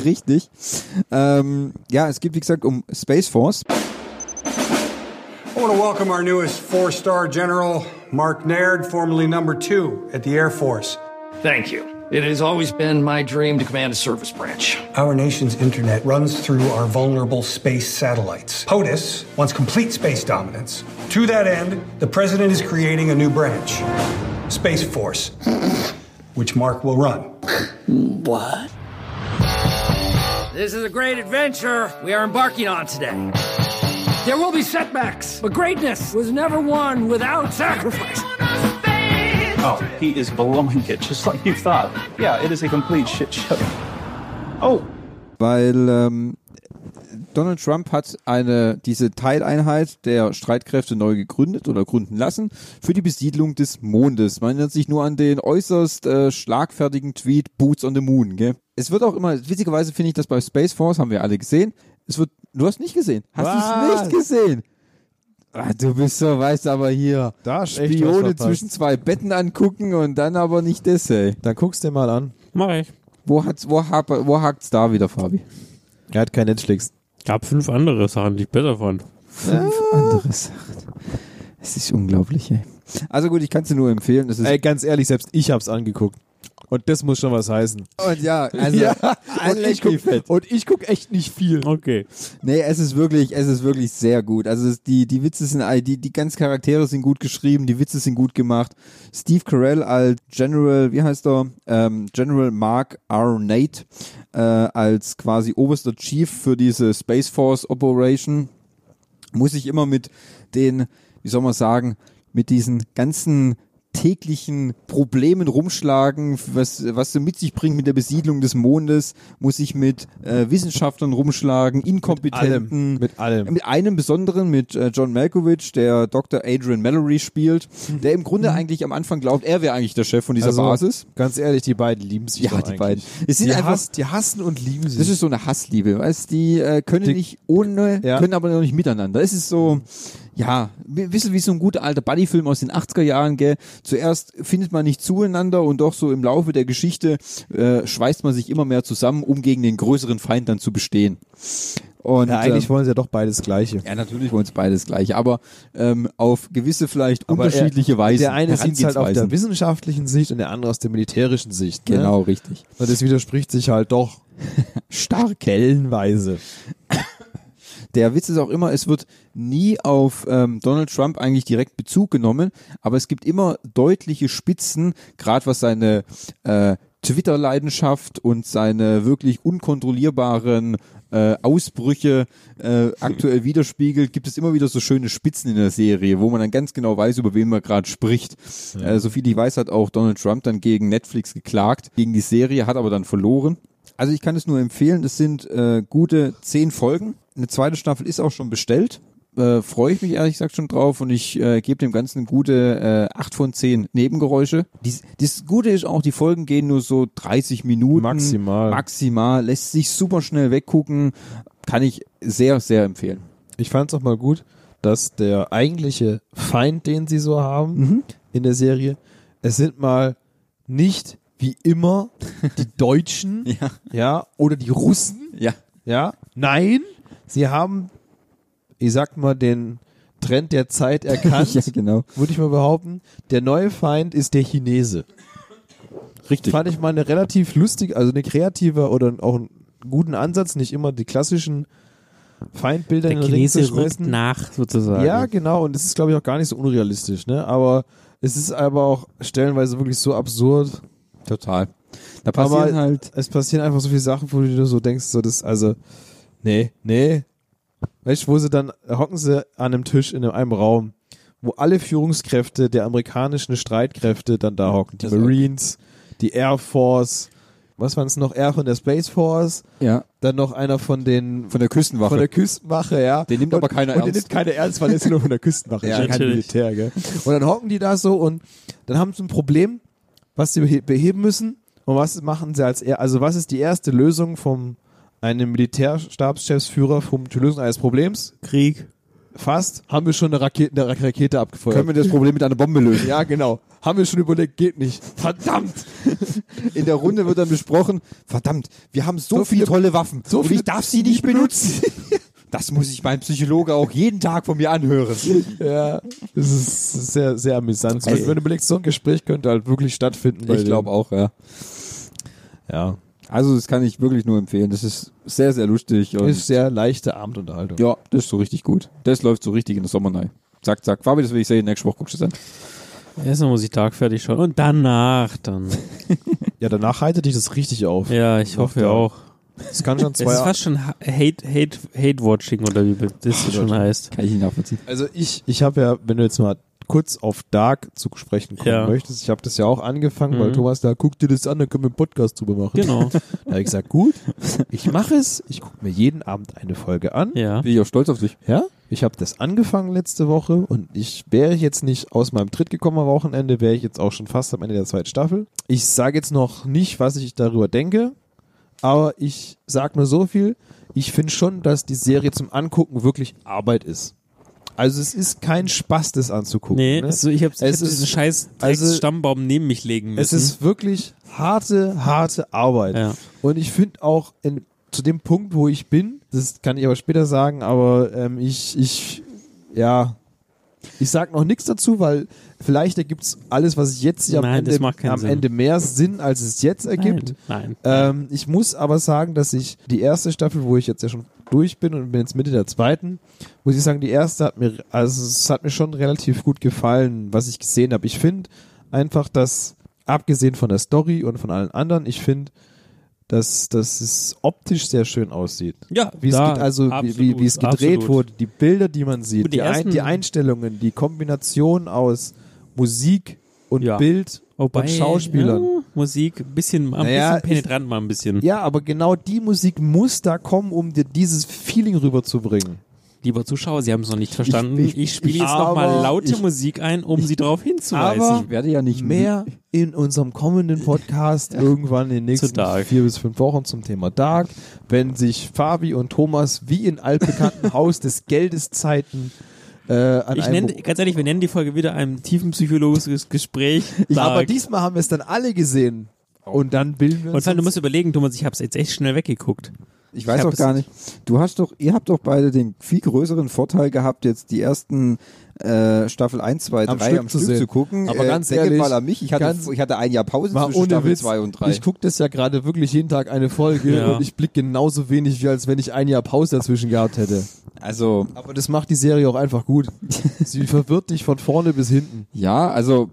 [SPEAKER 3] richtig. Ähm, ja, es geht wie gesagt um Space Force.
[SPEAKER 17] I want to welcome our newest four star general, Mark Naird, formerly number two at the Air Force.
[SPEAKER 9] Thank you. It has always been my dream to command a service branch.
[SPEAKER 17] Our nation's internet runs through our vulnerable space satellites. POTUS wants complete space dominance. To that end, the president is creating a new branch Space Force, which Mark will run.
[SPEAKER 9] What?
[SPEAKER 18] This is a great adventure we are embarking on today. There will be setbacks, but greatness was never won without sacrifice.
[SPEAKER 7] Oh, he is blowing it just like you thought. Yeah, it is a complete shit show. Oh,
[SPEAKER 3] weil ähm, Donald Trump hat eine diese Teileinheit der Streitkräfte neu gegründet oder gründen lassen für die Besiedlung des Mondes. Man erinnert sich nur an den äußerst äh, schlagfertigen Tweet Boots on the Moon. Gell? Es wird auch immer witzigerweise finde ich das bei Space Force haben wir alle gesehen. Es wird du hast nicht gesehen, hast du es nicht gesehen? Ah, du bist so weißt aber hier
[SPEAKER 1] Da ist echt was
[SPEAKER 3] Spione
[SPEAKER 1] verpasst.
[SPEAKER 3] zwischen zwei Betten angucken und dann aber nicht das. Ey.
[SPEAKER 1] Dann guck's dir mal an.
[SPEAKER 2] Mach ich.
[SPEAKER 3] Wo hat's wo, hap- wo hakt's da wieder, Fabi?
[SPEAKER 1] Er hat kein Netflix.
[SPEAKER 2] Gab fünf andere Sachen, die ich besser fand.
[SPEAKER 3] fünf andere Sachen. Es ist unglaublich, ey. Also gut, ich kann es dir nur empfehlen. Es ist
[SPEAKER 1] Ey, ganz ehrlich, selbst ich hab's angeguckt. Und das muss schon was heißen.
[SPEAKER 3] und ja, also
[SPEAKER 1] und, ich guck, und ich guck echt nicht viel.
[SPEAKER 2] Okay.
[SPEAKER 3] Nee, es ist wirklich, es ist wirklich sehr gut. Also es, die die Witze sind all- die die ganzen Charaktere sind gut geschrieben, die Witze sind gut gemacht. Steve Carell als General, wie heißt er? Ähm, General Mark Arnate äh, als quasi oberster Chief für diese Space Force Operation muss ich immer mit den, wie soll man sagen, mit diesen ganzen täglichen Problemen rumschlagen, was, was sie mit sich bringt mit der Besiedlung des Mondes, muss ich mit äh, Wissenschaftlern rumschlagen, Inkompetenten,
[SPEAKER 1] Mit allem. Also,
[SPEAKER 3] mit einem besonderen, mit äh, John Malkovich, der Dr. Adrian Mallory spielt, der im Grunde eigentlich am Anfang glaubt, er wäre eigentlich der Chef von dieser
[SPEAKER 1] Mhm. Also,
[SPEAKER 3] Basis.
[SPEAKER 1] Ganz ehrlich, die beiden lieben sich
[SPEAKER 3] Ja,
[SPEAKER 1] doch
[SPEAKER 3] die
[SPEAKER 1] eigentlich.
[SPEAKER 3] beiden. Es sind
[SPEAKER 1] die,
[SPEAKER 3] einfach-
[SPEAKER 1] hassen, die hassen und lieben sich.
[SPEAKER 3] Das ist so eine Hassliebe, weißt die äh, können
[SPEAKER 1] Die-
[SPEAKER 3] nicht ohne,
[SPEAKER 1] Ja.
[SPEAKER 3] können aber noch nicht miteinander. Es ist so, ja, ein bisschen wie so ein guter alter Buddy-Film aus den 80er Jahren, gell. Zuerst findet man nicht zueinander und doch so im Laufe der Geschichte äh, schweißt man sich immer mehr zusammen, um gegen den größeren Feind dann zu bestehen. Und
[SPEAKER 1] ja, eigentlich
[SPEAKER 3] ähm,
[SPEAKER 1] wollen sie ja doch beides Gleiche.
[SPEAKER 3] ja, natürlich wollen es beides gleich, aber ähm, auf gewisse vielleicht
[SPEAKER 1] Aber
[SPEAKER 3] unterschiedliche
[SPEAKER 1] er,
[SPEAKER 3] Weisen.
[SPEAKER 1] Der eine sieht halt auf der
[SPEAKER 3] Herangehensweisen.
[SPEAKER 1] wissenschaftlichen Sicht und der andere aus der militärischen Sicht.
[SPEAKER 3] Genau,
[SPEAKER 1] Ne?
[SPEAKER 3] richtig.
[SPEAKER 1] Und das widerspricht sich halt doch
[SPEAKER 3] Stark.
[SPEAKER 1] kellenweise.
[SPEAKER 3] Der Witz ist auch immer, es wird nie auf ähm, Donald Trump eigentlich direkt Bezug genommen, aber es gibt immer deutliche Spitzen, gerade was seine äh, Twitter-Leidenschaft und seine wirklich unkontrollierbaren äh, Ausbrüche äh, aktuell widerspiegelt, gibt es immer wieder so schöne Spitzen in der Serie, wo man dann ganz genau weiß, über wen man gerade spricht.
[SPEAKER 1] Ja.
[SPEAKER 3] Äh, so viel ich weiß, hat auch Donald Trump dann gegen Netflix geklagt, gegen die Serie, hat aber dann verloren. Also ich kann es nur empfehlen, es sind äh, gute zehn Folgen. Eine zweite Staffel ist auch schon bestellt. Äh, Freue ich mich ehrlich gesagt schon drauf und ich äh, gebe dem Ganzen gute äh, 8 von 10 Nebengeräusche. Dies, das Gute ist auch, die Folgen gehen nur so 30 Minuten.
[SPEAKER 1] Maximal.
[SPEAKER 3] Maximal. Lässt sich super schnell weggucken. Kann ich sehr, sehr empfehlen.
[SPEAKER 1] Ich fand es auch mal gut, dass der eigentliche Feind, den sie so haben
[SPEAKER 3] Mhm.
[SPEAKER 1] in der Serie, es sind mal nicht wie immer die Deutschen ja. oder die Russen.
[SPEAKER 3] Ja.
[SPEAKER 1] ja. Nein, sie haben, ich sag mal, den Trend der Zeit erkannt.
[SPEAKER 3] Ja, genau.
[SPEAKER 1] Würde ich mal behaupten. Der neue Feind ist der Chinese.
[SPEAKER 3] Richtig.
[SPEAKER 1] Fand ich mal eine relativ lustig, also eine kreative oder auch einen guten Ansatz, nicht immer die klassischen Feindbilder
[SPEAKER 2] Der
[SPEAKER 1] in den Ring zu
[SPEAKER 2] Chinese rückt
[SPEAKER 1] schmeißen.
[SPEAKER 2] nach, sozusagen.
[SPEAKER 1] Ja, genau. Und es ist, glaube ich, auch gar nicht so unrealistisch, ne? Aber es ist aber auch stellenweise wirklich so absurd.
[SPEAKER 3] Total. Da passieren
[SPEAKER 1] aber
[SPEAKER 3] halt.
[SPEAKER 1] Es passieren einfach so viele Sachen, wo du dir so denkst, so das, also, nee, nee. Weißt du, wo sie dann hocken sie an einem Tisch in einem Raum, wo alle Führungskräfte der amerikanischen Streitkräfte dann da hocken. Die
[SPEAKER 3] Das-
[SPEAKER 1] Marines, die Air Force, was waren es noch? Air von der Space Force,
[SPEAKER 3] Ja.
[SPEAKER 1] dann noch einer von den
[SPEAKER 3] Von der Küstenwache.
[SPEAKER 1] von der Küstenwache, ja.
[SPEAKER 3] Den nimmt
[SPEAKER 1] und,
[SPEAKER 3] aber keiner
[SPEAKER 1] und Den
[SPEAKER 3] ernst.
[SPEAKER 1] nimmt keiner ernst, weil der ist nur von der Küstenwache.
[SPEAKER 3] Ja,
[SPEAKER 1] ja, kein
[SPEAKER 3] natürlich.
[SPEAKER 1] Militär, gell. Und dann hocken die da so und dann haben sie ein Problem, was sie behe- beheben müssen. Und was machen sie als, er- also was ist die erste Lösung vom, einem Militärstabschefsführer vom zur Lösung eines Problems?
[SPEAKER 2] Krieg.
[SPEAKER 1] Fast. Haben wir schon eine Rakete, eine Ra- Rakete abgefeuert.
[SPEAKER 3] Können wir das Problem mit einer Bombe lösen?
[SPEAKER 1] ja, genau. Haben wir schon überlegt, geht nicht. Verdammt!
[SPEAKER 3] In der Runde wird dann besprochen, verdammt, wir haben so,
[SPEAKER 1] So
[SPEAKER 3] viele,
[SPEAKER 1] viele-
[SPEAKER 3] tolle Waffen
[SPEAKER 1] so
[SPEAKER 3] und
[SPEAKER 1] viele-
[SPEAKER 3] ich darf sie nicht benutzen. das muss ich meinem Psychologe auch jeden Tag von mir anhören.
[SPEAKER 1] Ja, es ist sehr, sehr amüsant.
[SPEAKER 3] Ey.
[SPEAKER 1] wenn du überlegst, so ein Gespräch könnte halt wirklich stattfinden. bei
[SPEAKER 3] Also Ich
[SPEAKER 1] denen.
[SPEAKER 3] glaube auch, ja.
[SPEAKER 1] Ja.
[SPEAKER 3] Also das kann ich wirklich nur empfehlen. Das ist sehr, sehr lustig. Und
[SPEAKER 1] Ist sehr leichte Abendunterhaltung.
[SPEAKER 3] ja, das ist so richtig gut. Das läuft so richtig in der Sommernei. Zack, zack. Fabi, das will ich sehen. Nächste Woche guckst du es an.
[SPEAKER 2] Erstmal muss ich Tag fertig schauen. Und danach dann.
[SPEAKER 1] Ja, danach halte dich das richtig auf.
[SPEAKER 2] Ja, ich hoffe
[SPEAKER 1] Ja.
[SPEAKER 2] auch.
[SPEAKER 1] Es kann schon
[SPEAKER 2] Es ist
[SPEAKER 1] zwei.
[SPEAKER 2] fast schon Ha- Hate, Hate, Hate-Watching oder wie
[SPEAKER 1] Ah,
[SPEAKER 2] das schon heißt.
[SPEAKER 3] Kann ich nicht nachvollziehen.
[SPEAKER 1] Also ich, ich habe ja, wenn du jetzt mal kurz auf Dark zu sprechen kommen
[SPEAKER 2] Ja.
[SPEAKER 1] möchtest, ich habe das ja auch angefangen, weil
[SPEAKER 2] Mhm.
[SPEAKER 1] Thomas da guck dir das an, dann können wir einen Podcast drüber machen.
[SPEAKER 2] Genau.
[SPEAKER 1] Da habe ich gesagt, gut, ich mache es, ich gucke mir jeden Abend eine Folge an.
[SPEAKER 2] Ja.
[SPEAKER 3] Bin ich auch stolz auf dich.
[SPEAKER 1] Ja, ich habe das angefangen letzte Woche und ich wäre ich jetzt nicht aus meinem Tritt gekommen am Wochenende, wäre ich jetzt auch schon fast am Ende der zweiten Staffel. Ich sage jetzt noch nicht, was ich darüber denke, aber ich sage nur so viel. Ich finde schon, dass die Serie zum Angucken wirklich Arbeit ist. Also es ist kein Spaß, das anzugucken.
[SPEAKER 2] Nee,
[SPEAKER 1] ne?
[SPEAKER 2] so, ich habe
[SPEAKER 1] Es
[SPEAKER 2] hab
[SPEAKER 1] ist-
[SPEAKER 2] diesen scheiß
[SPEAKER 1] also-
[SPEAKER 2] Stammbaum neben mich legen
[SPEAKER 1] Es
[SPEAKER 2] müssen.
[SPEAKER 1] ist wirklich harte, harte Arbeit.
[SPEAKER 2] Ja.
[SPEAKER 1] Und ich finde auch in, zu dem Punkt, wo ich bin, das kann ich aber später sagen, aber ähm, ich, ich, ja, ich sag noch nichts dazu, weil vielleicht ergibt es alles, was ich jetzt sehe, am,
[SPEAKER 2] Nein, das
[SPEAKER 1] Ende,
[SPEAKER 2] macht keinen
[SPEAKER 1] am
[SPEAKER 2] Sinn.
[SPEAKER 1] Ende mehr Sinn, als es jetzt ergibt.
[SPEAKER 2] Nein. nein.
[SPEAKER 1] Ähm, ich muss aber sagen, dass ich die erste Staffel, wo ich jetzt ja schon durch bin und bin jetzt Mitte der zweiten, muss ich sagen, die erste hat mir, also es hat mir schon relativ gut gefallen, was ich gesehen habe. Ich finde einfach, dass, abgesehen von der Story und von allen anderen, ich finde, dass, dass es optisch sehr schön aussieht.
[SPEAKER 2] Ja,
[SPEAKER 1] Wie es,
[SPEAKER 2] da,
[SPEAKER 1] geht, also wie, wie,
[SPEAKER 2] absolut,
[SPEAKER 1] wie es gedreht
[SPEAKER 2] absolut.
[SPEAKER 1] wurde, die Bilder, die man sieht,
[SPEAKER 2] Und
[SPEAKER 1] die,
[SPEAKER 2] die
[SPEAKER 1] Ein,
[SPEAKER 2] ersten-
[SPEAKER 1] die Einstellungen, die Kombination aus Musik und
[SPEAKER 2] Ja.
[SPEAKER 1] Bild
[SPEAKER 2] Wobei,
[SPEAKER 1] und Schauspielern.
[SPEAKER 2] Ja, Musik, ein bisschen, ein
[SPEAKER 1] Naja,
[SPEAKER 2] bisschen penetrant mal ein bisschen.
[SPEAKER 1] Ja, aber genau die Musik muss da kommen, um dir dieses Feeling rüberzubringen.
[SPEAKER 2] Lieber Zuschauer, Sie haben es noch nicht verstanden. Ich,
[SPEAKER 1] ich-
[SPEAKER 2] spiele
[SPEAKER 1] ich-
[SPEAKER 2] jetzt nochmal
[SPEAKER 1] aber
[SPEAKER 2] laute
[SPEAKER 1] ich-
[SPEAKER 2] Musik ein, um Sie darauf hinzuweisen.
[SPEAKER 1] aber-
[SPEAKER 3] Ich werde ja nicht
[SPEAKER 1] Mehr in unserem kommenden Podcast irgendwann in den nächsten
[SPEAKER 2] Dark.
[SPEAKER 1] vier bis fünf Wochen zum Thema Dark, wenn sich Fabi und Thomas wie in altbekannten Haus des Geldes Zeiten äh, an
[SPEAKER 2] ich
[SPEAKER 1] einem
[SPEAKER 2] nenne, ganz ehrlich, wir nennen die Folge wieder ein tiefenpsychologisches Gespräch.
[SPEAKER 1] ich, aber
[SPEAKER 2] Dark.
[SPEAKER 1] diesmal haben wir es dann alle gesehen und dann bilden wir
[SPEAKER 2] Und
[SPEAKER 1] uns
[SPEAKER 2] vor allem, du musst überlegen, Thomas, ich habe es jetzt echt schnell weggeguckt.
[SPEAKER 3] Ich weiß
[SPEAKER 2] Ich hab
[SPEAKER 3] auch gar
[SPEAKER 2] es-
[SPEAKER 3] nicht. Du hast doch, ihr habt doch beide den viel größeren Vorteil gehabt, jetzt die ersten äh, Staffel 1, 2, 3
[SPEAKER 1] Am
[SPEAKER 3] am
[SPEAKER 1] Stück
[SPEAKER 3] Stück,
[SPEAKER 1] zu sehen.
[SPEAKER 3] zu gucken.
[SPEAKER 1] Aber
[SPEAKER 3] äh,
[SPEAKER 1] ganz
[SPEAKER 3] denkt
[SPEAKER 1] ehrlich,
[SPEAKER 3] mal an mich. Ich hatte,
[SPEAKER 1] ganz-
[SPEAKER 3] ich hatte ein Jahr Pause
[SPEAKER 1] mal
[SPEAKER 3] zwischen
[SPEAKER 1] ohne
[SPEAKER 3] Staffel
[SPEAKER 1] Witz,
[SPEAKER 3] 2 und 3.
[SPEAKER 1] ich gucke das ja gerade wirklich jeden Tag eine Folge
[SPEAKER 2] Ja.
[SPEAKER 1] und ich blicke genauso wenig, wie als wenn ich ein Jahr Pause dazwischen gehabt hätte.
[SPEAKER 3] also,
[SPEAKER 1] Aber das macht die Serie auch einfach gut. Sie verwirrt dich von vorne bis hinten.
[SPEAKER 3] ja, also,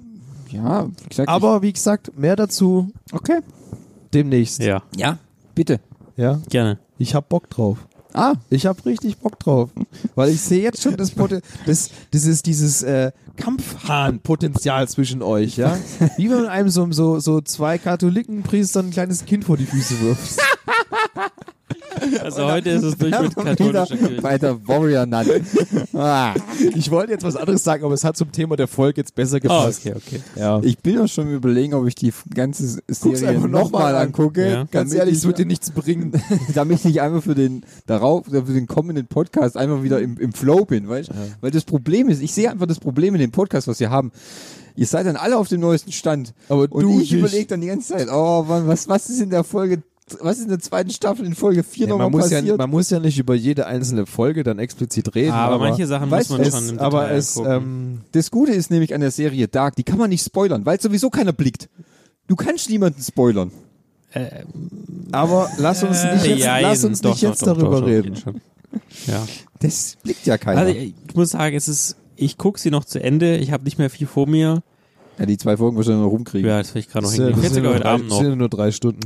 [SPEAKER 3] ja, wie gesagt,
[SPEAKER 1] Aber wie gesagt, mehr dazu
[SPEAKER 3] ich, okay.
[SPEAKER 1] demnächst.
[SPEAKER 2] Ja.
[SPEAKER 3] Ja, bitte.
[SPEAKER 1] Ja.
[SPEAKER 2] Gerne.
[SPEAKER 1] Ich hab Bock drauf.
[SPEAKER 3] Ah.
[SPEAKER 1] Ich hab richtig Bock drauf. Weil ich sehe jetzt schon das, Poten das dieses, dieses äh, Kampfhahn-Potenzial zwischen euch, ja? Wie wenn man einem so, so, so zwei Katholikenpriestern ein kleines Kind vor die Füße wirft.
[SPEAKER 2] Also heute ist es durch mit
[SPEAKER 3] Werbung wieder
[SPEAKER 2] katholischer Kirche.
[SPEAKER 3] Bei der Warrior Nun. Ah.
[SPEAKER 1] Ich wollte jetzt was anderes sagen, aber es hat zum Thema der Folge jetzt besser
[SPEAKER 2] Oh,
[SPEAKER 1] gepasst.
[SPEAKER 2] okay, okay.
[SPEAKER 1] Ja.
[SPEAKER 3] Ich bin ja schon überlegen, ob ich die ganze
[SPEAKER 1] Guck's
[SPEAKER 3] Serie
[SPEAKER 1] einfach
[SPEAKER 3] nochmal
[SPEAKER 1] nochmal an.
[SPEAKER 3] angucke.
[SPEAKER 2] Ja.
[SPEAKER 1] Ganz
[SPEAKER 3] damit
[SPEAKER 1] ehrlich,
[SPEAKER 3] ich-
[SPEAKER 1] es wird dir nichts bringen.
[SPEAKER 3] damit ich nicht einfach für den darauf, äh, für den kommenden Podcast einfach wieder im, im Flow bin, weißt du? Weil das Problem ist, ich sehe einfach das Problem in dem Podcast, was wir haben. Ihr seid dann alle auf dem neuesten Stand.
[SPEAKER 1] Aber
[SPEAKER 3] und
[SPEAKER 1] du
[SPEAKER 3] ich
[SPEAKER 1] nicht.
[SPEAKER 3] überlege dann die ganze Zeit, oh Mann, was, was ist in der Folge, was ist in der zweiten Staffel in Folge 4
[SPEAKER 1] Ja,
[SPEAKER 3] nochmal
[SPEAKER 1] man, muss ja,
[SPEAKER 3] Genau, passiert?
[SPEAKER 1] man muss ja nicht über jede einzelne Folge dann explizit reden.
[SPEAKER 2] Ah, Aber manche Sachen muss
[SPEAKER 1] Weißt
[SPEAKER 2] man
[SPEAKER 1] du,
[SPEAKER 2] schon im
[SPEAKER 1] es, Aber
[SPEAKER 2] Detail
[SPEAKER 1] es,
[SPEAKER 2] gucken.
[SPEAKER 1] ähm,
[SPEAKER 3] das Gute ist nämlich an der Serie Dark, die kann man nicht spoilern, weil sowieso keiner blickt. Du kannst niemanden spoilern.
[SPEAKER 2] Ähm.
[SPEAKER 1] aber lass uns nicht jetzt,
[SPEAKER 2] Jein,
[SPEAKER 1] lass uns
[SPEAKER 2] doch,
[SPEAKER 1] nicht
[SPEAKER 2] doch,
[SPEAKER 1] jetzt
[SPEAKER 2] doch, doch,
[SPEAKER 1] darüber
[SPEAKER 2] doch,
[SPEAKER 1] reden.
[SPEAKER 2] geht schon. Ja.
[SPEAKER 3] Das blickt ja keiner.
[SPEAKER 2] Also ich ich muss sagen, es ist, ich gucke sie noch zu Ende, ich habe nicht mehr viel vor mir.
[SPEAKER 3] ja, die zwei Folgen wahrscheinlich noch rumkriegen.
[SPEAKER 2] Also- Ja, das will ich gerade noch
[SPEAKER 1] Das sind-
[SPEAKER 2] hinkriegen. Ich
[SPEAKER 1] das
[SPEAKER 2] hätte
[SPEAKER 1] sind nur
[SPEAKER 2] sogar heute
[SPEAKER 1] drei-
[SPEAKER 2] Abend
[SPEAKER 1] das
[SPEAKER 2] noch. Oh,
[SPEAKER 1] sind nur drei Stunden.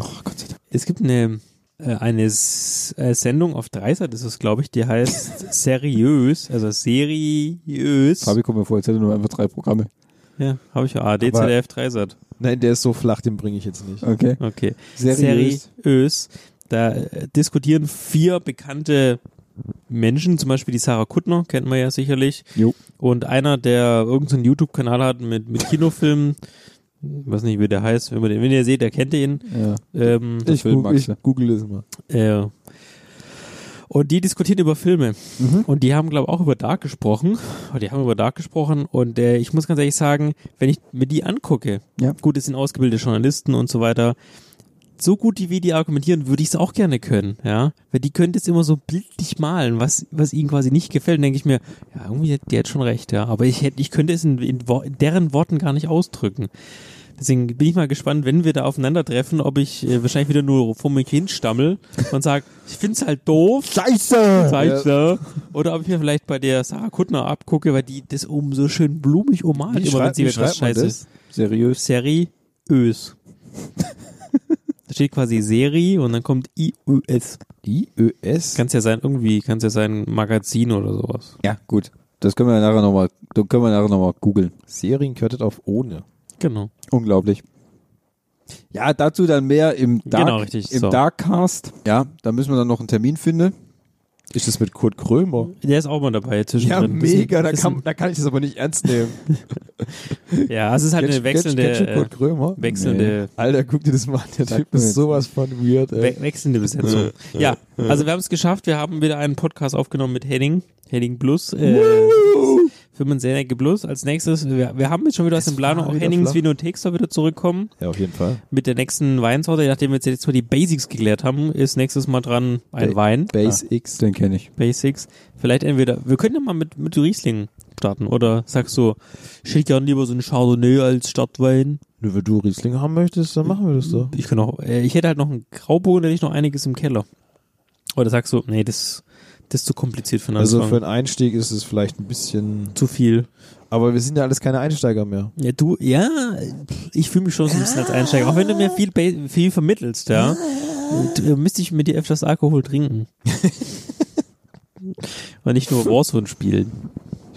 [SPEAKER 2] Es gibt eine, äh, eine S äh, Sendung auf Dreisat, ist es, glaube ich, die heißt Seriös, also seriös.
[SPEAKER 3] Fabi kommt mir vor, jetzt hätte er nur einfach drei Programme.
[SPEAKER 2] ja, habe ich ja. AD,
[SPEAKER 1] Aber-
[SPEAKER 2] ZDF, Dreisat.
[SPEAKER 1] Nein, der ist so flach, den bringe ich jetzt nicht.
[SPEAKER 3] Okay.
[SPEAKER 2] Okay.
[SPEAKER 3] Seriös.
[SPEAKER 2] Seriös. Da äh, diskutieren vier bekannte Menschen, zum Beispiel die Sarah Kuttner, kennt man ja sicherlich.
[SPEAKER 3] Jo.
[SPEAKER 2] Und einer, der irgendeinen YouTube-Kanal hat mit, mit Kinofilmen, weiß nicht, wie der heißt, wenn, man den, wenn ihr seht, der kennt ihn.
[SPEAKER 3] Ja.
[SPEAKER 2] Ähm,
[SPEAKER 1] Ich,
[SPEAKER 3] Film
[SPEAKER 1] gu
[SPEAKER 3] magst
[SPEAKER 1] ich
[SPEAKER 3] du.
[SPEAKER 1] google es mal.
[SPEAKER 2] äh, und die diskutieren über Filme. Und die haben, glaube ich, auch über Dark gesprochen. Oh, Die haben über Dark gesprochen. Und äh, ich muss ganz ehrlich sagen, wenn ich mir die angucke,
[SPEAKER 3] Ja.
[SPEAKER 2] gut, es sind ausgebildete Journalisten und so weiter, so gut die, wie die argumentieren, würde ich es auch gerne können, ja. Weil die können das immer so bildlich malen, was, was ihnen quasi nicht gefällt. Dann denke ich mir, ja, irgendwie hat die jetzt schon recht, ja. Aber ich hätte, ich könnte es in, in, Wo- in deren Worten gar nicht ausdrücken. Deswegen bin ich mal gespannt, wenn wir da aufeinandertreffen, ob ich äh, wahrscheinlich wieder nur vor mich hin stammel und sage, ich find's halt doof,
[SPEAKER 3] Scheiße!
[SPEAKER 2] Scheiße. Oder ob ich mir vielleicht bei der Sarah Kuttner abgucke, weil die das oben so schön blumig ummalt,
[SPEAKER 1] Wie
[SPEAKER 2] immer wenn
[SPEAKER 1] schreibt-
[SPEAKER 2] sie
[SPEAKER 1] wie
[SPEAKER 2] etwas
[SPEAKER 1] schreibt man
[SPEAKER 2] scheiße
[SPEAKER 1] das?
[SPEAKER 2] ist.
[SPEAKER 3] Seriös.
[SPEAKER 2] Seriös. da steht quasi Serie und dann kommt IÖS.
[SPEAKER 1] IÖS?
[SPEAKER 2] Kann's ja sein, irgendwie, kann's ja sein Magazin oder sowas.
[SPEAKER 3] Ja, gut. Das können wir nachher nochmal, können wir nachher nochmal googeln.
[SPEAKER 1] Serien köttet auf ohne.
[SPEAKER 2] Genau.
[SPEAKER 3] Unglaublich. Ja, dazu dann mehr im Dark,
[SPEAKER 2] Genau, richtig,
[SPEAKER 3] im
[SPEAKER 2] so.
[SPEAKER 3] Darkcast. Ja, da müssen wir dann noch einen Termin finden.
[SPEAKER 1] Ist das mit Kurt Krömer?
[SPEAKER 2] Der ist auch mal dabei zwischendrin. Bisschen-
[SPEAKER 1] da kann ich das aber nicht ernst nehmen.
[SPEAKER 2] Ja, es ist halt eine wechselnde,
[SPEAKER 1] Kennst du
[SPEAKER 2] äh,
[SPEAKER 1] Kurt Krömer?
[SPEAKER 2] wechselnde
[SPEAKER 1] Alter, guck dir das mal an. Der
[SPEAKER 3] Sag
[SPEAKER 1] Typ
[SPEAKER 3] mir
[SPEAKER 1] ist
[SPEAKER 3] jetzt
[SPEAKER 1] sowas von weird, ey.
[SPEAKER 2] We wechselnde Besetzung. ja, also wir haben es geschafft. Wir haben wieder einen Podcast aufgenommen mit Henning. Henning Plus. Äh, Firmensenecke Plus. Als nächstes, wir, wir haben jetzt schon wieder aus dem Plan,
[SPEAKER 1] war
[SPEAKER 2] auch
[SPEAKER 1] wieder
[SPEAKER 2] Hennings
[SPEAKER 1] flach.
[SPEAKER 2] Vinothek soll wieder zurückkommen
[SPEAKER 1] Ja, auf jeden Fall.
[SPEAKER 2] mit der nächsten Weinsorte. Nachdem wir jetzt, jetzt mal die Basics geklärt haben, ist nächstes Mal dran ein
[SPEAKER 1] Ba-
[SPEAKER 2] Wein.
[SPEAKER 1] Base X.
[SPEAKER 3] Den kenne ich.
[SPEAKER 2] Basics. Vielleicht entweder, wir können ja mal mit, mit Riesling starten. Oder sagst du, ich hätte gern lieber so einen Chardonnay als Stadtwein.
[SPEAKER 1] Nö, wenn du Riesling haben möchtest, dann machen wir das so.
[SPEAKER 2] Ich kann auch, äh, ich hätte halt noch einen Graubogen, da hätte ich noch einiges im Keller. Oder sagst du, nee, das, das ist zu kompliziert für einen
[SPEAKER 1] Also
[SPEAKER 2] Anfang.
[SPEAKER 1] für einen Einstieg ist es vielleicht ein bisschen.
[SPEAKER 2] zu viel.
[SPEAKER 1] Aber wir sind ja alles keine Einsteiger mehr.
[SPEAKER 2] Ja, du, ja, ich fühle mich schon so ein bisschen als Einsteiger. Auch wenn du mir viel, ba- viel vermittelst, ja. Und, äh, müsste ich mit dir öfters Alkohol trinken. Und nicht nur Warzone spielen.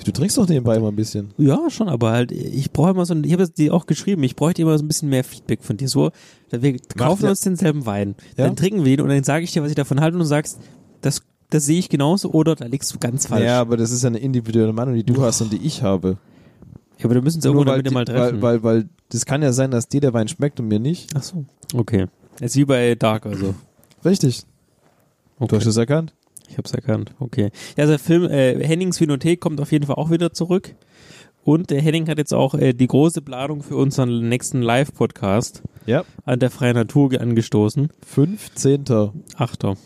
[SPEAKER 1] Du trinkst doch nebenbei mal ein bisschen.
[SPEAKER 2] Ja, schon, aber halt, ich brauche immer so ein, ich habe dir auch geschrieben, ich bräuchte immer so ein bisschen mehr Feedback von dir. So, wir kaufen
[SPEAKER 1] ja-
[SPEAKER 2] uns denselben Wein,
[SPEAKER 1] Ja.
[SPEAKER 2] dann trinken wir ihn und dann sage ich dir, was ich davon halte und du sagst, das, das sehe ich genauso oder da liegst du ganz falsch.
[SPEAKER 1] Ja,
[SPEAKER 2] Ja,
[SPEAKER 1] aber das ist ja eine individuelle Meinung, die du hast und die ich habe.
[SPEAKER 2] aber wir müssen uns
[SPEAKER 1] Nur
[SPEAKER 2] irgendwann
[SPEAKER 1] weil,
[SPEAKER 2] damit
[SPEAKER 1] die,
[SPEAKER 2] mal treffen.
[SPEAKER 1] weil, weil, weil das kann ja sein, dass dir der Wein schmeckt und mir nicht.
[SPEAKER 2] Ach so. Okay. Ist wie bei Dark, also.
[SPEAKER 1] Richtig. Du
[SPEAKER 2] Okay.
[SPEAKER 1] hast es erkannt.
[SPEAKER 2] Ich hab's erkannt. Okay. Ja, also der Film äh, Hennings Vinothek kommt auf jeden Fall auch wieder zurück. Und der Henning hat jetzt auch äh, die große Planung für unseren nächsten Live-Podcast
[SPEAKER 1] Ja.
[SPEAKER 2] an der Freien Natur ge- angestoßen.
[SPEAKER 1] 15.
[SPEAKER 2] Achter.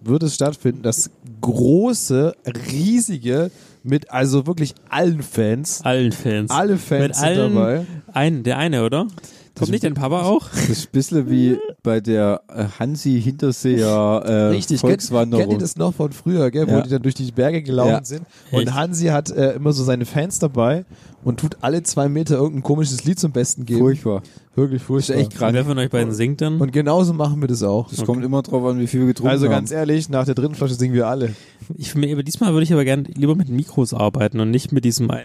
[SPEAKER 1] wird es stattfinden, das große, riesige, mit also wirklich allen Fans.
[SPEAKER 2] Allen Fans.
[SPEAKER 1] Alle Fans
[SPEAKER 2] Mit
[SPEAKER 1] sind
[SPEAKER 2] allen
[SPEAKER 1] dabei.
[SPEAKER 2] Ein, der eine, oder? Kommt nicht dein Papa auch?
[SPEAKER 3] Das ist ein bisschen wie bei der äh, Hansi Hinterseer äh,
[SPEAKER 1] Richtig, kennt,
[SPEAKER 3] Volkswanderung.
[SPEAKER 1] kennt ihr das noch von früher, gell, wo
[SPEAKER 3] Ja.
[SPEAKER 1] die dann durch die Berge gelaufen
[SPEAKER 3] Ja.
[SPEAKER 1] sind? Und Hansi hat äh, immer so seine Fans dabei und tut alle zwei Meter irgendein komisches Lied zum Besten geben.
[SPEAKER 3] Furchtbar.
[SPEAKER 1] Wirklich furchtbar.
[SPEAKER 3] echt krank.
[SPEAKER 2] Wer von euch beiden singt dann?
[SPEAKER 1] Und genauso machen wir das auch.
[SPEAKER 3] Das kommt immer drauf an, wie viel wir getrunken
[SPEAKER 1] Also
[SPEAKER 3] haben.
[SPEAKER 1] ganz ehrlich, nach der dritten Flasche singen wir alle.
[SPEAKER 2] Ich, mir- aber diesmal würde ich aber gerne lieber mit Mikros arbeiten und nicht mit diesem einen.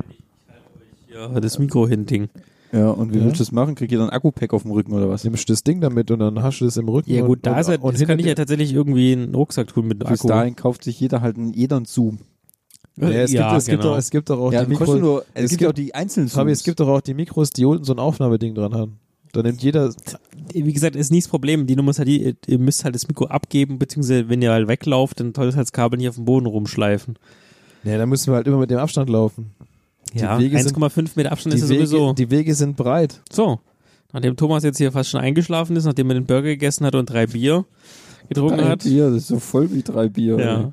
[SPEAKER 2] Ich halte euch hier das Mikro hin, Ding.
[SPEAKER 3] Ja, und wie
[SPEAKER 1] Ja.
[SPEAKER 3] willst du das machen? Kriegt ihr dann Akku-Pack auf dem Rücken oder was?
[SPEAKER 1] Nimmst du das Ding damit und dann hast du das im Rücken.
[SPEAKER 2] Ja, gut,
[SPEAKER 1] und,
[SPEAKER 2] da
[SPEAKER 1] und,
[SPEAKER 2] ist halt,
[SPEAKER 1] und
[SPEAKER 2] das kann ich ja
[SPEAKER 1] hinter
[SPEAKER 2] tatsächlich irgendwie in einen Rucksack tun mit
[SPEAKER 3] Bis
[SPEAKER 2] Akku.
[SPEAKER 3] dahin kauft sich jeder halt einen, jeder einen Zoom.
[SPEAKER 1] dir- Nee, es, gibt, es, gibt
[SPEAKER 2] genau.
[SPEAKER 1] doch, es gibt doch auch
[SPEAKER 3] Ja,
[SPEAKER 1] die
[SPEAKER 3] die
[SPEAKER 1] Mikros.
[SPEAKER 3] kosten nur, es,
[SPEAKER 1] es
[SPEAKER 3] gibt ja auch die einzelnen
[SPEAKER 1] Fabi, es gibt doch auch die Mikros, die unten so ein Aufnahmeding dran haben. Da nimmt jeder.
[SPEAKER 2] Wie gesagt, ist nichts Problem. Die Nummer ist halt die, ihr müsst halt das Mikro abgeben, beziehungsweise wenn ihr halt weglauft, dann tolles halt das Kabel nicht auf dem Boden rumschleifen.
[SPEAKER 1] Nee, da müssen wir halt immer mit dem Abstand laufen.
[SPEAKER 2] Ja,
[SPEAKER 1] die Wege sind
[SPEAKER 2] 1,5 Meter Abstand
[SPEAKER 1] die
[SPEAKER 2] ist ja
[SPEAKER 1] Wege-
[SPEAKER 2] sowieso.
[SPEAKER 1] Die Wege sind breit.
[SPEAKER 2] So, nachdem Thomas jetzt hier fast schon eingeschlafen ist, nachdem er den Burger gegessen hat und drei Bier getrunken
[SPEAKER 3] drei
[SPEAKER 2] hat.
[SPEAKER 3] Bier, das ist so voll wie drei Bier.
[SPEAKER 2] Ja.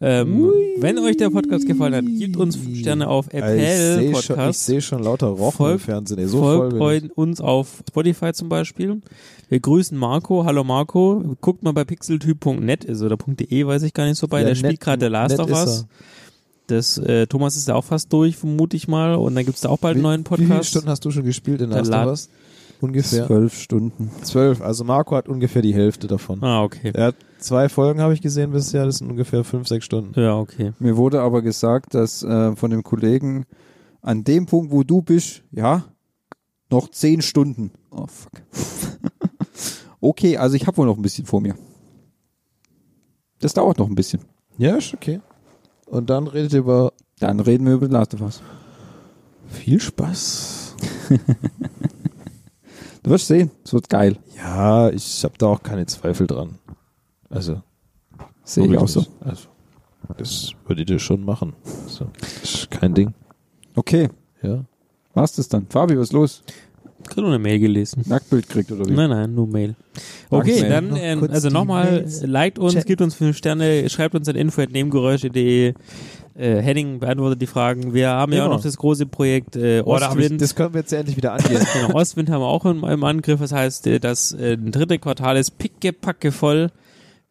[SPEAKER 2] Ähm, wenn euch der Podcast gefallen hat, gebt uns fünf Sterne auf
[SPEAKER 1] Also
[SPEAKER 2] Apple
[SPEAKER 1] ich sehe schon, ich
[SPEAKER 2] Podcast.
[SPEAKER 1] sehe schon lauter Rochen
[SPEAKER 2] Folgt-
[SPEAKER 1] im Fernsehen. Ey, so voll
[SPEAKER 2] folgt
[SPEAKER 1] bin ich.
[SPEAKER 2] eu- uns auf Spotify zum Beispiel. Wir grüßen Marco. Hallo Marco. Guckt mal bei pixeltyp.net ist also oder .de, weiß ich gar nicht so bei.
[SPEAKER 1] Ja,
[SPEAKER 2] der
[SPEAKER 1] net-
[SPEAKER 2] spielt gerade der Last
[SPEAKER 1] net
[SPEAKER 2] of
[SPEAKER 1] ist
[SPEAKER 2] Us. Das, äh, Thomas ist da auch fast durch, vermute ich mal. Und dann gibt's da auch bald einen neuen
[SPEAKER 1] Wie viele
[SPEAKER 2] Podcast.
[SPEAKER 1] Stunden hast du schon gespielt in
[SPEAKER 2] Der
[SPEAKER 1] Last
[SPEAKER 2] Lad-
[SPEAKER 1] of Us? Ungefähr.
[SPEAKER 3] Zwölf Stunden.
[SPEAKER 1] Zwölf. Also Marco hat ungefähr die Hälfte davon.
[SPEAKER 2] Ah, okay.
[SPEAKER 1] Er hat zwei Folgen, habe ich gesehen bisher. Das sind ungefähr fünf, sechs Stunden.
[SPEAKER 2] Ja, okay.
[SPEAKER 3] Mir wurde aber gesagt, dass äh, von dem Kollegen an dem Punkt, wo du bist, ja, noch zehn Stunden. Oh, fuck. okay, also ich habe wohl noch ein bisschen vor mir. Das dauert noch ein bisschen.
[SPEAKER 1] Ja, ist okay. Und dann redet ihr über
[SPEAKER 3] Dann reden wir über The Last of Us.
[SPEAKER 1] viel Spaß.
[SPEAKER 3] Du wirst sehen, es wird geil.
[SPEAKER 1] Ja, ich habe da auch keine Zweifel dran. Also,
[SPEAKER 3] Sehe ich
[SPEAKER 1] wirklich
[SPEAKER 3] auch so.
[SPEAKER 1] nicht. Also, das würdet ihr schon machen. Also, ist kein Ding.
[SPEAKER 3] Okay,
[SPEAKER 1] Ja.
[SPEAKER 3] war's das dann? Fabi, was ist los?
[SPEAKER 2] Gerade nur eine Mail gelesen.
[SPEAKER 3] Nacktbild kriegt oder wie?
[SPEAKER 2] Nein, nein, nur Mail. Okay,
[SPEAKER 3] Mail.
[SPEAKER 2] dann,
[SPEAKER 1] Noch
[SPEAKER 2] äh,
[SPEAKER 1] kurz
[SPEAKER 2] also
[SPEAKER 1] die
[SPEAKER 2] nochmal,
[SPEAKER 1] Mails.
[SPEAKER 2] liked uns,
[SPEAKER 1] Check.
[SPEAKER 2] gebt uns 5 Sterne, schreibt uns an info.nebengeräusche.de. Äh, Henning beantwortet die Fragen. Wir haben ja auch
[SPEAKER 1] Genau. Oh,
[SPEAKER 2] noch das große Projekt äh, Ostwind.
[SPEAKER 1] das können wir jetzt ja endlich wieder angehen.
[SPEAKER 2] genau, Ostwind haben wir auch im, im Angriff. Das heißt, äh, das äh, dritte Quartal ist pickepacke voll.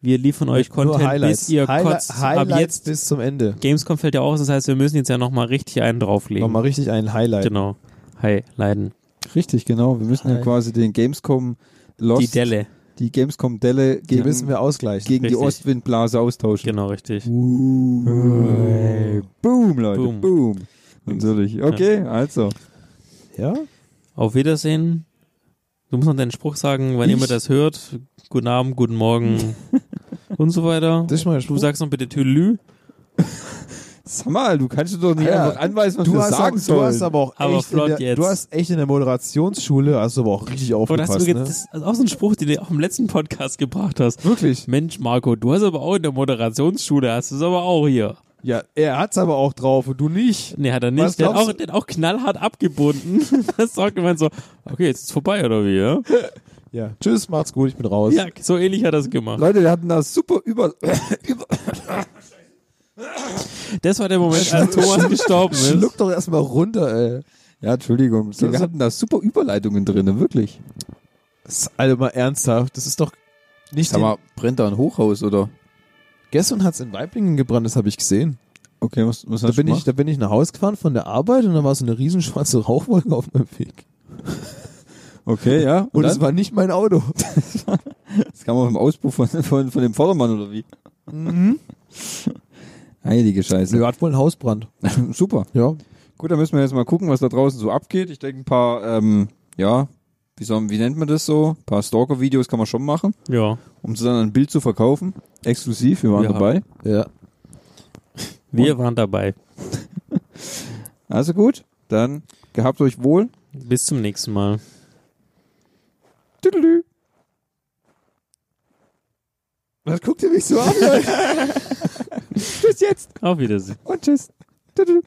[SPEAKER 2] Wir liefern euch
[SPEAKER 1] Nur
[SPEAKER 2] Content, bis ihr
[SPEAKER 1] Highli-
[SPEAKER 2] kotzt.
[SPEAKER 1] Highlights
[SPEAKER 2] Ab jetzt,
[SPEAKER 1] bis zum Ende.
[SPEAKER 2] Gamescom fällt ja aus. Das heißt, wir müssen jetzt ja nochmal richtig einen drauflegen.
[SPEAKER 1] Nochmal richtig ein Highlight.
[SPEAKER 2] Genau. Hi, leiden.
[SPEAKER 3] Richtig, genau. Wir müssen ja
[SPEAKER 1] Hi.
[SPEAKER 3] quasi den Gamescom Lost,
[SPEAKER 2] Die Delle.
[SPEAKER 3] die Gamescom Delle
[SPEAKER 1] Die
[SPEAKER 3] gegen,
[SPEAKER 1] müssen wir ausgleichen.
[SPEAKER 3] gegen die
[SPEAKER 2] Richtig.
[SPEAKER 3] Ostwindblase austauschen.
[SPEAKER 2] Genau, richtig.
[SPEAKER 3] Hey, boom, Leute,
[SPEAKER 2] Boom.
[SPEAKER 3] boom. Natürlich. Okay, also.
[SPEAKER 1] Ja?
[SPEAKER 2] Auf Wiedersehen. Du musst noch deinen Spruch sagen, wann
[SPEAKER 3] Ich?
[SPEAKER 2] immer das hört. Guten Abend, guten Morgen und so weiter.
[SPEAKER 1] Das ist mein
[SPEAKER 2] du
[SPEAKER 1] Spruch.
[SPEAKER 2] sagst noch bitte Tülü.
[SPEAKER 3] Sag mal, du kannst doch nicht
[SPEAKER 1] Ja.
[SPEAKER 3] einfach anweisen, was
[SPEAKER 1] Du
[SPEAKER 3] wir
[SPEAKER 1] hast,
[SPEAKER 3] sagen
[SPEAKER 1] auch, du
[SPEAKER 3] sollen.
[SPEAKER 1] hast aber auch
[SPEAKER 2] Aber
[SPEAKER 1] echt
[SPEAKER 2] flott
[SPEAKER 1] in der,
[SPEAKER 2] jetzt.
[SPEAKER 1] Du hast echt in der Moderationsschule hast du aber auch richtig
[SPEAKER 2] Aber das,
[SPEAKER 1] aufgepasst.
[SPEAKER 2] hast
[SPEAKER 1] ne?
[SPEAKER 2] du, das ist auch so ein Spruch, den du auch im letzten Podcast gebracht hast.
[SPEAKER 1] Wirklich?
[SPEAKER 2] Mensch, Marco, du hast aber auch in der Moderationsschule, hast du es aber auch hier.
[SPEAKER 1] Ja, er hat's aber auch drauf und du nicht.
[SPEAKER 2] Nee, hat
[SPEAKER 1] Was
[SPEAKER 2] er nicht. Der hat,
[SPEAKER 1] glaubst
[SPEAKER 2] auch, der hat auch knallhart abgebunden. das sagt gemeint so, okay, jetzt ist vorbei, oder wie? Ja,
[SPEAKER 1] Ja. Tschüss, macht's gut, ich bin raus.
[SPEAKER 2] ja so ähnlich hat er es gemacht.
[SPEAKER 3] Leute, wir hatten da super über.
[SPEAKER 2] Das war der Moment, als Thomas gestorben ist.
[SPEAKER 1] Schluck doch erstmal runter, ey.
[SPEAKER 3] ja, Entschuldigung. Wir hatten da super Überleitungen drin, ne, wirklich.
[SPEAKER 1] Das- Alter, mal ernsthaft. Das ist doch nicht.
[SPEAKER 3] Sag mal, brennt da ein Hochhaus oder?
[SPEAKER 1] den- Gestern hat's in Weiblingen gebrannt, das habe ich gesehen.
[SPEAKER 3] Okay, was, was
[SPEAKER 1] Da
[SPEAKER 3] hast du
[SPEAKER 1] bin, ich,
[SPEAKER 3] gemacht?
[SPEAKER 1] da bin ich nach Hause gefahren von der Arbeit und da war so eine riesen schwarze Rauchwolke auf meinem Weg.
[SPEAKER 3] Okay, ja. Und,
[SPEAKER 1] Und
[SPEAKER 3] das,
[SPEAKER 1] es war nicht mein Auto.
[SPEAKER 3] das kam auf dem Auspuff von, von, von dem Vordermann oder wie? Mhm. Heilige Scheiße.
[SPEAKER 1] Er hat wohl einen Hausbrand.
[SPEAKER 3] Super.
[SPEAKER 1] Ja.
[SPEAKER 3] Gut, dann müssen wir jetzt mal gucken, was da draußen so abgeht. Ich denke, ein paar, ähm, ja, wie, soll, wie nennt man das so? Ein paar Stalker-Videos kann man schon machen,
[SPEAKER 2] Ja,
[SPEAKER 3] um sie dann ein Bild zu verkaufen. Exklusiv, wir waren
[SPEAKER 2] Ja.
[SPEAKER 3] dabei.
[SPEAKER 1] Ja.
[SPEAKER 2] wir waren dabei.
[SPEAKER 3] Also gut, dann gehabt euch wohl.
[SPEAKER 2] Bis zum nächsten Mal.
[SPEAKER 3] Tüdelü.
[SPEAKER 1] Was guckt ihr mich so an? Leute?
[SPEAKER 3] Tschüss jetzt
[SPEAKER 2] Auf Wiedersehen.
[SPEAKER 3] und tschüss. Tüdelü.